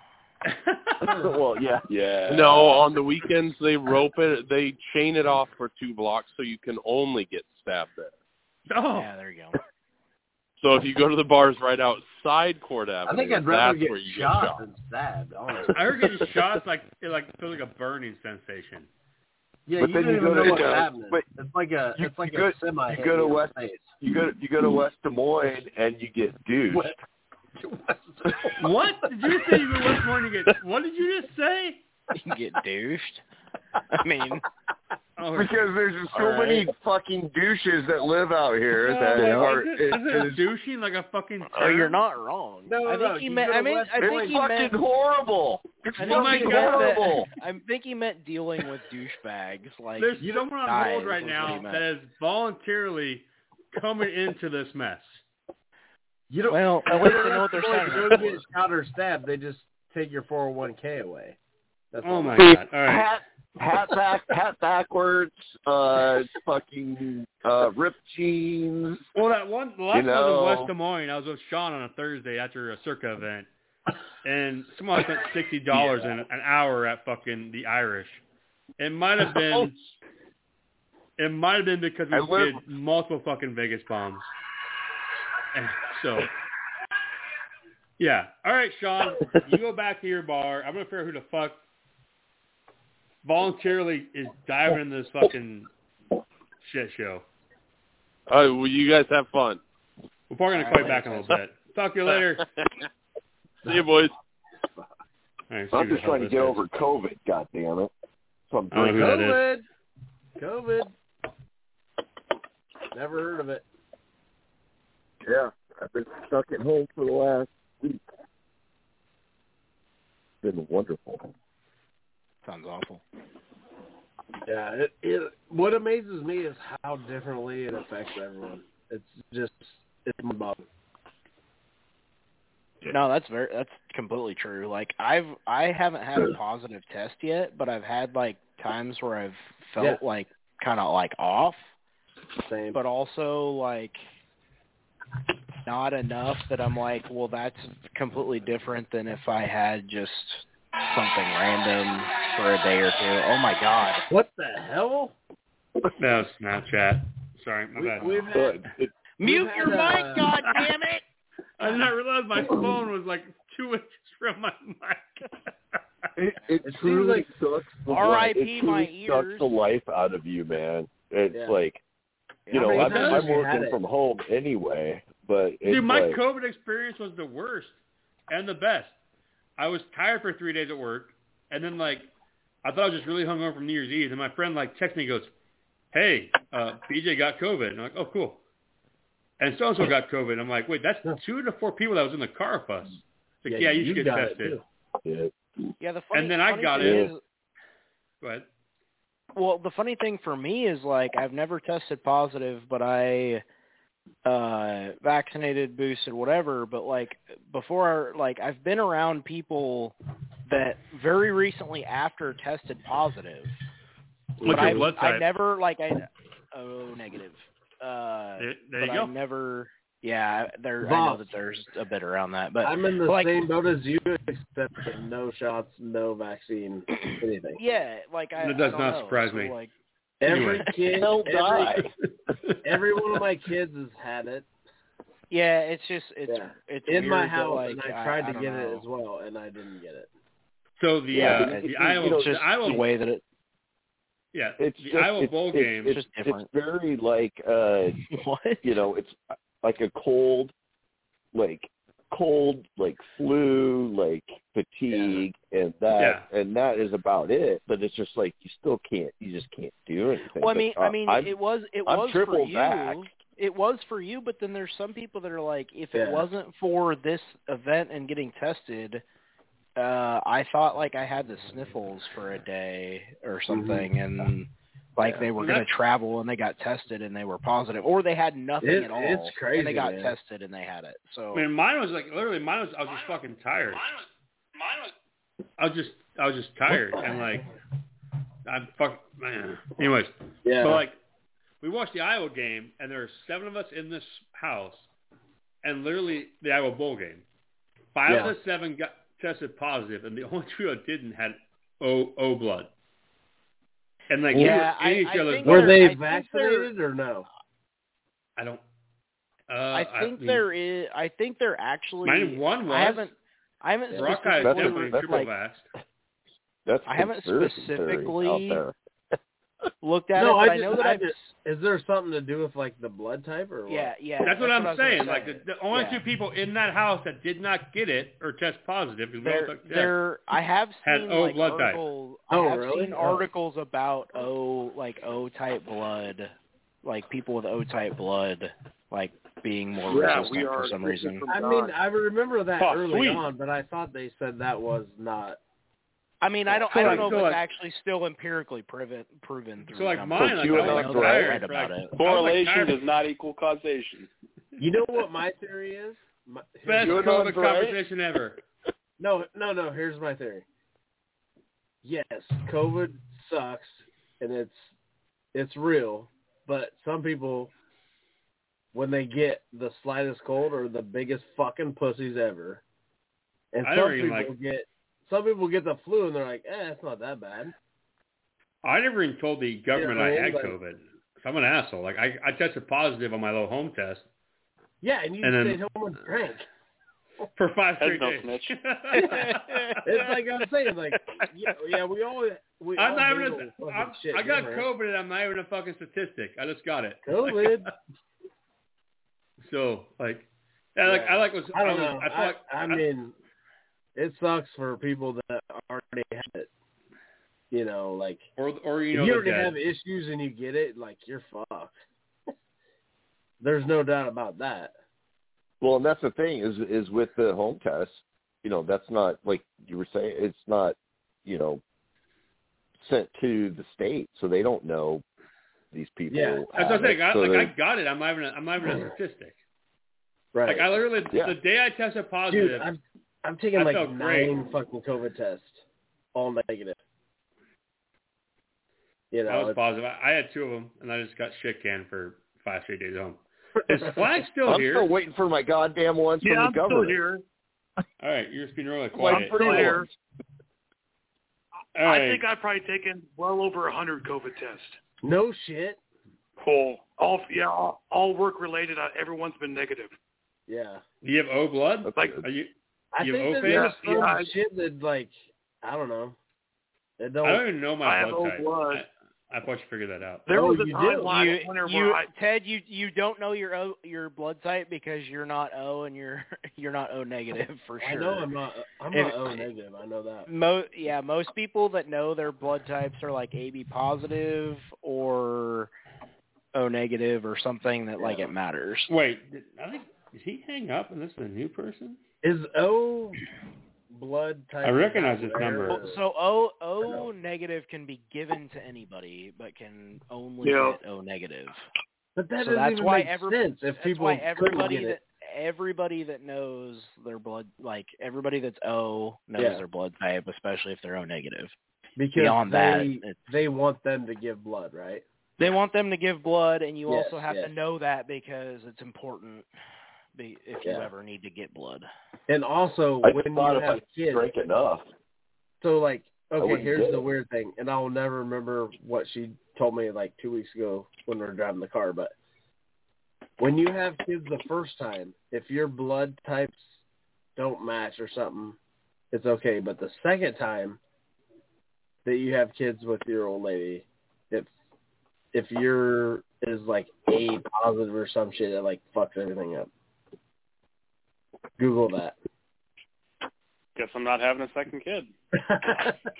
Speaker 15: well, yeah.
Speaker 18: Yeah. No, on the weekends they rope it. They chain it off for two blocks, so you can only get stabbed there.
Speaker 1: Oh.
Speaker 10: Yeah, there you go.
Speaker 18: So if you go to the bars right outside Court Avenue,
Speaker 9: I think I'd
Speaker 18: that's
Speaker 9: rather get
Speaker 18: where you
Speaker 9: shot,
Speaker 18: get shot.
Speaker 9: than stabbed. Honestly,
Speaker 1: I heard getting shots like it like feels like a burning sensation.
Speaker 9: Yeah,
Speaker 15: But
Speaker 9: you
Speaker 15: then
Speaker 9: don't
Speaker 15: you
Speaker 9: even
Speaker 15: go to-
Speaker 9: know what's
Speaker 15: you know,
Speaker 9: happening.
Speaker 15: but
Speaker 9: it's like a
Speaker 15: you-
Speaker 9: it's like
Speaker 15: you go-
Speaker 9: a semi.
Speaker 15: you go to West- You go you go to West Des Moines and you get douched.
Speaker 1: What did you say you were West morning? What did you just say?
Speaker 10: You get douched. I mean,
Speaker 1: Oh,
Speaker 15: Because there's just so
Speaker 10: All right.
Speaker 15: many fucking douches that live out here that
Speaker 1: Uh,
Speaker 15: are
Speaker 1: is
Speaker 15: it,
Speaker 1: it, is
Speaker 15: it
Speaker 1: it douching like a fucking?
Speaker 10: oh,
Speaker 1: term?
Speaker 10: you're not wrong.
Speaker 1: No,
Speaker 10: I think
Speaker 1: no,
Speaker 10: he
Speaker 1: you
Speaker 10: meant.
Speaker 1: go to
Speaker 10: I mean,
Speaker 1: West-
Speaker 10: I
Speaker 15: it's
Speaker 10: think he
Speaker 15: fucking
Speaker 10: meant.
Speaker 15: horrible. It's
Speaker 10: I
Speaker 1: Oh
Speaker 15: fucking
Speaker 10: think, he meant that-
Speaker 15: horrible.
Speaker 10: I think he meant dealing with douchebags. Like
Speaker 1: There's someone on
Speaker 10: dying
Speaker 1: hold
Speaker 10: was what
Speaker 1: right
Speaker 10: he
Speaker 1: now
Speaker 10: meant.
Speaker 1: that is voluntarily coming into this mess.
Speaker 9: You don't.
Speaker 10: Well, at least they know what they're signing
Speaker 9: You
Speaker 10: up
Speaker 9: don't get shot or stabbed. They just take your 401k away. That's
Speaker 1: Oh
Speaker 9: all.
Speaker 1: my god! All right.
Speaker 15: Hat hat back hat backwards, uh fucking uh ripped jeans.
Speaker 1: Well, that one the last
Speaker 15: You know.
Speaker 1: one was in West Des Moines. I was with Sean on a Thursday after a Circa event, and someone spent sixty dollars in an hour at fucking the Irish. It might have been. It might have been because we
Speaker 15: I live-
Speaker 1: did multiple fucking Vegas bombs. And so, yeah. All right, Sean, you go back to your bar. I'm gonna figure out who the fuck voluntarily is diving into this fucking shit show.
Speaker 18: All right, well, you guys have fun.
Speaker 1: We're probably gonna call you back in a little bit. Talk to you later.
Speaker 18: See you, boys.
Speaker 1: All right,
Speaker 15: I'm
Speaker 1: see
Speaker 15: just
Speaker 1: what
Speaker 15: trying to
Speaker 1: this
Speaker 15: get
Speaker 1: is.
Speaker 15: over COVID, god damn it. So I'm
Speaker 1: I don't know who
Speaker 15: drinking.
Speaker 1: that is.
Speaker 9: COVID. COVID. Never heard of it.
Speaker 15: Yeah. I've been stuck at home for the last week. It's been wonderful.
Speaker 10: Sounds awful.
Speaker 9: Yeah. It, it, what amazes me is how differently it affects everyone. It's just it's mind boggling.
Speaker 10: No, that's very that's completely true. Like I've I haven't had a positive test yet, but I've had like times where I've felt
Speaker 9: Yeah.
Speaker 10: like kind of like off,
Speaker 9: Same.
Speaker 10: but also like not enough that I'm like, well, that's completely different than if I had just something random for a day or two. Oh my god.
Speaker 9: What the hell?
Speaker 1: No, Snapchat. Sorry, my
Speaker 9: We,
Speaker 1: bad.
Speaker 9: we've had,
Speaker 15: But it,
Speaker 10: Mute
Speaker 9: had,
Speaker 10: your mic,
Speaker 9: uh,
Speaker 10: god damn it.
Speaker 1: I did not realize my phone was like two inches from my mic.
Speaker 15: it, it
Speaker 9: seems
Speaker 15: truly
Speaker 9: like-
Speaker 15: sucks the life.
Speaker 10: R.I.P.
Speaker 15: It truly
Speaker 10: my
Speaker 15: sucks
Speaker 10: ears.
Speaker 15: the life out of you, man. It's
Speaker 9: Yeah.
Speaker 15: like you know,
Speaker 9: many
Speaker 15: I'm,
Speaker 9: times
Speaker 15: I'm
Speaker 9: have you had
Speaker 15: working
Speaker 9: it?
Speaker 15: from home anyway, but it's
Speaker 1: Dude, my
Speaker 15: like,
Speaker 1: COVID experience was the worst and the best. I was tired for three days at work, and then like I thought I was just really hungover from New Year's Eve, and my friend like texts me and goes, "Hey, uh, BJ got COVID," and I'm like, "Oh, cool." And so and so got COVID. And I'm like, "Wait, that's two to four people that was in the car with us." It's like, yeah, you should get
Speaker 9: got it,
Speaker 1: tested.
Speaker 9: too.
Speaker 15: yeah.
Speaker 10: Yeah, the funny,
Speaker 1: And then I
Speaker 10: funny
Speaker 1: got
Speaker 10: thing
Speaker 15: it.
Speaker 10: is-
Speaker 1: Go ahead.
Speaker 10: well the funny thing for me is like i've never tested positive but i uh vaccinated boosted whatever but like before like i've been around people that very recently after tested positive
Speaker 1: What's
Speaker 10: but
Speaker 1: your
Speaker 10: I,
Speaker 1: blood
Speaker 10: I
Speaker 1: type?
Speaker 10: never like i oh negative uh
Speaker 1: There, there
Speaker 10: but
Speaker 1: you
Speaker 10: i
Speaker 1: go.
Speaker 10: never yeah there i know
Speaker 9: Bob.
Speaker 10: that there's a bit around that but
Speaker 9: I'm in the
Speaker 10: like-
Speaker 9: same boat as you, except for no shots, no vaccine, anything.
Speaker 10: yeah like i
Speaker 1: That does
Speaker 10: I don't
Speaker 1: not
Speaker 10: know.
Speaker 1: surprise
Speaker 10: So,
Speaker 1: me.
Speaker 10: like
Speaker 9: Every
Speaker 1: Anyway.
Speaker 9: kid,
Speaker 15: They'll die.
Speaker 9: every, every one of my kids has had it.
Speaker 10: yeah it's just it's
Speaker 9: Yeah.
Speaker 10: it's
Speaker 9: in
Speaker 10: weird,
Speaker 9: my
Speaker 10: but,
Speaker 9: house,
Speaker 10: like,
Speaker 9: and I tried
Speaker 10: I
Speaker 9: to
Speaker 10: don't
Speaker 9: get
Speaker 10: know.
Speaker 9: it as well, and I didn't get it.
Speaker 1: So the
Speaker 15: Yeah,
Speaker 1: uh,
Speaker 15: but
Speaker 1: the
Speaker 15: it's-
Speaker 1: Iowa,
Speaker 15: you know,
Speaker 10: it's just
Speaker 1: the Iowa,
Speaker 10: the way that it
Speaker 1: yeah,
Speaker 15: It's
Speaker 1: the
Speaker 15: just,
Speaker 1: Iowa
Speaker 15: it's,
Speaker 1: bowl
Speaker 15: it's,
Speaker 1: game.
Speaker 15: It's,
Speaker 10: Just
Speaker 15: it's
Speaker 10: different.
Speaker 15: very like uh
Speaker 10: what
Speaker 15: you know, it's uh, like a cold, like cold, like flu, like fatigue, and that, and that is about it. But it's just like you still can't, you just can't do anything.
Speaker 10: Well, I
Speaker 15: But,
Speaker 10: mean,
Speaker 15: uh,
Speaker 10: I mean,
Speaker 15: I'm-
Speaker 10: it was it
Speaker 15: I'm
Speaker 10: was for
Speaker 15: triple
Speaker 10: you.
Speaker 15: back.
Speaker 10: It was for you, but then there's some people that are like, if it
Speaker 9: Yeah.
Speaker 10: wasn't for this event and getting tested, uh, I thought like I had the sniffles for a day or something, and like
Speaker 9: Yeah.
Speaker 10: they were
Speaker 1: Well,
Speaker 10: going to
Speaker 1: that's-
Speaker 10: travel and they got tested and they were positive, or they had nothing
Speaker 9: It-
Speaker 10: at all.
Speaker 9: it's
Speaker 10: And
Speaker 9: crazy,
Speaker 10: they got
Speaker 9: man.
Speaker 10: tested and they had it. So
Speaker 1: I mean, mine was like literally mine was I was just fucking tired. I was just I was just tired and like I fuck man. Anyways,
Speaker 9: Yeah.
Speaker 1: so like we watched the Iowa game, and there are seven of us in this house, and literally the Iowa bowl game. Five
Speaker 5: Yeah.
Speaker 1: of the seven got tested positive, and the only two that didn't had O O blood. And like
Speaker 9: Yeah,
Speaker 1: we were in
Speaker 9: I-
Speaker 1: each
Speaker 9: I
Speaker 1: other's
Speaker 9: think Were they
Speaker 1: blood.
Speaker 9: vaccinated or no?
Speaker 1: I don't. Uh,
Speaker 10: I think
Speaker 1: mean,
Speaker 10: there is. I think there actually.
Speaker 1: Mine- one was.
Speaker 10: I haven't. I haven't
Speaker 1: Brock guy is
Speaker 10: specifically
Speaker 1: definitely triple
Speaker 10: like,
Speaker 1: vaxxed.
Speaker 15: That's
Speaker 10: I haven't
Speaker 15: conspiracy theory out
Speaker 10: specifically
Speaker 15: there.
Speaker 10: looked at
Speaker 9: no,
Speaker 10: it, but I,
Speaker 9: just,
Speaker 10: know that
Speaker 9: I
Speaker 10: have
Speaker 9: just- is there something to do with like the blood type or what?
Speaker 10: Yeah, yeah.
Speaker 1: That's, what I'm saying. Like the, the only
Speaker 9: Yeah.
Speaker 1: two people in that house that did not get it or test positive. because we all
Speaker 10: There,
Speaker 1: took tests,
Speaker 10: there. I have
Speaker 1: had
Speaker 10: seen
Speaker 1: O
Speaker 10: like
Speaker 1: blood type.
Speaker 10: articles.
Speaker 1: Oh,
Speaker 10: I have
Speaker 1: really?
Speaker 10: seen
Speaker 1: Oh.
Speaker 10: articles about O like O type blood, like people with O type blood, like being more
Speaker 9: Yeah,
Speaker 10: resistant
Speaker 9: we
Speaker 10: for
Speaker 9: are
Speaker 10: some reason.
Speaker 9: I mean, I remember that
Speaker 10: Oh,
Speaker 9: early
Speaker 10: sweet.
Speaker 9: on, but I thought they said that was not.
Speaker 10: I mean, I don't.
Speaker 9: So
Speaker 10: I don't
Speaker 9: like-
Speaker 10: know if
Speaker 9: so
Speaker 10: it's
Speaker 9: like-
Speaker 10: actually still empirically proven proven through
Speaker 9: So like
Speaker 10: numbers.
Speaker 9: mine, like,
Speaker 10: but
Speaker 9: I
Speaker 10: I
Speaker 9: was
Speaker 10: know
Speaker 9: like
Speaker 10: that I
Speaker 9: tired,
Speaker 10: read
Speaker 9: like,
Speaker 10: about it.
Speaker 13: Correlation does not equal causation.
Speaker 9: You know what my theory is? My,
Speaker 13: Best You're not COVID right.
Speaker 1: conversation ever.
Speaker 9: No, no, no. Here's my theory. Yes, COVID sucks, and it's it's real. But some people, when they get the slightest cold, are the biggest fucking pussies ever. And
Speaker 1: I
Speaker 9: some
Speaker 1: don't even
Speaker 9: people
Speaker 1: like-
Speaker 9: get some people get the flu, and they're like, "Eh, it's not that bad."
Speaker 1: I never even told the government
Speaker 9: Yeah,
Speaker 1: I
Speaker 9: well,
Speaker 1: had
Speaker 9: like-
Speaker 1: COVID. So I'm an asshole. Like I, I tested positive on my little home test
Speaker 9: Yeah, and you
Speaker 1: And then-
Speaker 9: stayed home and drank.
Speaker 1: for five
Speaker 9: That's
Speaker 1: straight
Speaker 9: no
Speaker 1: days.
Speaker 9: it's like I'm saying, like, yeah, yeah we all we
Speaker 1: I'm
Speaker 9: all
Speaker 1: not even.
Speaker 9: handle
Speaker 1: A,
Speaker 9: fucking
Speaker 1: I'm,
Speaker 9: shit
Speaker 1: I got
Speaker 9: different.
Speaker 1: COVID and I'm not even a fucking statistic. I just got it.
Speaker 9: COVID.
Speaker 1: so like, yeah, like I like was.
Speaker 9: I don't
Speaker 1: was-
Speaker 9: know.
Speaker 1: I, feel
Speaker 9: I,
Speaker 1: like,
Speaker 9: I mean, it sucks for people that already have it. You know, like
Speaker 1: or or you
Speaker 9: if
Speaker 1: know
Speaker 9: you
Speaker 1: they're
Speaker 9: already
Speaker 1: dead.
Speaker 9: have issues and you get it, like you're fucked. There's no doubt about that.
Speaker 15: Well, and that's the thing is is with the home test, you know, that's not like you were saying, it's not, you know, sent to the state, so they don't know these people.
Speaker 1: Yeah, that's what
Speaker 15: have
Speaker 1: I'm saying.
Speaker 15: it,
Speaker 1: I,
Speaker 15: so
Speaker 1: like I
Speaker 15: they're-
Speaker 1: got it. I'm not even. A, I'm not even a statistic.
Speaker 9: Right.
Speaker 1: Like I literally
Speaker 15: Yeah.
Speaker 1: the day I tested positive.
Speaker 9: Dude, I'm I'm taking
Speaker 1: I
Speaker 9: like
Speaker 1: felt
Speaker 9: nine
Speaker 1: great.
Speaker 9: fucking COVID tests, all negative. You know,
Speaker 1: I was
Speaker 9: it's-
Speaker 1: positive. I, I had two of them, and I just got shit canned for five straight days home. Is Flag still
Speaker 15: I'm
Speaker 1: here?
Speaker 15: still waiting for my goddamn ones from the government.
Speaker 1: All right, you're just being really
Speaker 15: I'm
Speaker 1: quiet.
Speaker 15: still here.
Speaker 1: All right.
Speaker 17: I think I've probably taken well over a hundred COVID tests.
Speaker 9: No shit.
Speaker 17: Cool. All yeah, all, all work related. uh, Everyone's been negative.
Speaker 9: Yeah.
Speaker 1: Do you have O blood?
Speaker 17: Like
Speaker 1: Are you?
Speaker 9: I
Speaker 1: you have
Speaker 9: think
Speaker 1: O
Speaker 9: that
Speaker 1: face?
Speaker 9: there's some shit that like I don't know. That don't,
Speaker 1: I don't even know my
Speaker 9: I have
Speaker 1: blood
Speaker 9: O
Speaker 1: type.
Speaker 9: blood.
Speaker 1: I, I thought you figured that out.
Speaker 9: There Oh, was a you do? timeline
Speaker 10: You,
Speaker 9: whenever
Speaker 10: you,
Speaker 9: I-
Speaker 10: Ted, you you don't know your o, your blood type because you're not O and you're you're not O negative for sure.
Speaker 9: I know I'm not. I'm
Speaker 10: If-
Speaker 9: not O negative. I know that.
Speaker 10: Mo- yeah, most people that know their blood types are like AB positive or O negative or something that like it matters.
Speaker 1: Wait, did, I think did he hang up and this is a new person?
Speaker 9: Is oh. O blood type?
Speaker 1: I recognize this
Speaker 9: rare?
Speaker 1: number.
Speaker 10: Well, So O O negative can be given to anybody, but can only
Speaker 9: Yeah.
Speaker 10: get O negative.
Speaker 9: But that
Speaker 10: so
Speaker 9: doesn't
Speaker 10: that's
Speaker 9: even
Speaker 10: why
Speaker 9: make
Speaker 10: every,
Speaker 9: sense if
Speaker 10: that's
Speaker 9: people
Speaker 10: why
Speaker 9: couldn't
Speaker 10: everybody
Speaker 9: get
Speaker 10: that
Speaker 9: it.
Speaker 10: everybody that knows their blood like everybody that's O oh, knows
Speaker 9: Yeah.
Speaker 10: their blood type, especially if they're O negative.
Speaker 9: because
Speaker 10: Beyond that,
Speaker 9: they they want them to give blood, right?
Speaker 10: They want them to give blood, and you
Speaker 9: Yes,
Speaker 10: also have
Speaker 9: yes.
Speaker 10: to know that because it's important. be- If you
Speaker 9: Yeah.
Speaker 10: ever need to get blood,
Speaker 9: And also
Speaker 15: I
Speaker 9: when
Speaker 15: thought
Speaker 9: you
Speaker 15: if
Speaker 9: have
Speaker 15: I
Speaker 9: kids,
Speaker 15: drank enough,
Speaker 9: So like,
Speaker 15: I
Speaker 9: okay,
Speaker 15: wouldn't
Speaker 9: here's
Speaker 15: get
Speaker 9: the
Speaker 15: it.
Speaker 9: weird thing, and I'll never remember what she told me like two weeks ago when we were driving the car. But when you have kids the first time, if your blood types don't match or something, it's okay. But the second time that you have kids with your old lady, if if you're is like A positive or some shit, it like fucks everything up. Google that.
Speaker 13: Guess I'm not having a second kid.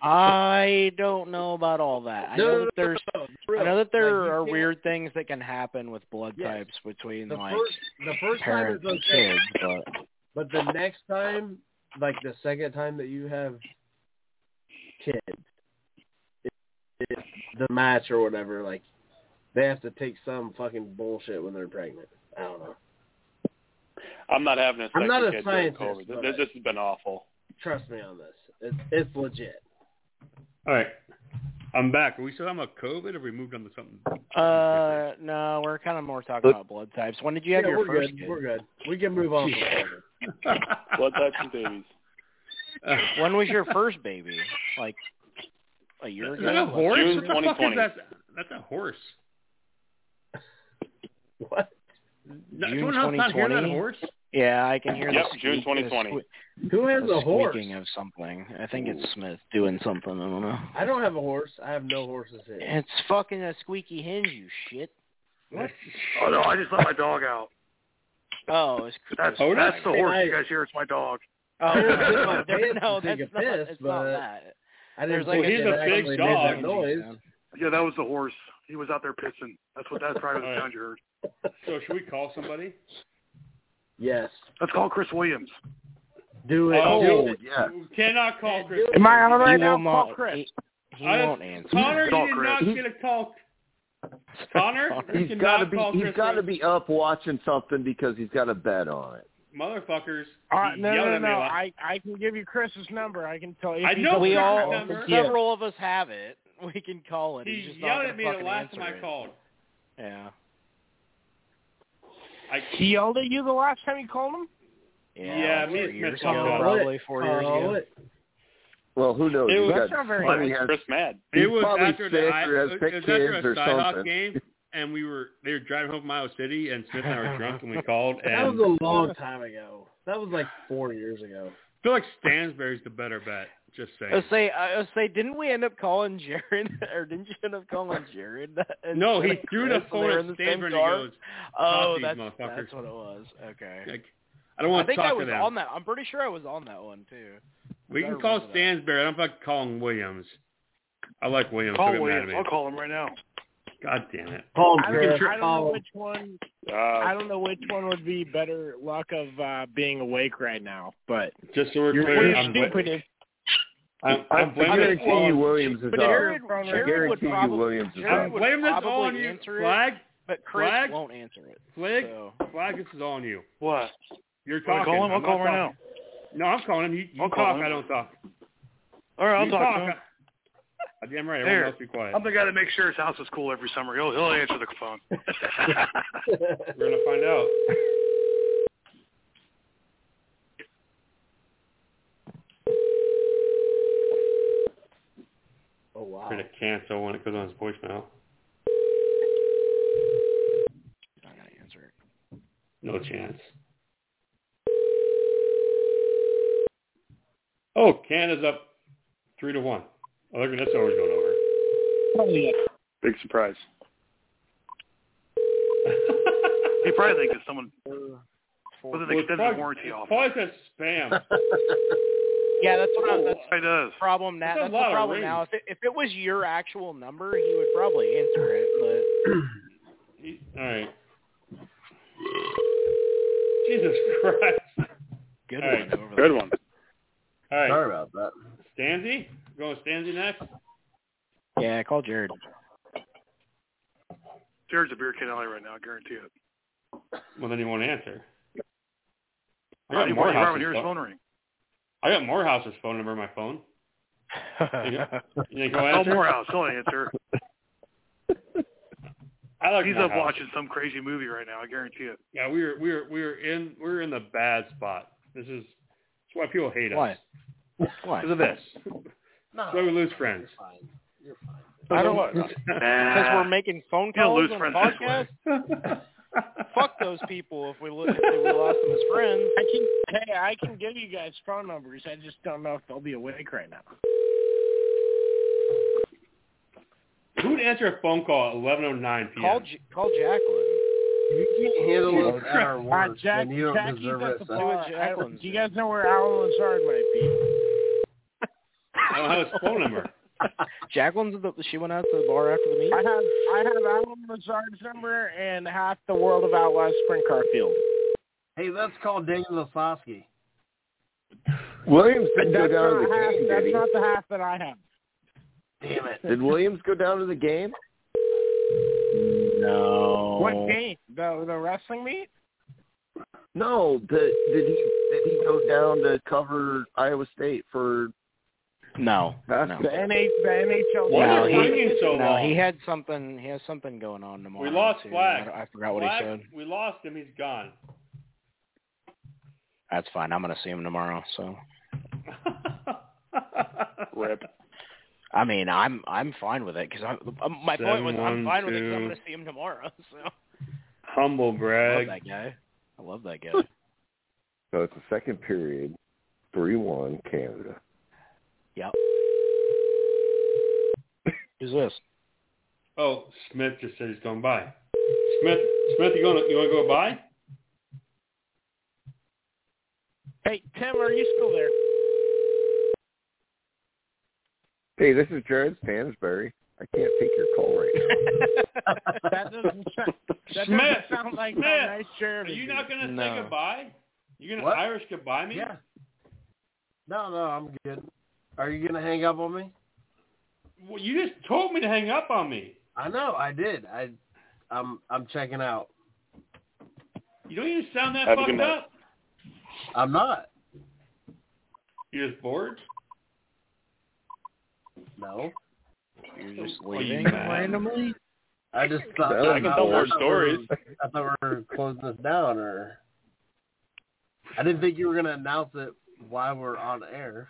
Speaker 10: I don't know about all that. I
Speaker 13: No,
Speaker 10: know
Speaker 13: no,
Speaker 10: that
Speaker 13: no,
Speaker 10: there's,
Speaker 9: no,
Speaker 10: I know that there
Speaker 9: Like, you
Speaker 10: are
Speaker 9: can't-
Speaker 10: weird things that can happen with blood
Speaker 9: Yes.
Speaker 10: types between
Speaker 9: The
Speaker 10: like
Speaker 9: first the first time
Speaker 10: parents
Speaker 9: is okay.
Speaker 10: and kids, but
Speaker 9: But the next time, like the second time that you have kids, it, it, the match or whatever, like they have to take some fucking bullshit when they're pregnant. I don't know.
Speaker 13: I'm not having a
Speaker 9: I'm
Speaker 13: second
Speaker 9: not a
Speaker 13: kid during
Speaker 9: scientist,
Speaker 13: COVID.
Speaker 9: but-
Speaker 13: This, this has been awful.
Speaker 9: Trust me on this. It's, it's legit.
Speaker 1: All right. I'm back. Are we still talking about COVID, or we moved on to something?
Speaker 10: Uh, no, we're kind of more talking about blood types. When did you have
Speaker 9: Yeah,
Speaker 10: your
Speaker 9: we're
Speaker 10: first
Speaker 9: good.
Speaker 10: kid?
Speaker 9: We're good. We can move on.
Speaker 19: blood types and babies.
Speaker 10: when was your first baby? Like a year
Speaker 1: Is
Speaker 10: ago?
Speaker 1: that a horse?
Speaker 10: June
Speaker 1: what the fuck is
Speaker 10: 2020.
Speaker 1: that? That's a horse.
Speaker 9: what?
Speaker 1: No,
Speaker 10: June
Speaker 1: someone else not hearing that
Speaker 10: 2020?
Speaker 1: horse?
Speaker 10: Yeah, I can hear
Speaker 1: Yep,
Speaker 10: the
Speaker 1: June
Speaker 10: squeak- the
Speaker 1: 2020.
Speaker 10: sque-
Speaker 9: Who has
Speaker 10: the
Speaker 9: a horse?
Speaker 10: squeaking of something. I think it's Smith doing something. I don't know.
Speaker 9: I don't have a horse. I have no horses here.
Speaker 10: It's fucking a squeaky hinge, you shit.
Speaker 9: What?
Speaker 5: Oh no, I just let my dog out.
Speaker 10: Oh, it's
Speaker 5: That's
Speaker 10: Chris.
Speaker 5: that's the horse you guys hear. It's my dog.
Speaker 10: Oh,
Speaker 9: I
Speaker 10: no, there-
Speaker 9: didn't
Speaker 10: no,
Speaker 9: take
Speaker 10: that's
Speaker 9: a
Speaker 10: not.
Speaker 9: piss,
Speaker 10: It's
Speaker 9: but
Speaker 10: not that.
Speaker 9: I
Speaker 10: There's
Speaker 9: didn't
Speaker 10: like
Speaker 9: think
Speaker 10: he's
Speaker 9: it
Speaker 10: a big
Speaker 9: actually made
Speaker 10: dog.
Speaker 9: that noise.
Speaker 5: Yeah, that was the horse. He was out there pissing. That's what that's probably the sound you heard.
Speaker 1: So should we call somebody?
Speaker 9: Yes.
Speaker 5: Let's call Chris Williams.
Speaker 9: Do it.
Speaker 1: Oh,
Speaker 9: do
Speaker 1: we-
Speaker 9: it. Yeah.
Speaker 1: we cannot call Chris.
Speaker 9: Am I on right
Speaker 10: He
Speaker 9: now?
Speaker 10: will
Speaker 9: Call
Speaker 10: not-
Speaker 9: Chris.
Speaker 10: He, he
Speaker 1: I-
Speaker 10: won't answer.
Speaker 1: Connor, you
Speaker 10: Call
Speaker 1: did
Speaker 10: Chris.
Speaker 1: not get a talk. Connor, you
Speaker 15: He's got to
Speaker 1: cannot
Speaker 15: be.
Speaker 1: call
Speaker 15: He's
Speaker 1: Chris
Speaker 15: got to
Speaker 1: Williams.
Speaker 15: be up watching something because he's got a bet on it.
Speaker 1: Motherfuckers.
Speaker 14: Uh,
Speaker 1: He
Speaker 14: no,
Speaker 1: yelled
Speaker 14: no,
Speaker 1: at me a
Speaker 14: no.
Speaker 1: lot.
Speaker 14: I I can give you Chris's number. I can tell you.
Speaker 1: I
Speaker 14: if you
Speaker 1: know
Speaker 14: don't
Speaker 10: we
Speaker 1: Chris's
Speaker 10: all,
Speaker 1: number.
Speaker 10: several of us have it. We can call it. He's
Speaker 1: He
Speaker 10: just not
Speaker 1: yelled
Speaker 10: gonna
Speaker 1: at me the
Speaker 10: fucking
Speaker 1: last time
Speaker 10: answer
Speaker 1: I
Speaker 10: it.
Speaker 1: called.
Speaker 10: Yeah.
Speaker 1: I,
Speaker 14: He yelled at you the last time you called him.
Speaker 10: Yeah,
Speaker 1: Yeah,
Speaker 10: like
Speaker 1: me
Speaker 10: four
Speaker 1: and
Speaker 10: years
Speaker 1: Smith
Speaker 10: ago,
Speaker 1: talked about it.
Speaker 10: probably four years
Speaker 9: Call
Speaker 10: ago.
Speaker 9: it.
Speaker 15: Well, who knows?
Speaker 1: It
Speaker 15: He's
Speaker 1: was-
Speaker 15: got-
Speaker 1: That's not very
Speaker 15: probably
Speaker 1: nice.
Speaker 15: has-
Speaker 19: Chris Mad.
Speaker 15: he's
Speaker 1: It was
Speaker 15: probably
Speaker 1: after the
Speaker 15: sick
Speaker 1: I,
Speaker 15: or has
Speaker 1: it
Speaker 15: big
Speaker 1: was after a
Speaker 15: kids or
Speaker 1: Cyhawk
Speaker 15: something.
Speaker 1: game, and we were they were driving home from Iowa City, and Smith and I were drunk, and we called. And
Speaker 9: That was a long time ago. That was like four years ago.
Speaker 1: I feel like Stansberry's the better bet. Just saying.
Speaker 10: Let's say, I was say, didn't we end up calling Jared, or didn't you end up calling Jared?
Speaker 1: No,
Speaker 10: instead
Speaker 1: he
Speaker 10: of
Speaker 1: threw
Speaker 10: Chris
Speaker 1: the
Speaker 10: when
Speaker 1: phone
Speaker 10: they were
Speaker 1: at
Speaker 10: in the same
Speaker 1: Stanford and he
Speaker 10: car?
Speaker 1: goes,
Speaker 10: Oh,
Speaker 1: "Fuck these
Speaker 10: that's
Speaker 1: motherfuckers."
Speaker 10: that's what it was. Okay.
Speaker 1: like, I don't want
Speaker 10: think
Speaker 1: to talk
Speaker 10: I was
Speaker 1: to them.
Speaker 10: on that. I'm pretty sure I was on that one too.
Speaker 1: we
Speaker 10: I
Speaker 1: can call
Speaker 10: remember that.
Speaker 1: Stansberry. I don't fucking call him Williams. I like Williams.
Speaker 5: Call
Speaker 1: Don't get mad at
Speaker 5: Williams.
Speaker 1: me.
Speaker 5: I'll call him right now.
Speaker 1: God damn it.
Speaker 9: Call
Speaker 14: I
Speaker 9: Chris.
Speaker 14: don't, I don't know
Speaker 9: Call-
Speaker 14: which one.
Speaker 19: Uh,
Speaker 14: I don't know which one would be better luck of uh, being awake right now. But
Speaker 1: Just so we're
Speaker 14: you're,
Speaker 1: clear,
Speaker 14: you're
Speaker 1: I'm,
Speaker 14: stupid.
Speaker 1: blaming-
Speaker 14: if-
Speaker 1: I'm,
Speaker 15: I, I
Speaker 1: I'm blaming
Speaker 15: guarantee you, Williams is
Speaker 10: But
Speaker 15: up.
Speaker 10: Jared,
Speaker 14: Phone
Speaker 10: Jared would
Speaker 15: guarantee you,
Speaker 10: probably,
Speaker 15: Williams is
Speaker 10: Jared
Speaker 1: I'm
Speaker 15: up.
Speaker 10: would
Speaker 1: blaming this all
Speaker 10: probably
Speaker 1: on you.
Speaker 10: answer it.
Speaker 1: Flag,
Speaker 10: but Chris
Speaker 1: Flag?
Speaker 10: won't answer it.
Speaker 1: flag,
Speaker 10: So
Speaker 1: flag. This is all on you.
Speaker 5: What?
Speaker 1: You're
Speaker 5: Want
Speaker 1: talking.
Speaker 5: me to call him? I'll
Speaker 1: I'm
Speaker 5: call him
Speaker 1: not
Speaker 5: right
Speaker 1: talking. No, I'm calling him. You, you
Speaker 5: I'll
Speaker 1: talk.
Speaker 5: call him.
Speaker 1: I don't talk.
Speaker 5: now. All right, I'll
Speaker 1: you
Speaker 5: talk, to him.
Speaker 1: I'm damn right.
Speaker 5: There.
Speaker 1: Everyone else be quiet.
Speaker 5: I'm the guy that makes sure his house is cool every summer. He'll he'll answer the phone.
Speaker 1: We're gonna find out.
Speaker 9: oh wow.
Speaker 1: We're gonna cancel when it goes on his voicemail.
Speaker 10: he's not gonna answer it.
Speaker 1: No chance. Oh, Canada's up three to one. Oh, they're- that's always going over.
Speaker 19: big surprise.
Speaker 5: he probably thinks it's someone
Speaker 9: Uh,
Speaker 10: Four-
Speaker 5: with an
Speaker 1: Well, it's
Speaker 5: extended
Speaker 1: probably-
Speaker 5: warranty
Speaker 1: it's
Speaker 5: offer.
Speaker 1: Probably says spam.
Speaker 10: Yeah, that's what I, that's
Speaker 5: He does.
Speaker 10: the problem now.
Speaker 1: That's a
Speaker 10: That's the
Speaker 1: lot of
Speaker 10: problem now. If it, if it was your actual number, he would probably answer it. But
Speaker 1: He- All right. Jesus Christ.
Speaker 10: good
Speaker 1: All right.
Speaker 10: one over there.
Speaker 19: Good one.
Speaker 1: All right.
Speaker 15: Sorry about that.
Speaker 1: Stanzi? Going with Stanzi next?
Speaker 10: Yeah, call Jared.
Speaker 5: Jared's a beer can alley right now. I guarantee it.
Speaker 1: Well, then you won't answer. I
Speaker 5: Right,
Speaker 1: got
Speaker 5: you won't- you won't
Speaker 1: Morehouse's
Speaker 5: hear his
Speaker 1: phone.
Speaker 5: phone ring.
Speaker 1: I got Morehouse's phone number on my phone. You think he'll
Speaker 5: Call
Speaker 1: answer?
Speaker 5: Oh, Morehouse. He'll answer.
Speaker 1: I like
Speaker 5: He's up
Speaker 1: Morehouse.
Speaker 5: watching some crazy movie right now. I guarantee it.
Speaker 1: Yeah, we were we were we were in we were in the bad spot. This is that's why people hate
Speaker 10: Why?
Speaker 1: us
Speaker 10: Why?
Speaker 1: because of this.
Speaker 9: No,
Speaker 1: That's why we lose friends.
Speaker 9: you're fine. You're fine.
Speaker 10: I don't want because we're making phone
Speaker 5: You'll
Speaker 10: calls
Speaker 5: lose
Speaker 10: on the
Speaker 5: friends this
Speaker 10: podcast. Fuck those people if we lo- if we lost them as friends.
Speaker 14: I can. Hey, I can give you guys phone numbers. I just don't know if they'll be awake right now.
Speaker 1: Who would answer a phone call at eleven oh nine p.m.
Speaker 10: Call J- call Jacqueline.
Speaker 9: You can't handle
Speaker 1: Jesus
Speaker 9: us at our
Speaker 14: Uh,
Speaker 9: worst,
Speaker 14: Jack,
Speaker 9: then you don't
Speaker 14: Jackie's
Speaker 9: deserve
Speaker 14: at
Speaker 9: us.
Speaker 14: the
Speaker 10: Do
Speaker 14: bar.
Speaker 10: what Jacqueline's
Speaker 14: Do you guys know where Al Lazard might be?
Speaker 1: I don't have his phone number.
Speaker 10: Jacqueline's the, she went out to the bar after the meeting.
Speaker 14: I have I have Al Lazard's number and half the world of Outlaws Sprint Carfield.
Speaker 9: Hey, let's call Dave Lasoski.
Speaker 15: Williams
Speaker 14: That's
Speaker 15: didn't go down to
Speaker 14: not,
Speaker 15: the
Speaker 14: half,
Speaker 15: game,
Speaker 14: that's
Speaker 15: did he?
Speaker 14: not the half that I have.
Speaker 9: Damn it.
Speaker 15: Did Williams go down to the game? Oh.
Speaker 10: No.
Speaker 14: What game? The the wrestling meet?
Speaker 15: No. Did, did he? Did he go down to cover Iowa State for
Speaker 10: No.
Speaker 20: That's
Speaker 10: no.
Speaker 20: the
Speaker 14: NH the NHL.
Speaker 10: Why
Speaker 14: no,
Speaker 10: are they bringing so
Speaker 14: no,
Speaker 10: long?
Speaker 14: he had something. He has something going on tomorrow.
Speaker 1: We lost
Speaker 10: too.
Speaker 1: Flag.
Speaker 10: I, don't- I forgot what
Speaker 1: Flag,
Speaker 10: he said.
Speaker 1: We lost him. He's gone.
Speaker 10: That's fine. I'm gonna see him tomorrow. So.
Speaker 13: Rip.
Speaker 10: I mean, I'm I'm fine with it because I'm my point was I'm fine with it. 'cause I'm gonna see him tomorrow. So. I
Speaker 1: Humble
Speaker 10: love
Speaker 1: brag.
Speaker 10: that guy. I love that guy.
Speaker 15: So it's the second period, three one Canada.
Speaker 10: yep. Who's this?
Speaker 1: Oh, Smith just said he's going by. Smith, Smith, you going? to You want to go by?
Speaker 14: Hey Tim, are you still there?
Speaker 15: Hey, this is Jared Stansbury. I can't take your call right now.
Speaker 14: that doesn't, that doesn't
Speaker 1: Smith,
Speaker 14: sound like
Speaker 1: Smith,
Speaker 14: a nice sheriff.
Speaker 1: Are you not going to
Speaker 10: No.
Speaker 1: say goodbye? You going to
Speaker 9: What?
Speaker 1: Irish goodbye me?
Speaker 9: Yeah. No, no, I'm good. Are you gonna hang up on me?
Speaker 1: Well, you just told me to hang up on me.
Speaker 9: I know, I did. I, I'm, I'm checking out.
Speaker 1: You don't even sound that
Speaker 9: Have a good
Speaker 1: fucked
Speaker 9: night.
Speaker 1: up.
Speaker 9: I'm not.
Speaker 1: You're just bored.
Speaker 9: No.
Speaker 10: You're just
Speaker 1: Are you
Speaker 10: leaving
Speaker 1: mad?
Speaker 10: randomly.
Speaker 9: I just thought
Speaker 1: No, I can
Speaker 9: thought-
Speaker 1: tell
Speaker 9: I
Speaker 1: more
Speaker 9: thought we
Speaker 1: stories.
Speaker 9: were- I thought we were closing this down, or I didn't think you were gonna announce it while we're on air.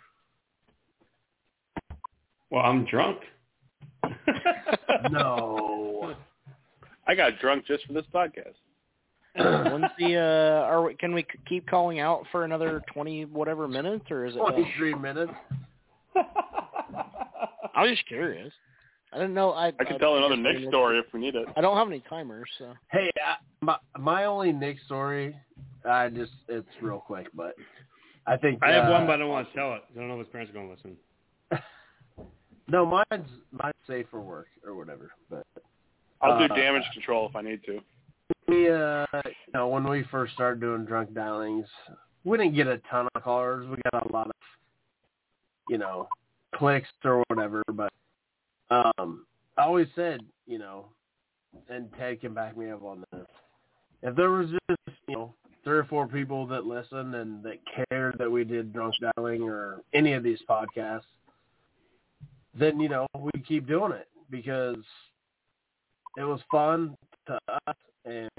Speaker 1: Well, I'm drunk.
Speaker 9: no.
Speaker 13: I got drunk just for this podcast.
Speaker 10: When's the uh? Are we, can we c- keep calling out for another twenty whatever minutes or is it? uh, done?
Speaker 9: Twenty-three minutes.
Speaker 10: I was just curious. I didn't know. I
Speaker 13: I can tell another Nick
Speaker 10: I-
Speaker 13: story if we need it.
Speaker 10: I don't have any timers, so
Speaker 9: Hey, I, my my only Nick story, I just it's real quick, but I think
Speaker 1: I have
Speaker 9: uh,
Speaker 1: one, but I don't want to tell it. 'cause I don't know if his parents are going to listen.
Speaker 9: No, mine's mine's safe for work or whatever. But
Speaker 13: I'll do
Speaker 9: uh,
Speaker 13: damage control if I need to.
Speaker 9: We, uh, you know, when we first started doing drunk dialings, we didn't get a ton of callers. We got a lot of, you know, clicks or whatever. But um, I always said, you know, and Ted can back me up on this. If there was just, you know, three or four people that listened and that cared that we did drunk dialing or any of these podcasts, then you know we keep doing it because it was fun to us and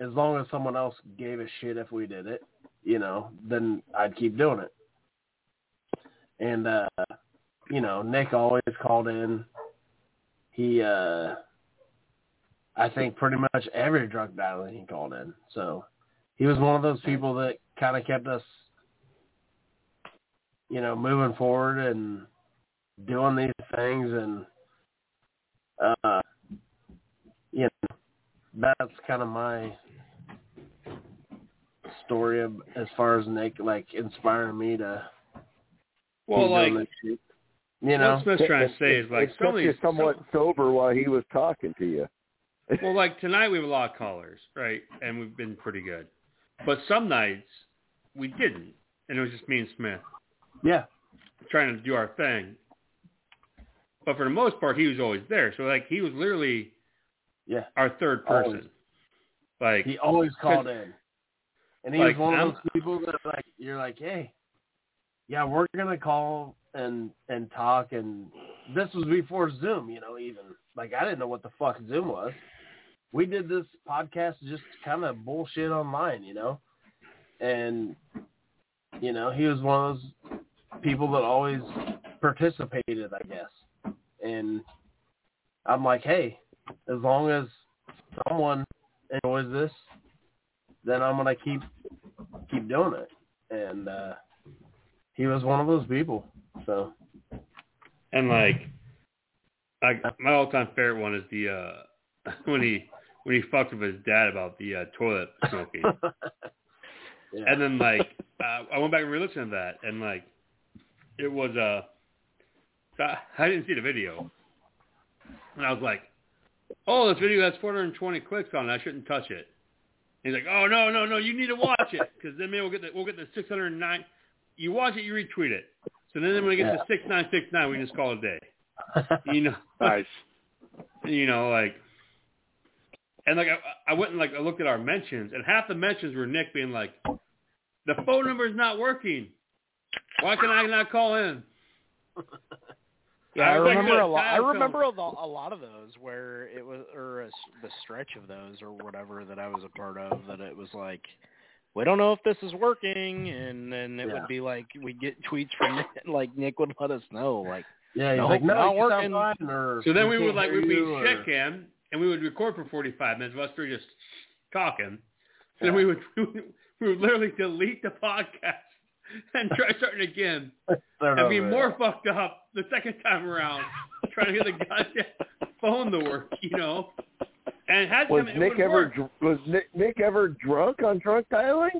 Speaker 9: as long as someone else gave a shit if we did it you know then i'd keep doing it and uh you know nick always called in he uh i think pretty much every drug dialer he called in so he was one of those people that kind of kept us you know moving forward and doing these things and uh you know that's kind of my story of, as far as Nick like inspiring me to
Speaker 1: Well,
Speaker 9: keep
Speaker 1: like,
Speaker 9: doing this shit. you know
Speaker 1: What Smith's trying to say is
Speaker 15: it
Speaker 1: like
Speaker 15: kept
Speaker 1: some of
Speaker 15: you
Speaker 1: these.
Speaker 15: somewhat sober while he was talking to you.
Speaker 1: well, like tonight we have a lot of callers, right? And we've been pretty good, but some nights we didn't, and it was just me and Smith
Speaker 9: yeah
Speaker 1: trying to do our thing. But for the most part, he was always there. So like he was literally
Speaker 9: yeah
Speaker 1: our third person.
Speaker 9: Always.
Speaker 1: Like
Speaker 9: he always called in and he
Speaker 1: Like,
Speaker 9: was one
Speaker 1: I'm-
Speaker 9: of those people that like you're like hey yeah we're gonna call and and talk and this was before Zoom you know even like I didn't know what the fuck Zoom was we did this podcast just kind of bullshit online you know and you know he was one of those people that always participated I guess and I'm like, hey, as long as someone enjoys this, then I'm gonna keep keep doing it. And uh he was one of those people. So
Speaker 1: And like, I, my all-time favorite one is the uh when he when he fucked with his dad about the uh, toilet smoking. And then like, uh, I went back and re-listened to that, and like, it was uh, so I, I didn't see the video, and I was like, oh, this video has 420 clicks on it. I shouldn't touch it. He's like, oh no no no, you need to watch it because then maybe we'll get the we'll get the 609. You watch it, you retweet it. So then when it gets to 6969, we just call it a day. You know,
Speaker 13: nice.
Speaker 1: You know, like, and like I, I went and like I looked at our mentions, and half the mentions were Nick being like, "The phone number is not working. Why can I not call in?"
Speaker 10: Yeah, I
Speaker 1: was like,
Speaker 10: remember a
Speaker 1: "Good,
Speaker 10: lot. I
Speaker 1: Kyle
Speaker 10: remember a,
Speaker 1: Phillips."
Speaker 10: lo- a lot of those where it was, or a s the stretch of those, or whatever that I was a part of. That it was like, we don't know if this is working, and then it
Speaker 9: Yeah.
Speaker 10: would be like we get tweets from Nick, like Nick would let us know, like,
Speaker 9: Yeah, he's
Speaker 10: no,
Speaker 9: like, no,
Speaker 10: not
Speaker 9: you
Speaker 10: working.
Speaker 9: sound fine, or
Speaker 1: So then we
Speaker 9: can't
Speaker 1: would like
Speaker 9: hear
Speaker 1: we'd be
Speaker 9: you, or-
Speaker 1: check in and we would record for 45 minutes while we're just talking. So then we would we would literally delete the podcast and try starting again
Speaker 9: Start
Speaker 1: and be
Speaker 9: over.
Speaker 1: more fucked up the second time around trying to get the goddamn phone to work, you know. And had
Speaker 20: Was
Speaker 1: them, it
Speaker 20: Nick
Speaker 1: would
Speaker 20: ever
Speaker 1: work.
Speaker 20: dr- was Nick, Nick ever drunk on drunk dialing?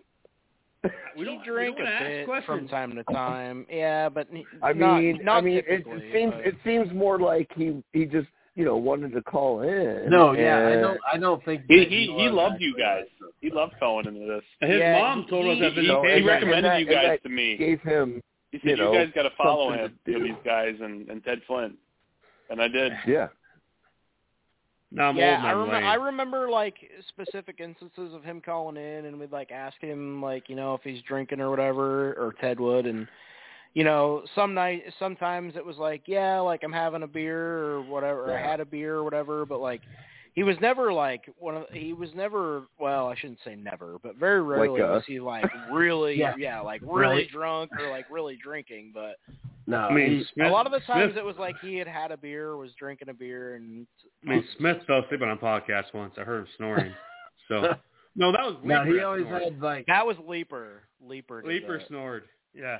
Speaker 1: We don't
Speaker 10: He drank
Speaker 1: we
Speaker 10: a
Speaker 1: don't wanna ask
Speaker 10: bit
Speaker 1: questions.
Speaker 10: from time to time. Yeah, but n-
Speaker 20: I
Speaker 10: not,
Speaker 20: mean,
Speaker 10: not
Speaker 20: I mean, it
Speaker 10: typically,
Speaker 20: seems
Speaker 10: but-
Speaker 20: it seems more like he he just you know wanted to call in.
Speaker 9: No, yeah, I
Speaker 20: and-
Speaker 9: don't. I don't think
Speaker 13: He
Speaker 9: that
Speaker 13: he, he
Speaker 9: was
Speaker 13: loved
Speaker 9: actually-
Speaker 13: you guys. He loved Cohen into this.
Speaker 1: And his Yeah, mom told us that
Speaker 13: he,
Speaker 1: he-
Speaker 13: he,
Speaker 1: and that-
Speaker 13: recommended
Speaker 1: and that-
Speaker 13: you
Speaker 1: and
Speaker 13: guys
Speaker 1: that
Speaker 13: to me.
Speaker 20: gave him.
Speaker 13: He said
Speaker 20: you
Speaker 13: you,
Speaker 20: know,
Speaker 13: guys got to follow
Speaker 20: something
Speaker 13: him to these guys and and Ted Flint, and I did.
Speaker 20: Yeah.
Speaker 1: Now I'm
Speaker 10: yeah,
Speaker 1: old
Speaker 10: I
Speaker 1: man
Speaker 10: remember.
Speaker 1: Wayne.
Speaker 10: I remember like specific instances of him calling in, and we'd like ask him like you know if he's drinking or whatever, or Ted would, and you know some night sometimes it was like yeah, like I'm having a beer or whatever, or I
Speaker 14: Yeah.
Speaker 10: had a beer or whatever, but like he was never like one of he was never well I shouldn't say never, but very rarely
Speaker 9: us.
Speaker 10: was he like really
Speaker 9: Yeah.
Speaker 10: yeah, like really
Speaker 9: Right.
Speaker 10: drunk or like really drinking, but
Speaker 9: No,
Speaker 1: I mean,
Speaker 9: he's-
Speaker 10: a lot of the times
Speaker 1: Smith-
Speaker 10: it was like he had had a beer, was drinking a beer, and
Speaker 1: I mean, Smith fell asleep on a podcast once. I heard him snoring. So no, that was
Speaker 9: No, he
Speaker 1: Leaper
Speaker 9: always
Speaker 1: snored.
Speaker 9: had like
Speaker 10: that was Leaper. Leaper. did
Speaker 1: Leaper
Speaker 10: that.
Speaker 1: snored. Yeah.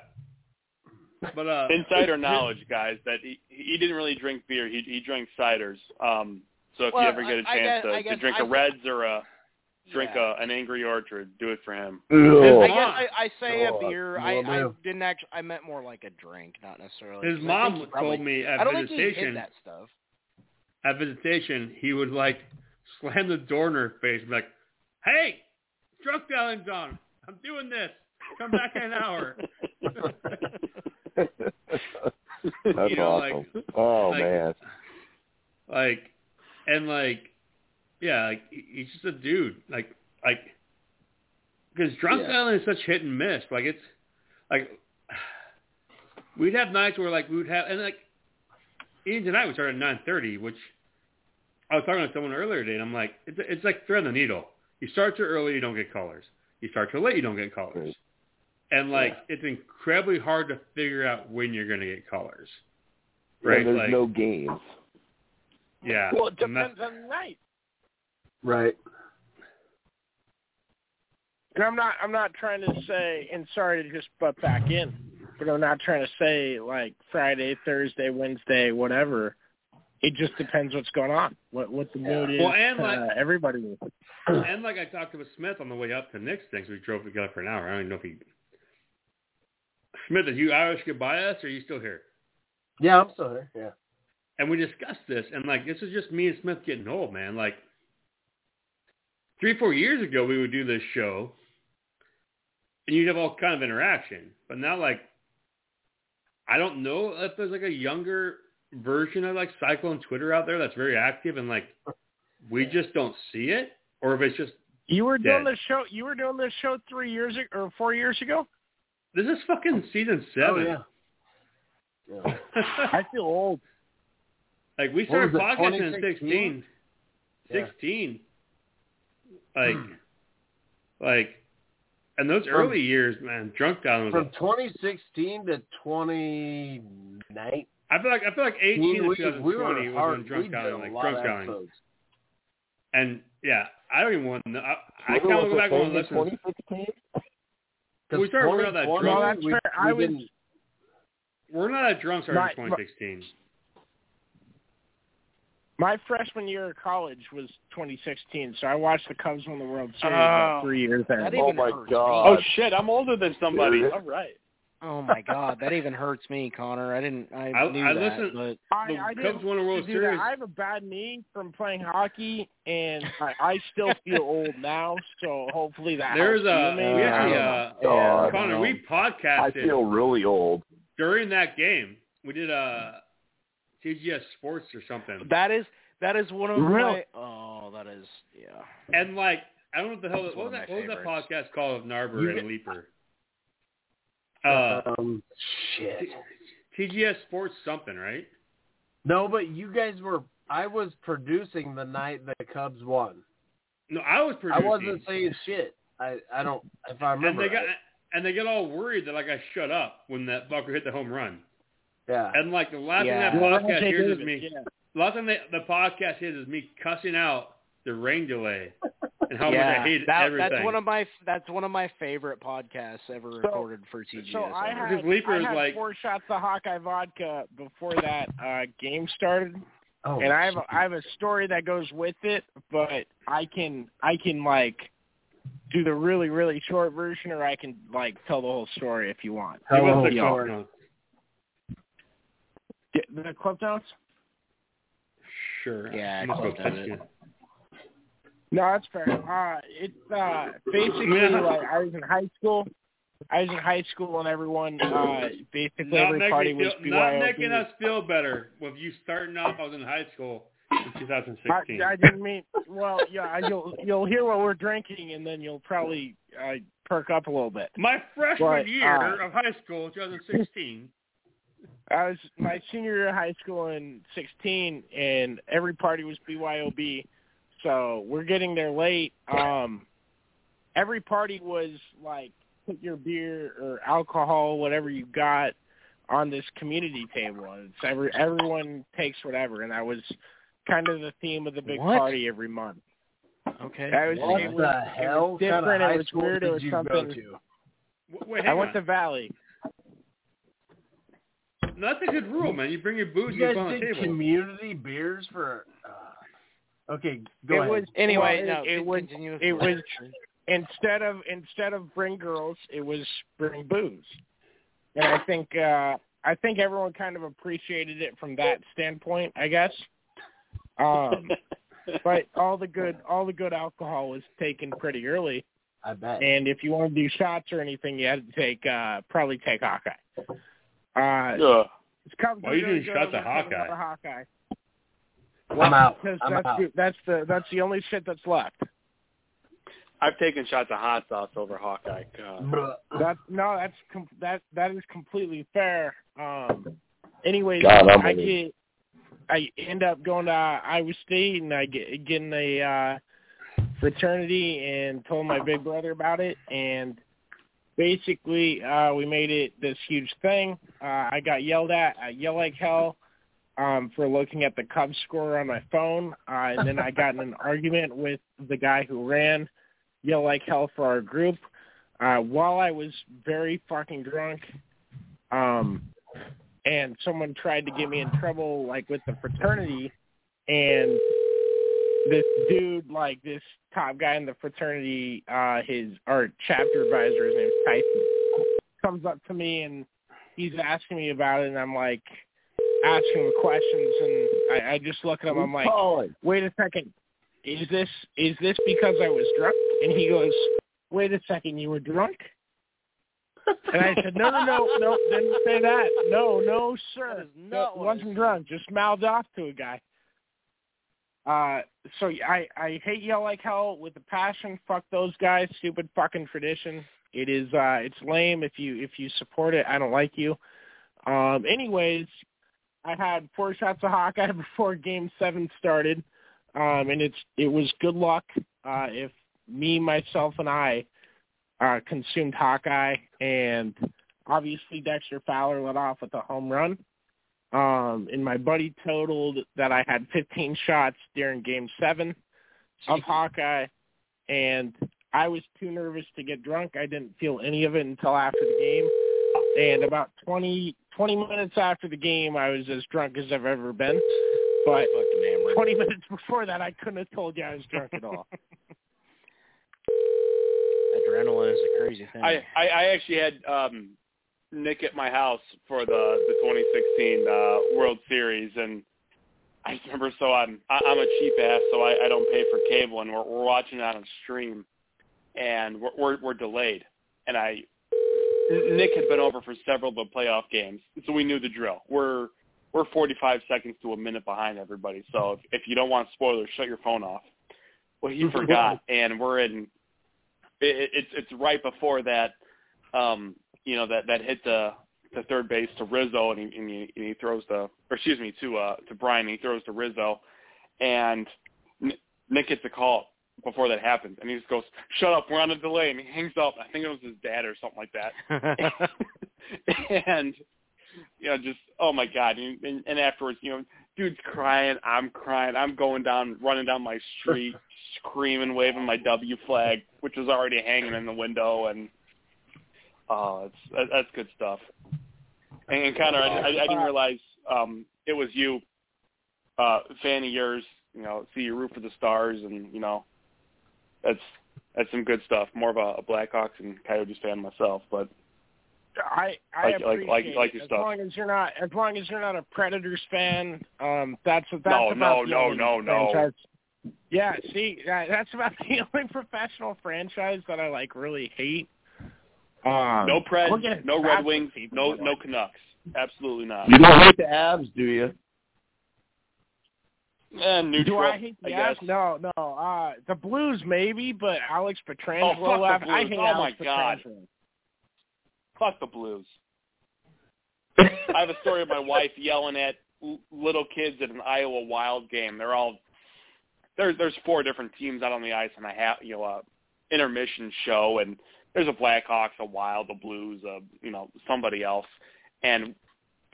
Speaker 1: But uh
Speaker 13: Insider knowledge, guys, that he he didn't really drink beer. He he drank ciders. Um, so if
Speaker 10: Well,
Speaker 13: you ever get a
Speaker 10: I- I
Speaker 13: chance
Speaker 10: guess-
Speaker 13: to,
Speaker 10: I
Speaker 13: to
Speaker 10: guess
Speaker 13: drink
Speaker 10: I-
Speaker 13: a Reds or a drink
Speaker 10: Yeah.
Speaker 13: a, an Angry Orchard, do it for him.
Speaker 10: I,
Speaker 1: His
Speaker 10: guess
Speaker 1: mom,
Speaker 10: I, I say
Speaker 1: Oh,
Speaker 10: a beer.
Speaker 1: well,
Speaker 10: I, I
Speaker 1: no.
Speaker 10: didn't actually. I meant more like a drink, not necessarily.
Speaker 1: his
Speaker 10: 'cause I think he
Speaker 1: mom
Speaker 10: probably-
Speaker 1: told me
Speaker 10: I
Speaker 1: at
Speaker 10: don't think he
Speaker 1: visitation
Speaker 10: hid that stuff.
Speaker 1: at visitation he would like slam the door in her face and be like, Hey, drunk dialing's on. I'm doing this. Come back in an hour.
Speaker 20: That's
Speaker 1: You know, like-
Speaker 20: awesome. oh
Speaker 1: like-
Speaker 20: man.
Speaker 1: like and like yeah like he- he's just a dude like like because drunk
Speaker 20: Yeah.
Speaker 1: dialing is such hit and miss like it's like we'd have nights where like we would have and like even tonight we started at nine thirty which i was talking to someone earlier today and i'm like it's, it's like thread the needle you start too early you don't get callers you start too late you don't get callers and like it's incredibly hard to figure out when you're going to get callers right
Speaker 20: And there's
Speaker 1: like
Speaker 20: no games.
Speaker 1: yeah
Speaker 14: Well, it
Speaker 1: and that's-
Speaker 14: depends on the night.
Speaker 9: right.
Speaker 14: And I'm not I'm not trying to say and sorry to just butt back in, but I'm not trying to say like Friday, Thursday, Wednesday, whatever. It just depends what's going on, what what the mood is.
Speaker 1: Well, and,
Speaker 14: uh,
Speaker 1: like-
Speaker 14: everybody.
Speaker 1: and like I talked to Smith on the way up to Nick's thing, so we drove together for an hour. I don't even know if he. Smith, did you Irish goodbye us, or are you still here?
Speaker 9: Yeah, I'm still here. Yeah.
Speaker 1: And we discussed this, and like this is just me and Smith getting old, man. Like three, four years ago, we would do this show, and you'd have all kind of interaction. But now, like, I don't know if there's like a younger version of like Cyclone Twitter out there that's very active, and like we just don't see it, or if it's just
Speaker 14: You were
Speaker 1: doing
Speaker 14: doing
Speaker 1: Dead.
Speaker 14: this show. You were doing this show three years ago or four years ago.
Speaker 1: this is fucking season seven.
Speaker 20: Oh,
Speaker 9: yeah.
Speaker 14: Oh, I feel old.
Speaker 1: Like we
Speaker 9: What
Speaker 1: started
Speaker 9: was it,
Speaker 1: podcasting in
Speaker 9: 2016?
Speaker 1: 16. 16. Like, like, and those
Speaker 9: Hmm. From-
Speaker 1: early years, man, drunk down was.
Speaker 9: From
Speaker 1: A,
Speaker 9: 2016 to 2019,
Speaker 1: I feel like I feel like 18
Speaker 9: we,
Speaker 1: to
Speaker 9: we
Speaker 1: 2020
Speaker 9: were
Speaker 1: was
Speaker 9: hard.
Speaker 1: when drunk
Speaker 9: we
Speaker 1: down,
Speaker 9: did
Speaker 1: like
Speaker 9: a lot
Speaker 1: drunk
Speaker 9: of
Speaker 1: down.
Speaker 9: episodes.
Speaker 1: And yeah, I don't even want to. know. I, I
Speaker 20: Remember
Speaker 1: kind of
Speaker 20: what
Speaker 1: look
Speaker 20: the
Speaker 1: back and
Speaker 20: thing in
Speaker 1: listen.
Speaker 20: 2016?
Speaker 1: We started working on that
Speaker 9: 2020,
Speaker 1: drunk.
Speaker 14: that's
Speaker 9: we,
Speaker 14: fair.
Speaker 9: we
Speaker 14: I was-
Speaker 9: didn't-
Speaker 1: We're not at drunk starting
Speaker 14: My-
Speaker 1: in 2016.
Speaker 14: My freshman year of college was 2016, so I watched the Cubs win the World Series
Speaker 13: Oh.
Speaker 14: about three years
Speaker 10: That
Speaker 14: ago.
Speaker 10: even
Speaker 20: Oh my
Speaker 10: hurts
Speaker 20: god.
Speaker 13: Oh shit! I'm older than somebody.
Speaker 20: Dude.
Speaker 13: All right.
Speaker 10: Me. Oh my god, that even hurts me, Connor. I didn't. I,
Speaker 1: I,
Speaker 10: knew
Speaker 1: I
Speaker 10: that,
Speaker 1: listened.
Speaker 10: but
Speaker 14: I,
Speaker 1: the
Speaker 14: I
Speaker 1: Cubs
Speaker 14: didn't
Speaker 1: won a World
Speaker 14: do
Speaker 1: Series.
Speaker 14: that. I have a bad knee from playing hockey, and I, I still feel old now. So hopefully that
Speaker 1: There's
Speaker 14: helps.
Speaker 1: a
Speaker 14: You know what I
Speaker 1: we
Speaker 14: mean?
Speaker 1: actually
Speaker 20: Yeah.
Speaker 1: uh,
Speaker 20: Oh God.
Speaker 1: Connor. We
Speaker 20: I
Speaker 1: podcasted.
Speaker 20: feel really old.
Speaker 1: during that game, we did uh, a TGS Sports or something,
Speaker 10: that is that is one of
Speaker 20: Really?
Speaker 10: my. Oh, that is yeah.
Speaker 1: and like I don't know what the hell what was
Speaker 10: one of
Speaker 1: that
Speaker 10: my
Speaker 1: what was that
Speaker 10: favorites.
Speaker 1: podcast called of Narber
Speaker 9: You-
Speaker 1: and Leaper? Uh,
Speaker 9: um, shit.
Speaker 1: T- TGS Sports something, right?
Speaker 9: No, but you guys were. I was producing the night the Cubs won.
Speaker 1: No, I was
Speaker 9: I
Speaker 1: producing.
Speaker 9: wasn't saying shit. I I don't. If I remember,
Speaker 1: and they got
Speaker 9: right.
Speaker 1: and they get all worried that like I shut up when that fucker hit the home run.
Speaker 9: Yeah.
Speaker 1: And like the last
Speaker 9: Yeah.
Speaker 1: thing that
Speaker 9: Well, that's
Speaker 1: podcast
Speaker 9: what they
Speaker 1: hears
Speaker 9: do,
Speaker 1: is me.
Speaker 9: yeah.
Speaker 1: The last thing that the podcast hears is me cussing out the rain delay and how
Speaker 10: yeah,
Speaker 1: much I hated
Speaker 10: that,
Speaker 1: everything.
Speaker 10: That's one of my that's one of my favorite podcasts ever recorded for TGS.
Speaker 14: So I
Speaker 10: ever.
Speaker 14: had, I had four shots of Hawkeye vodka before that uh, game started,
Speaker 9: Oh,
Speaker 14: and I have a,
Speaker 9: shit.
Speaker 14: I have a story that goes with it, but I can I can like do the really really short version, or I can like tell the whole story if you want.
Speaker 9: Tell
Speaker 14: You
Speaker 9: the
Speaker 14: know,
Speaker 9: whole
Speaker 14: you know,
Speaker 9: story.
Speaker 14: yeah, The club notes?
Speaker 1: Sure.
Speaker 14: Yeah,
Speaker 1: I'm not
Speaker 14: close
Speaker 1: gonna
Speaker 14: to
Speaker 1: touch
Speaker 14: it.
Speaker 1: you.
Speaker 14: No, that's fair. Uh, it's uh, basically
Speaker 1: Yeah.
Speaker 14: like I was in high school. I was in high school, and everyone uh, basically
Speaker 1: Not
Speaker 14: every
Speaker 1: making
Speaker 14: party
Speaker 1: me
Speaker 14: was
Speaker 1: feel-
Speaker 14: BYOB.
Speaker 1: not making us feel better with you starting off. I was in high school in 2016.
Speaker 14: I, I didn't mean. Well, yeah, you'll you'll hear what we're drinking, and then you'll probably uh, perk up a little bit.
Speaker 1: My freshman
Speaker 14: But,
Speaker 1: year
Speaker 14: uh,
Speaker 1: of high school, 2016.
Speaker 14: I was my senior year of high school in '16, and every party was BYOB. So we're getting there late. Um, every party was like put your beer or alcohol, whatever you got, on this community table, and it's every everyone takes whatever, and that was kind of the theme of the big
Speaker 10: What?
Speaker 14: party every month.
Speaker 10: Okay.
Speaker 14: That was,
Speaker 9: What
Speaker 14: it was, it
Speaker 9: the
Speaker 14: was
Speaker 9: hell kind of
Speaker 14: different.
Speaker 9: high
Speaker 14: it was
Speaker 9: school
Speaker 14: weird.
Speaker 9: did
Speaker 14: it was
Speaker 9: you go
Speaker 14: something.
Speaker 9: to?
Speaker 1: W- Wait, hang
Speaker 14: I went
Speaker 1: on.
Speaker 14: to Valley.
Speaker 1: No, that's a good rule, man. You bring your booze
Speaker 9: You guys
Speaker 1: and put on the
Speaker 9: did
Speaker 1: table.
Speaker 9: community beers for. Uh, okay, go
Speaker 14: it
Speaker 9: ahead.
Speaker 14: was
Speaker 10: Anyway,
Speaker 14: well,
Speaker 10: no,
Speaker 14: it, it was
Speaker 10: continue with
Speaker 14: it
Speaker 10: the
Speaker 14: was
Speaker 10: story.
Speaker 14: instead of instead of bring girls, it was bring booze, and I think uh, I think everyone kind of appreciated it from that standpoint, I guess.
Speaker 11: Ah,
Speaker 14: Um, but all the good all the good alcohol was taken pretty early,
Speaker 9: I bet.
Speaker 14: and if you want to do shots or anything, you had to take uh, probably take Hawkeye. Uh,
Speaker 13: Ugh.
Speaker 14: It's Cubs
Speaker 1: Why are you
Speaker 14: really good.
Speaker 1: doing shots
Speaker 14: We're
Speaker 1: of
Speaker 14: gonna have
Speaker 1: Hawkeye?
Speaker 14: another Hawkeye.
Speaker 9: I'm out.
Speaker 14: Because
Speaker 9: I'm
Speaker 14: that's,
Speaker 9: out.
Speaker 14: The, that's the that's the only shit that's left.
Speaker 13: I've taken shots of hot sauce over Hawkeye. God.
Speaker 9: Bruh.
Speaker 14: That's no, that's com- that that is completely fair. Um, anyways,
Speaker 15: God, I'm
Speaker 14: I
Speaker 15: with
Speaker 14: get I end up going to Iowa State and I get getting a uh, fraternity and told my big brother about it and basically uh, we made it this huge thing. Uh, I got yelled at, I yelled like hell. Um, for looking at the Cubs score on my phone, uh, and then I got in an argument with the guy who ran yell like hell for our group uh, while I was very fucking drunk, um, and someone tried to get me in trouble, like with the fraternity, and this dude, like this top guy in the fraternity, uh, his our chapter advisor, his name's Tyson, comes up to me and he's asking me about it, and I'm like asking him questions, and I, I just look at him, I'm like,
Speaker 20: Colin.
Speaker 14: wait a second, is this is this because I was drunk? And he goes, wait a second, you were drunk? And I said, no, no, no, no, didn't say that. No, no,
Speaker 10: That
Speaker 14: sir.
Speaker 10: is not
Speaker 14: No,
Speaker 10: what I
Speaker 14: wasn't
Speaker 10: said.
Speaker 14: drunk. Just mouthed off to a guy. Uh, so I I hate yell like hell with a passion. Fuck those guys. Stupid fucking tradition. It is uh it's lame. If you if you support it, I don't like you. Um, anyways, I had four shots of Hawkeye before Game Seven started, um, and it's it was good luck uh, if me myself and I uh, consumed Hawkeye, and obviously Dexter Fowler let off with a home run. Um, and my buddy totaled that I had 15 shots during Game Seven of Hawkeye, and I was too nervous to get drunk. I didn't feel any of it until after the game. And about 20, 20 minutes after the game, I was as drunk as I've ever been. But
Speaker 10: Fucking hammered.
Speaker 14: 20 minutes before that, I couldn't have told you I was drunk at all.
Speaker 10: Adrenaline is a crazy thing.
Speaker 13: I, I, I actually had um, Nick at my house for the the 2016 uh, World Series, and I remember. So I'm I, I'm a cheap ass, so I, I don't pay for cable, and we're, we're watching it on a stream, and we're, we're we're delayed, and I Nick had been over for several of the playoff games, so we knew the drill. We're we're 45 seconds to a minute behind everybody, so if, if you don't want spoilers, shut your phone off. Well, he forgot, and we're in it, it- it's it's right before that um you know that that hit the to third base to Rizzo, and he and he, and he throws to, or excuse me, to uh to Brian, and he throws to Rizzo, and N- Nick gets a call before that happens, and he just goes, "Shut up, we're on a delay," and he hangs up. I think it was his dad or something like that, and you know, just oh my god, and, and, and afterwards, you know, dude's crying, I'm crying, I'm going down, running down my street, screaming, waving my W flag, which was already hanging in the window, and oh, it's that, that's good stuff. And, and Connor, I, I, I didn't realize um, it was you, uh, fan of yours. You know, see you root for the stars, and you know, that's that's some good stuff. More of a, a Blackhawks and Coyotes fan myself, but
Speaker 14: I I
Speaker 13: Like- like- like-
Speaker 14: appreciate
Speaker 13: like your
Speaker 14: it. as
Speaker 13: stuff.
Speaker 14: long as you're not as long as you're not a Predators fan. Um, that's that's
Speaker 13: No,
Speaker 14: about
Speaker 13: no,
Speaker 14: the
Speaker 13: no,
Speaker 14: only
Speaker 13: no, no.
Speaker 14: franchise- Yeah, see, that, that's about the only professional franchise that I like really hate. Um,
Speaker 13: no
Speaker 14: look
Speaker 13: Preds,
Speaker 14: at
Speaker 13: no
Speaker 14: that's
Speaker 13: Red
Speaker 14: what
Speaker 13: Wings,
Speaker 14: people
Speaker 13: no
Speaker 14: don't
Speaker 13: no Canucks. Absolutely not.
Speaker 15: You don't hate the abs, do you?
Speaker 13: Eh, neutral,
Speaker 14: Do I hate the
Speaker 13: I
Speaker 14: Avs?
Speaker 13: guess.
Speaker 14: No, no. Uh, the Blues maybe, but Alex
Speaker 13: Oh,
Speaker 14: Petrangelo.
Speaker 13: fuck
Speaker 14: I've-
Speaker 13: the
Speaker 14: I
Speaker 13: Blues.
Speaker 14: hate
Speaker 13: Oh, my
Speaker 14: Alex
Speaker 13: God.
Speaker 14: Petrangelo.
Speaker 13: Fuck the Blues. I have a story of my wife yelling at l- little kids at an Iowa Wild game. They're all there's there's four different teams out on the ice, and I have you know a intermission show, and there's a Blackhawks, a Wild, a Blues, a you know somebody else, and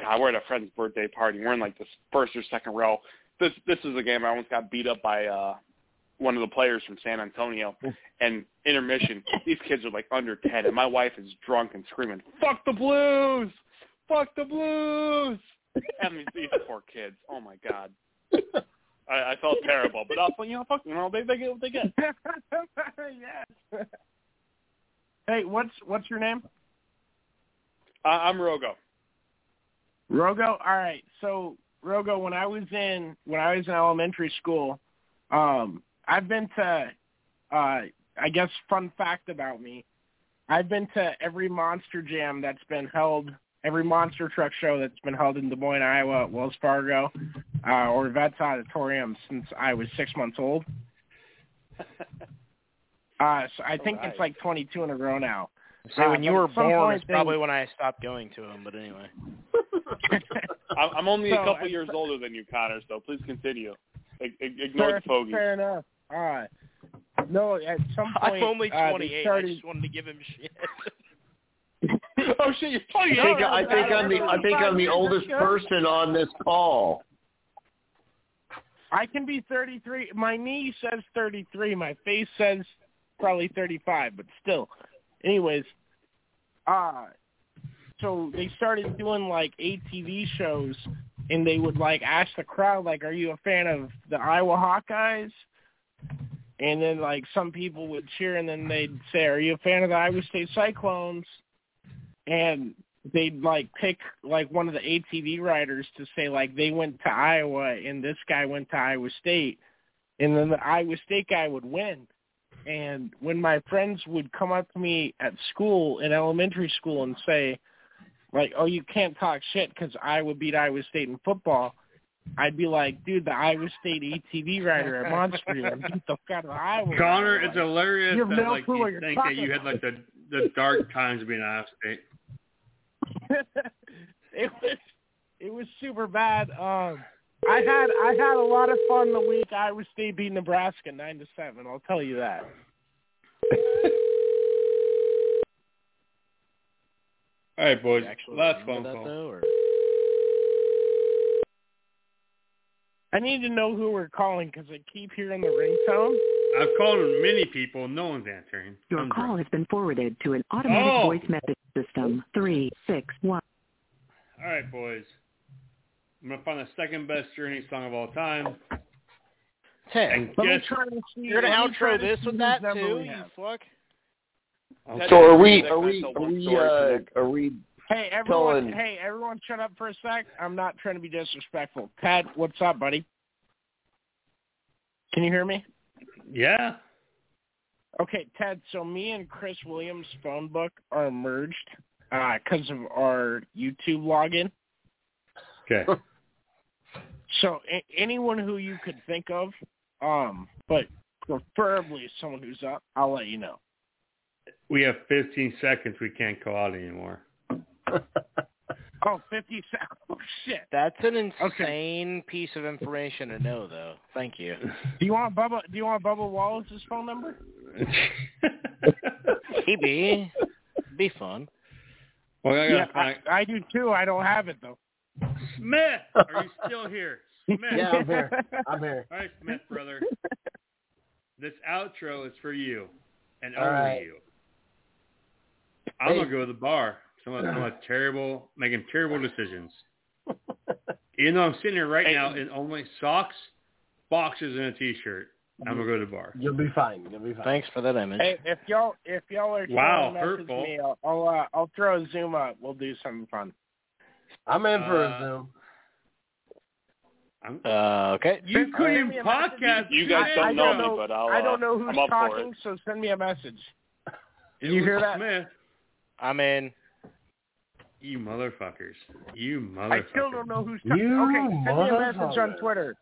Speaker 13: God, we're at a friend's birthday party. We're in like this first or second row. This this is a game I almost got beat up by uh one of the players from San Antonio and intermission. These kids are like under ten and my wife is drunk and screaming, Fuck the blues Fuck the blues And these, these poor kids. Oh my god. I, I felt terrible, but also you know, fuck you know, they they get what they get.
Speaker 14: yes. Hey, what's what's your name?
Speaker 13: Uh, I'm Rogo.
Speaker 14: Rogo. All right. So Rogo, when I was in when I was in elementary school, um, I've been to, uh, I guess fun fact about me, I've been to every monster jam that's been held, every monster truck show that's been held in Des Moines, Iowa, at Wells Fargo, uh, or Vets Auditorium since I was six months old. Uh, so I think it's
Speaker 10: Alright.
Speaker 14: like 22 in a row now.
Speaker 10: So
Speaker 14: Uh,
Speaker 10: when you
Speaker 14: but
Speaker 10: were
Speaker 14: at some
Speaker 10: born
Speaker 14: point
Speaker 10: is probably
Speaker 14: things-
Speaker 10: when I stopped going to him. But anyway,
Speaker 13: I'm, I'm only
Speaker 14: So,
Speaker 13: a couple
Speaker 14: I-
Speaker 13: years older than you, Connor. So please continue. I, ignore
Speaker 14: fair,
Speaker 13: the fogies.
Speaker 14: Fair enough. Uh, no, at some point
Speaker 10: I'm only
Speaker 14: uh, they
Speaker 10: 28. I
Speaker 14: started-
Speaker 10: just wanted to give him shit.
Speaker 13: oh shit, you're
Speaker 15: I think, I think I'm the I think I'm the oldest person on this call.
Speaker 14: I can be 33. My knee says 33. My face says probably 35, but still. Anyways, uh, so they started doing like ATV shows, and they would like ask the crowd, like, "Are you a fan of the Iowa Hawkeyes?" And then like some people would cheer, and then they'd say, "Are you a fan of the Iowa State Cyclones?" And they'd like pick like one of the ATV riders to say like they went to Iowa and this guy went to Iowa State, and then the Iowa State guy would win. And when my friends would come up to me at school in elementary school and say, like, "Oh, you can't talk shit because Iowa beat Iowa State in football," I'd be like, "Dude, the Iowa State ATV rider at Monsterville beat the fuck out of Iowa."
Speaker 1: Connor,
Speaker 14: Like,
Speaker 1: it's hilarious
Speaker 14: You have
Speaker 1: that
Speaker 14: no
Speaker 1: like
Speaker 14: clue what
Speaker 1: you
Speaker 14: you're
Speaker 1: think that
Speaker 14: talking
Speaker 1: you had like the the dark times of being out of state.
Speaker 14: it was it was super bad. Um, I had I had a lot of fun the week Iowa State beat Nebraska nine to seven. I'll tell you that.
Speaker 1: All right, boys.
Speaker 10: Actually
Speaker 1: Last phone
Speaker 10: remember that,
Speaker 1: call.
Speaker 10: though, or-
Speaker 14: I need to know who we're calling because I keep hearing the ringtone.
Speaker 1: I've called many people. No one's answering.
Speaker 21: Your
Speaker 1: I'm
Speaker 21: call
Speaker 1: drunk.
Speaker 21: has been forwarded to an automatic
Speaker 1: Oh.
Speaker 21: voice message system. 361.
Speaker 1: All right, boys. I'm gonna find the second best Journey song of all time. And
Speaker 14: Let me
Speaker 1: guess
Speaker 14: try to see.
Speaker 10: You're gonna
Speaker 14: let me try
Speaker 10: outro
Speaker 14: to
Speaker 10: this
Speaker 14: see
Speaker 10: with
Speaker 14: whose
Speaker 10: that
Speaker 14: number
Speaker 10: too,
Speaker 14: we
Speaker 10: you
Speaker 14: have.
Speaker 10: fuck.
Speaker 15: So are we are we are we uh, are we
Speaker 14: Hey everyone!
Speaker 15: Telling-
Speaker 14: Hey everyone! Shut up for a sec. I'm not trying to be disrespectful. Ted, what's up, buddy? Can you hear me?
Speaker 1: Yeah.
Speaker 14: Okay, Ted. So me and Chris Williams' phone book are merged because of our YouTube login.
Speaker 1: Okay.
Speaker 14: So a- anyone who you could think of, um, but preferably someone who's up, I'll let you know.
Speaker 1: We have 15 seconds. We can't call out anymore.
Speaker 14: Oh, 50 cents. Oh, shit.
Speaker 10: That's an insane piece of information to know, though. Thank you.
Speaker 14: Do you want Bubba? Do you want Bubba Wallace's phone number? Eh,
Speaker 10: Maybe. Be fun.
Speaker 1: Well, I gotta
Speaker 14: yeah, I,
Speaker 1: find-
Speaker 14: I do too. I don't have it though.
Speaker 1: Smith, are you still here? Smith.
Speaker 14: Yeah, I'm here.
Speaker 9: I'm here.
Speaker 1: All right, Smith, brother. This outro is for you and
Speaker 9: All
Speaker 1: only
Speaker 9: right.
Speaker 1: you. I'm
Speaker 9: Hey.
Speaker 1: gonna go to the bar. Someone, someone terrible, making terrible decisions. you know, I'm sitting here right now in only socks, boxes, and a t-shirt. I'm gonna go to the bar.
Speaker 9: You'll be fine. You'll be fine.
Speaker 10: Thanks for that image.
Speaker 14: Hey, if y'all if y'all are
Speaker 1: Wow,
Speaker 14: trying to message
Speaker 1: hurtful.
Speaker 14: me, I'll I'll, uh, I'll throw a Zoom up. We'll do something fun.
Speaker 9: I'm in for
Speaker 1: Uh,
Speaker 9: a Zoom.
Speaker 10: Uh, okay.
Speaker 1: You
Speaker 14: Send
Speaker 1: couldn't
Speaker 14: me a message.
Speaker 1: even podcast.
Speaker 13: You guys
Speaker 14: I-
Speaker 13: don't
Speaker 14: I
Speaker 13: know
Speaker 14: don't
Speaker 13: me,
Speaker 14: know,
Speaker 13: but I'll,
Speaker 14: I don't
Speaker 13: uh,
Speaker 14: know who's
Speaker 13: I'm up for
Speaker 14: talking,
Speaker 13: it.
Speaker 14: so send me a message.
Speaker 1: It
Speaker 14: You
Speaker 1: was
Speaker 14: hear that?
Speaker 1: Smith.
Speaker 10: I'm in.
Speaker 1: You motherfuckers. You
Speaker 14: I
Speaker 1: motherfuckers.
Speaker 14: still don't know who's
Speaker 9: You
Speaker 14: talking. Okay, send me a message on
Speaker 9: motherfucker.
Speaker 14: Twitter.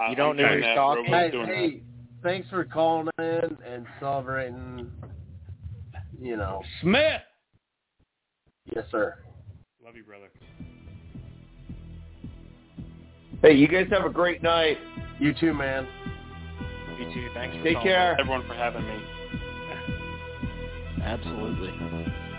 Speaker 13: I-
Speaker 10: You don't
Speaker 13: I'm
Speaker 10: know
Speaker 13: doing
Speaker 10: who's
Speaker 13: that.
Speaker 10: talking?
Speaker 13: Robo's
Speaker 9: Guys,
Speaker 13: doing that.
Speaker 9: hey, thanks for calling in and celebrating. You know,
Speaker 1: Smith.
Speaker 9: yes, sir.
Speaker 1: Love you, brother.
Speaker 15: Hey, you guys have a great night.
Speaker 9: You too, man.
Speaker 10: You too. Thanks for
Speaker 15: Take
Speaker 10: calling.
Speaker 15: care.
Speaker 13: Everyone for having me.
Speaker 10: Absolutely.
Speaker 13: Oh!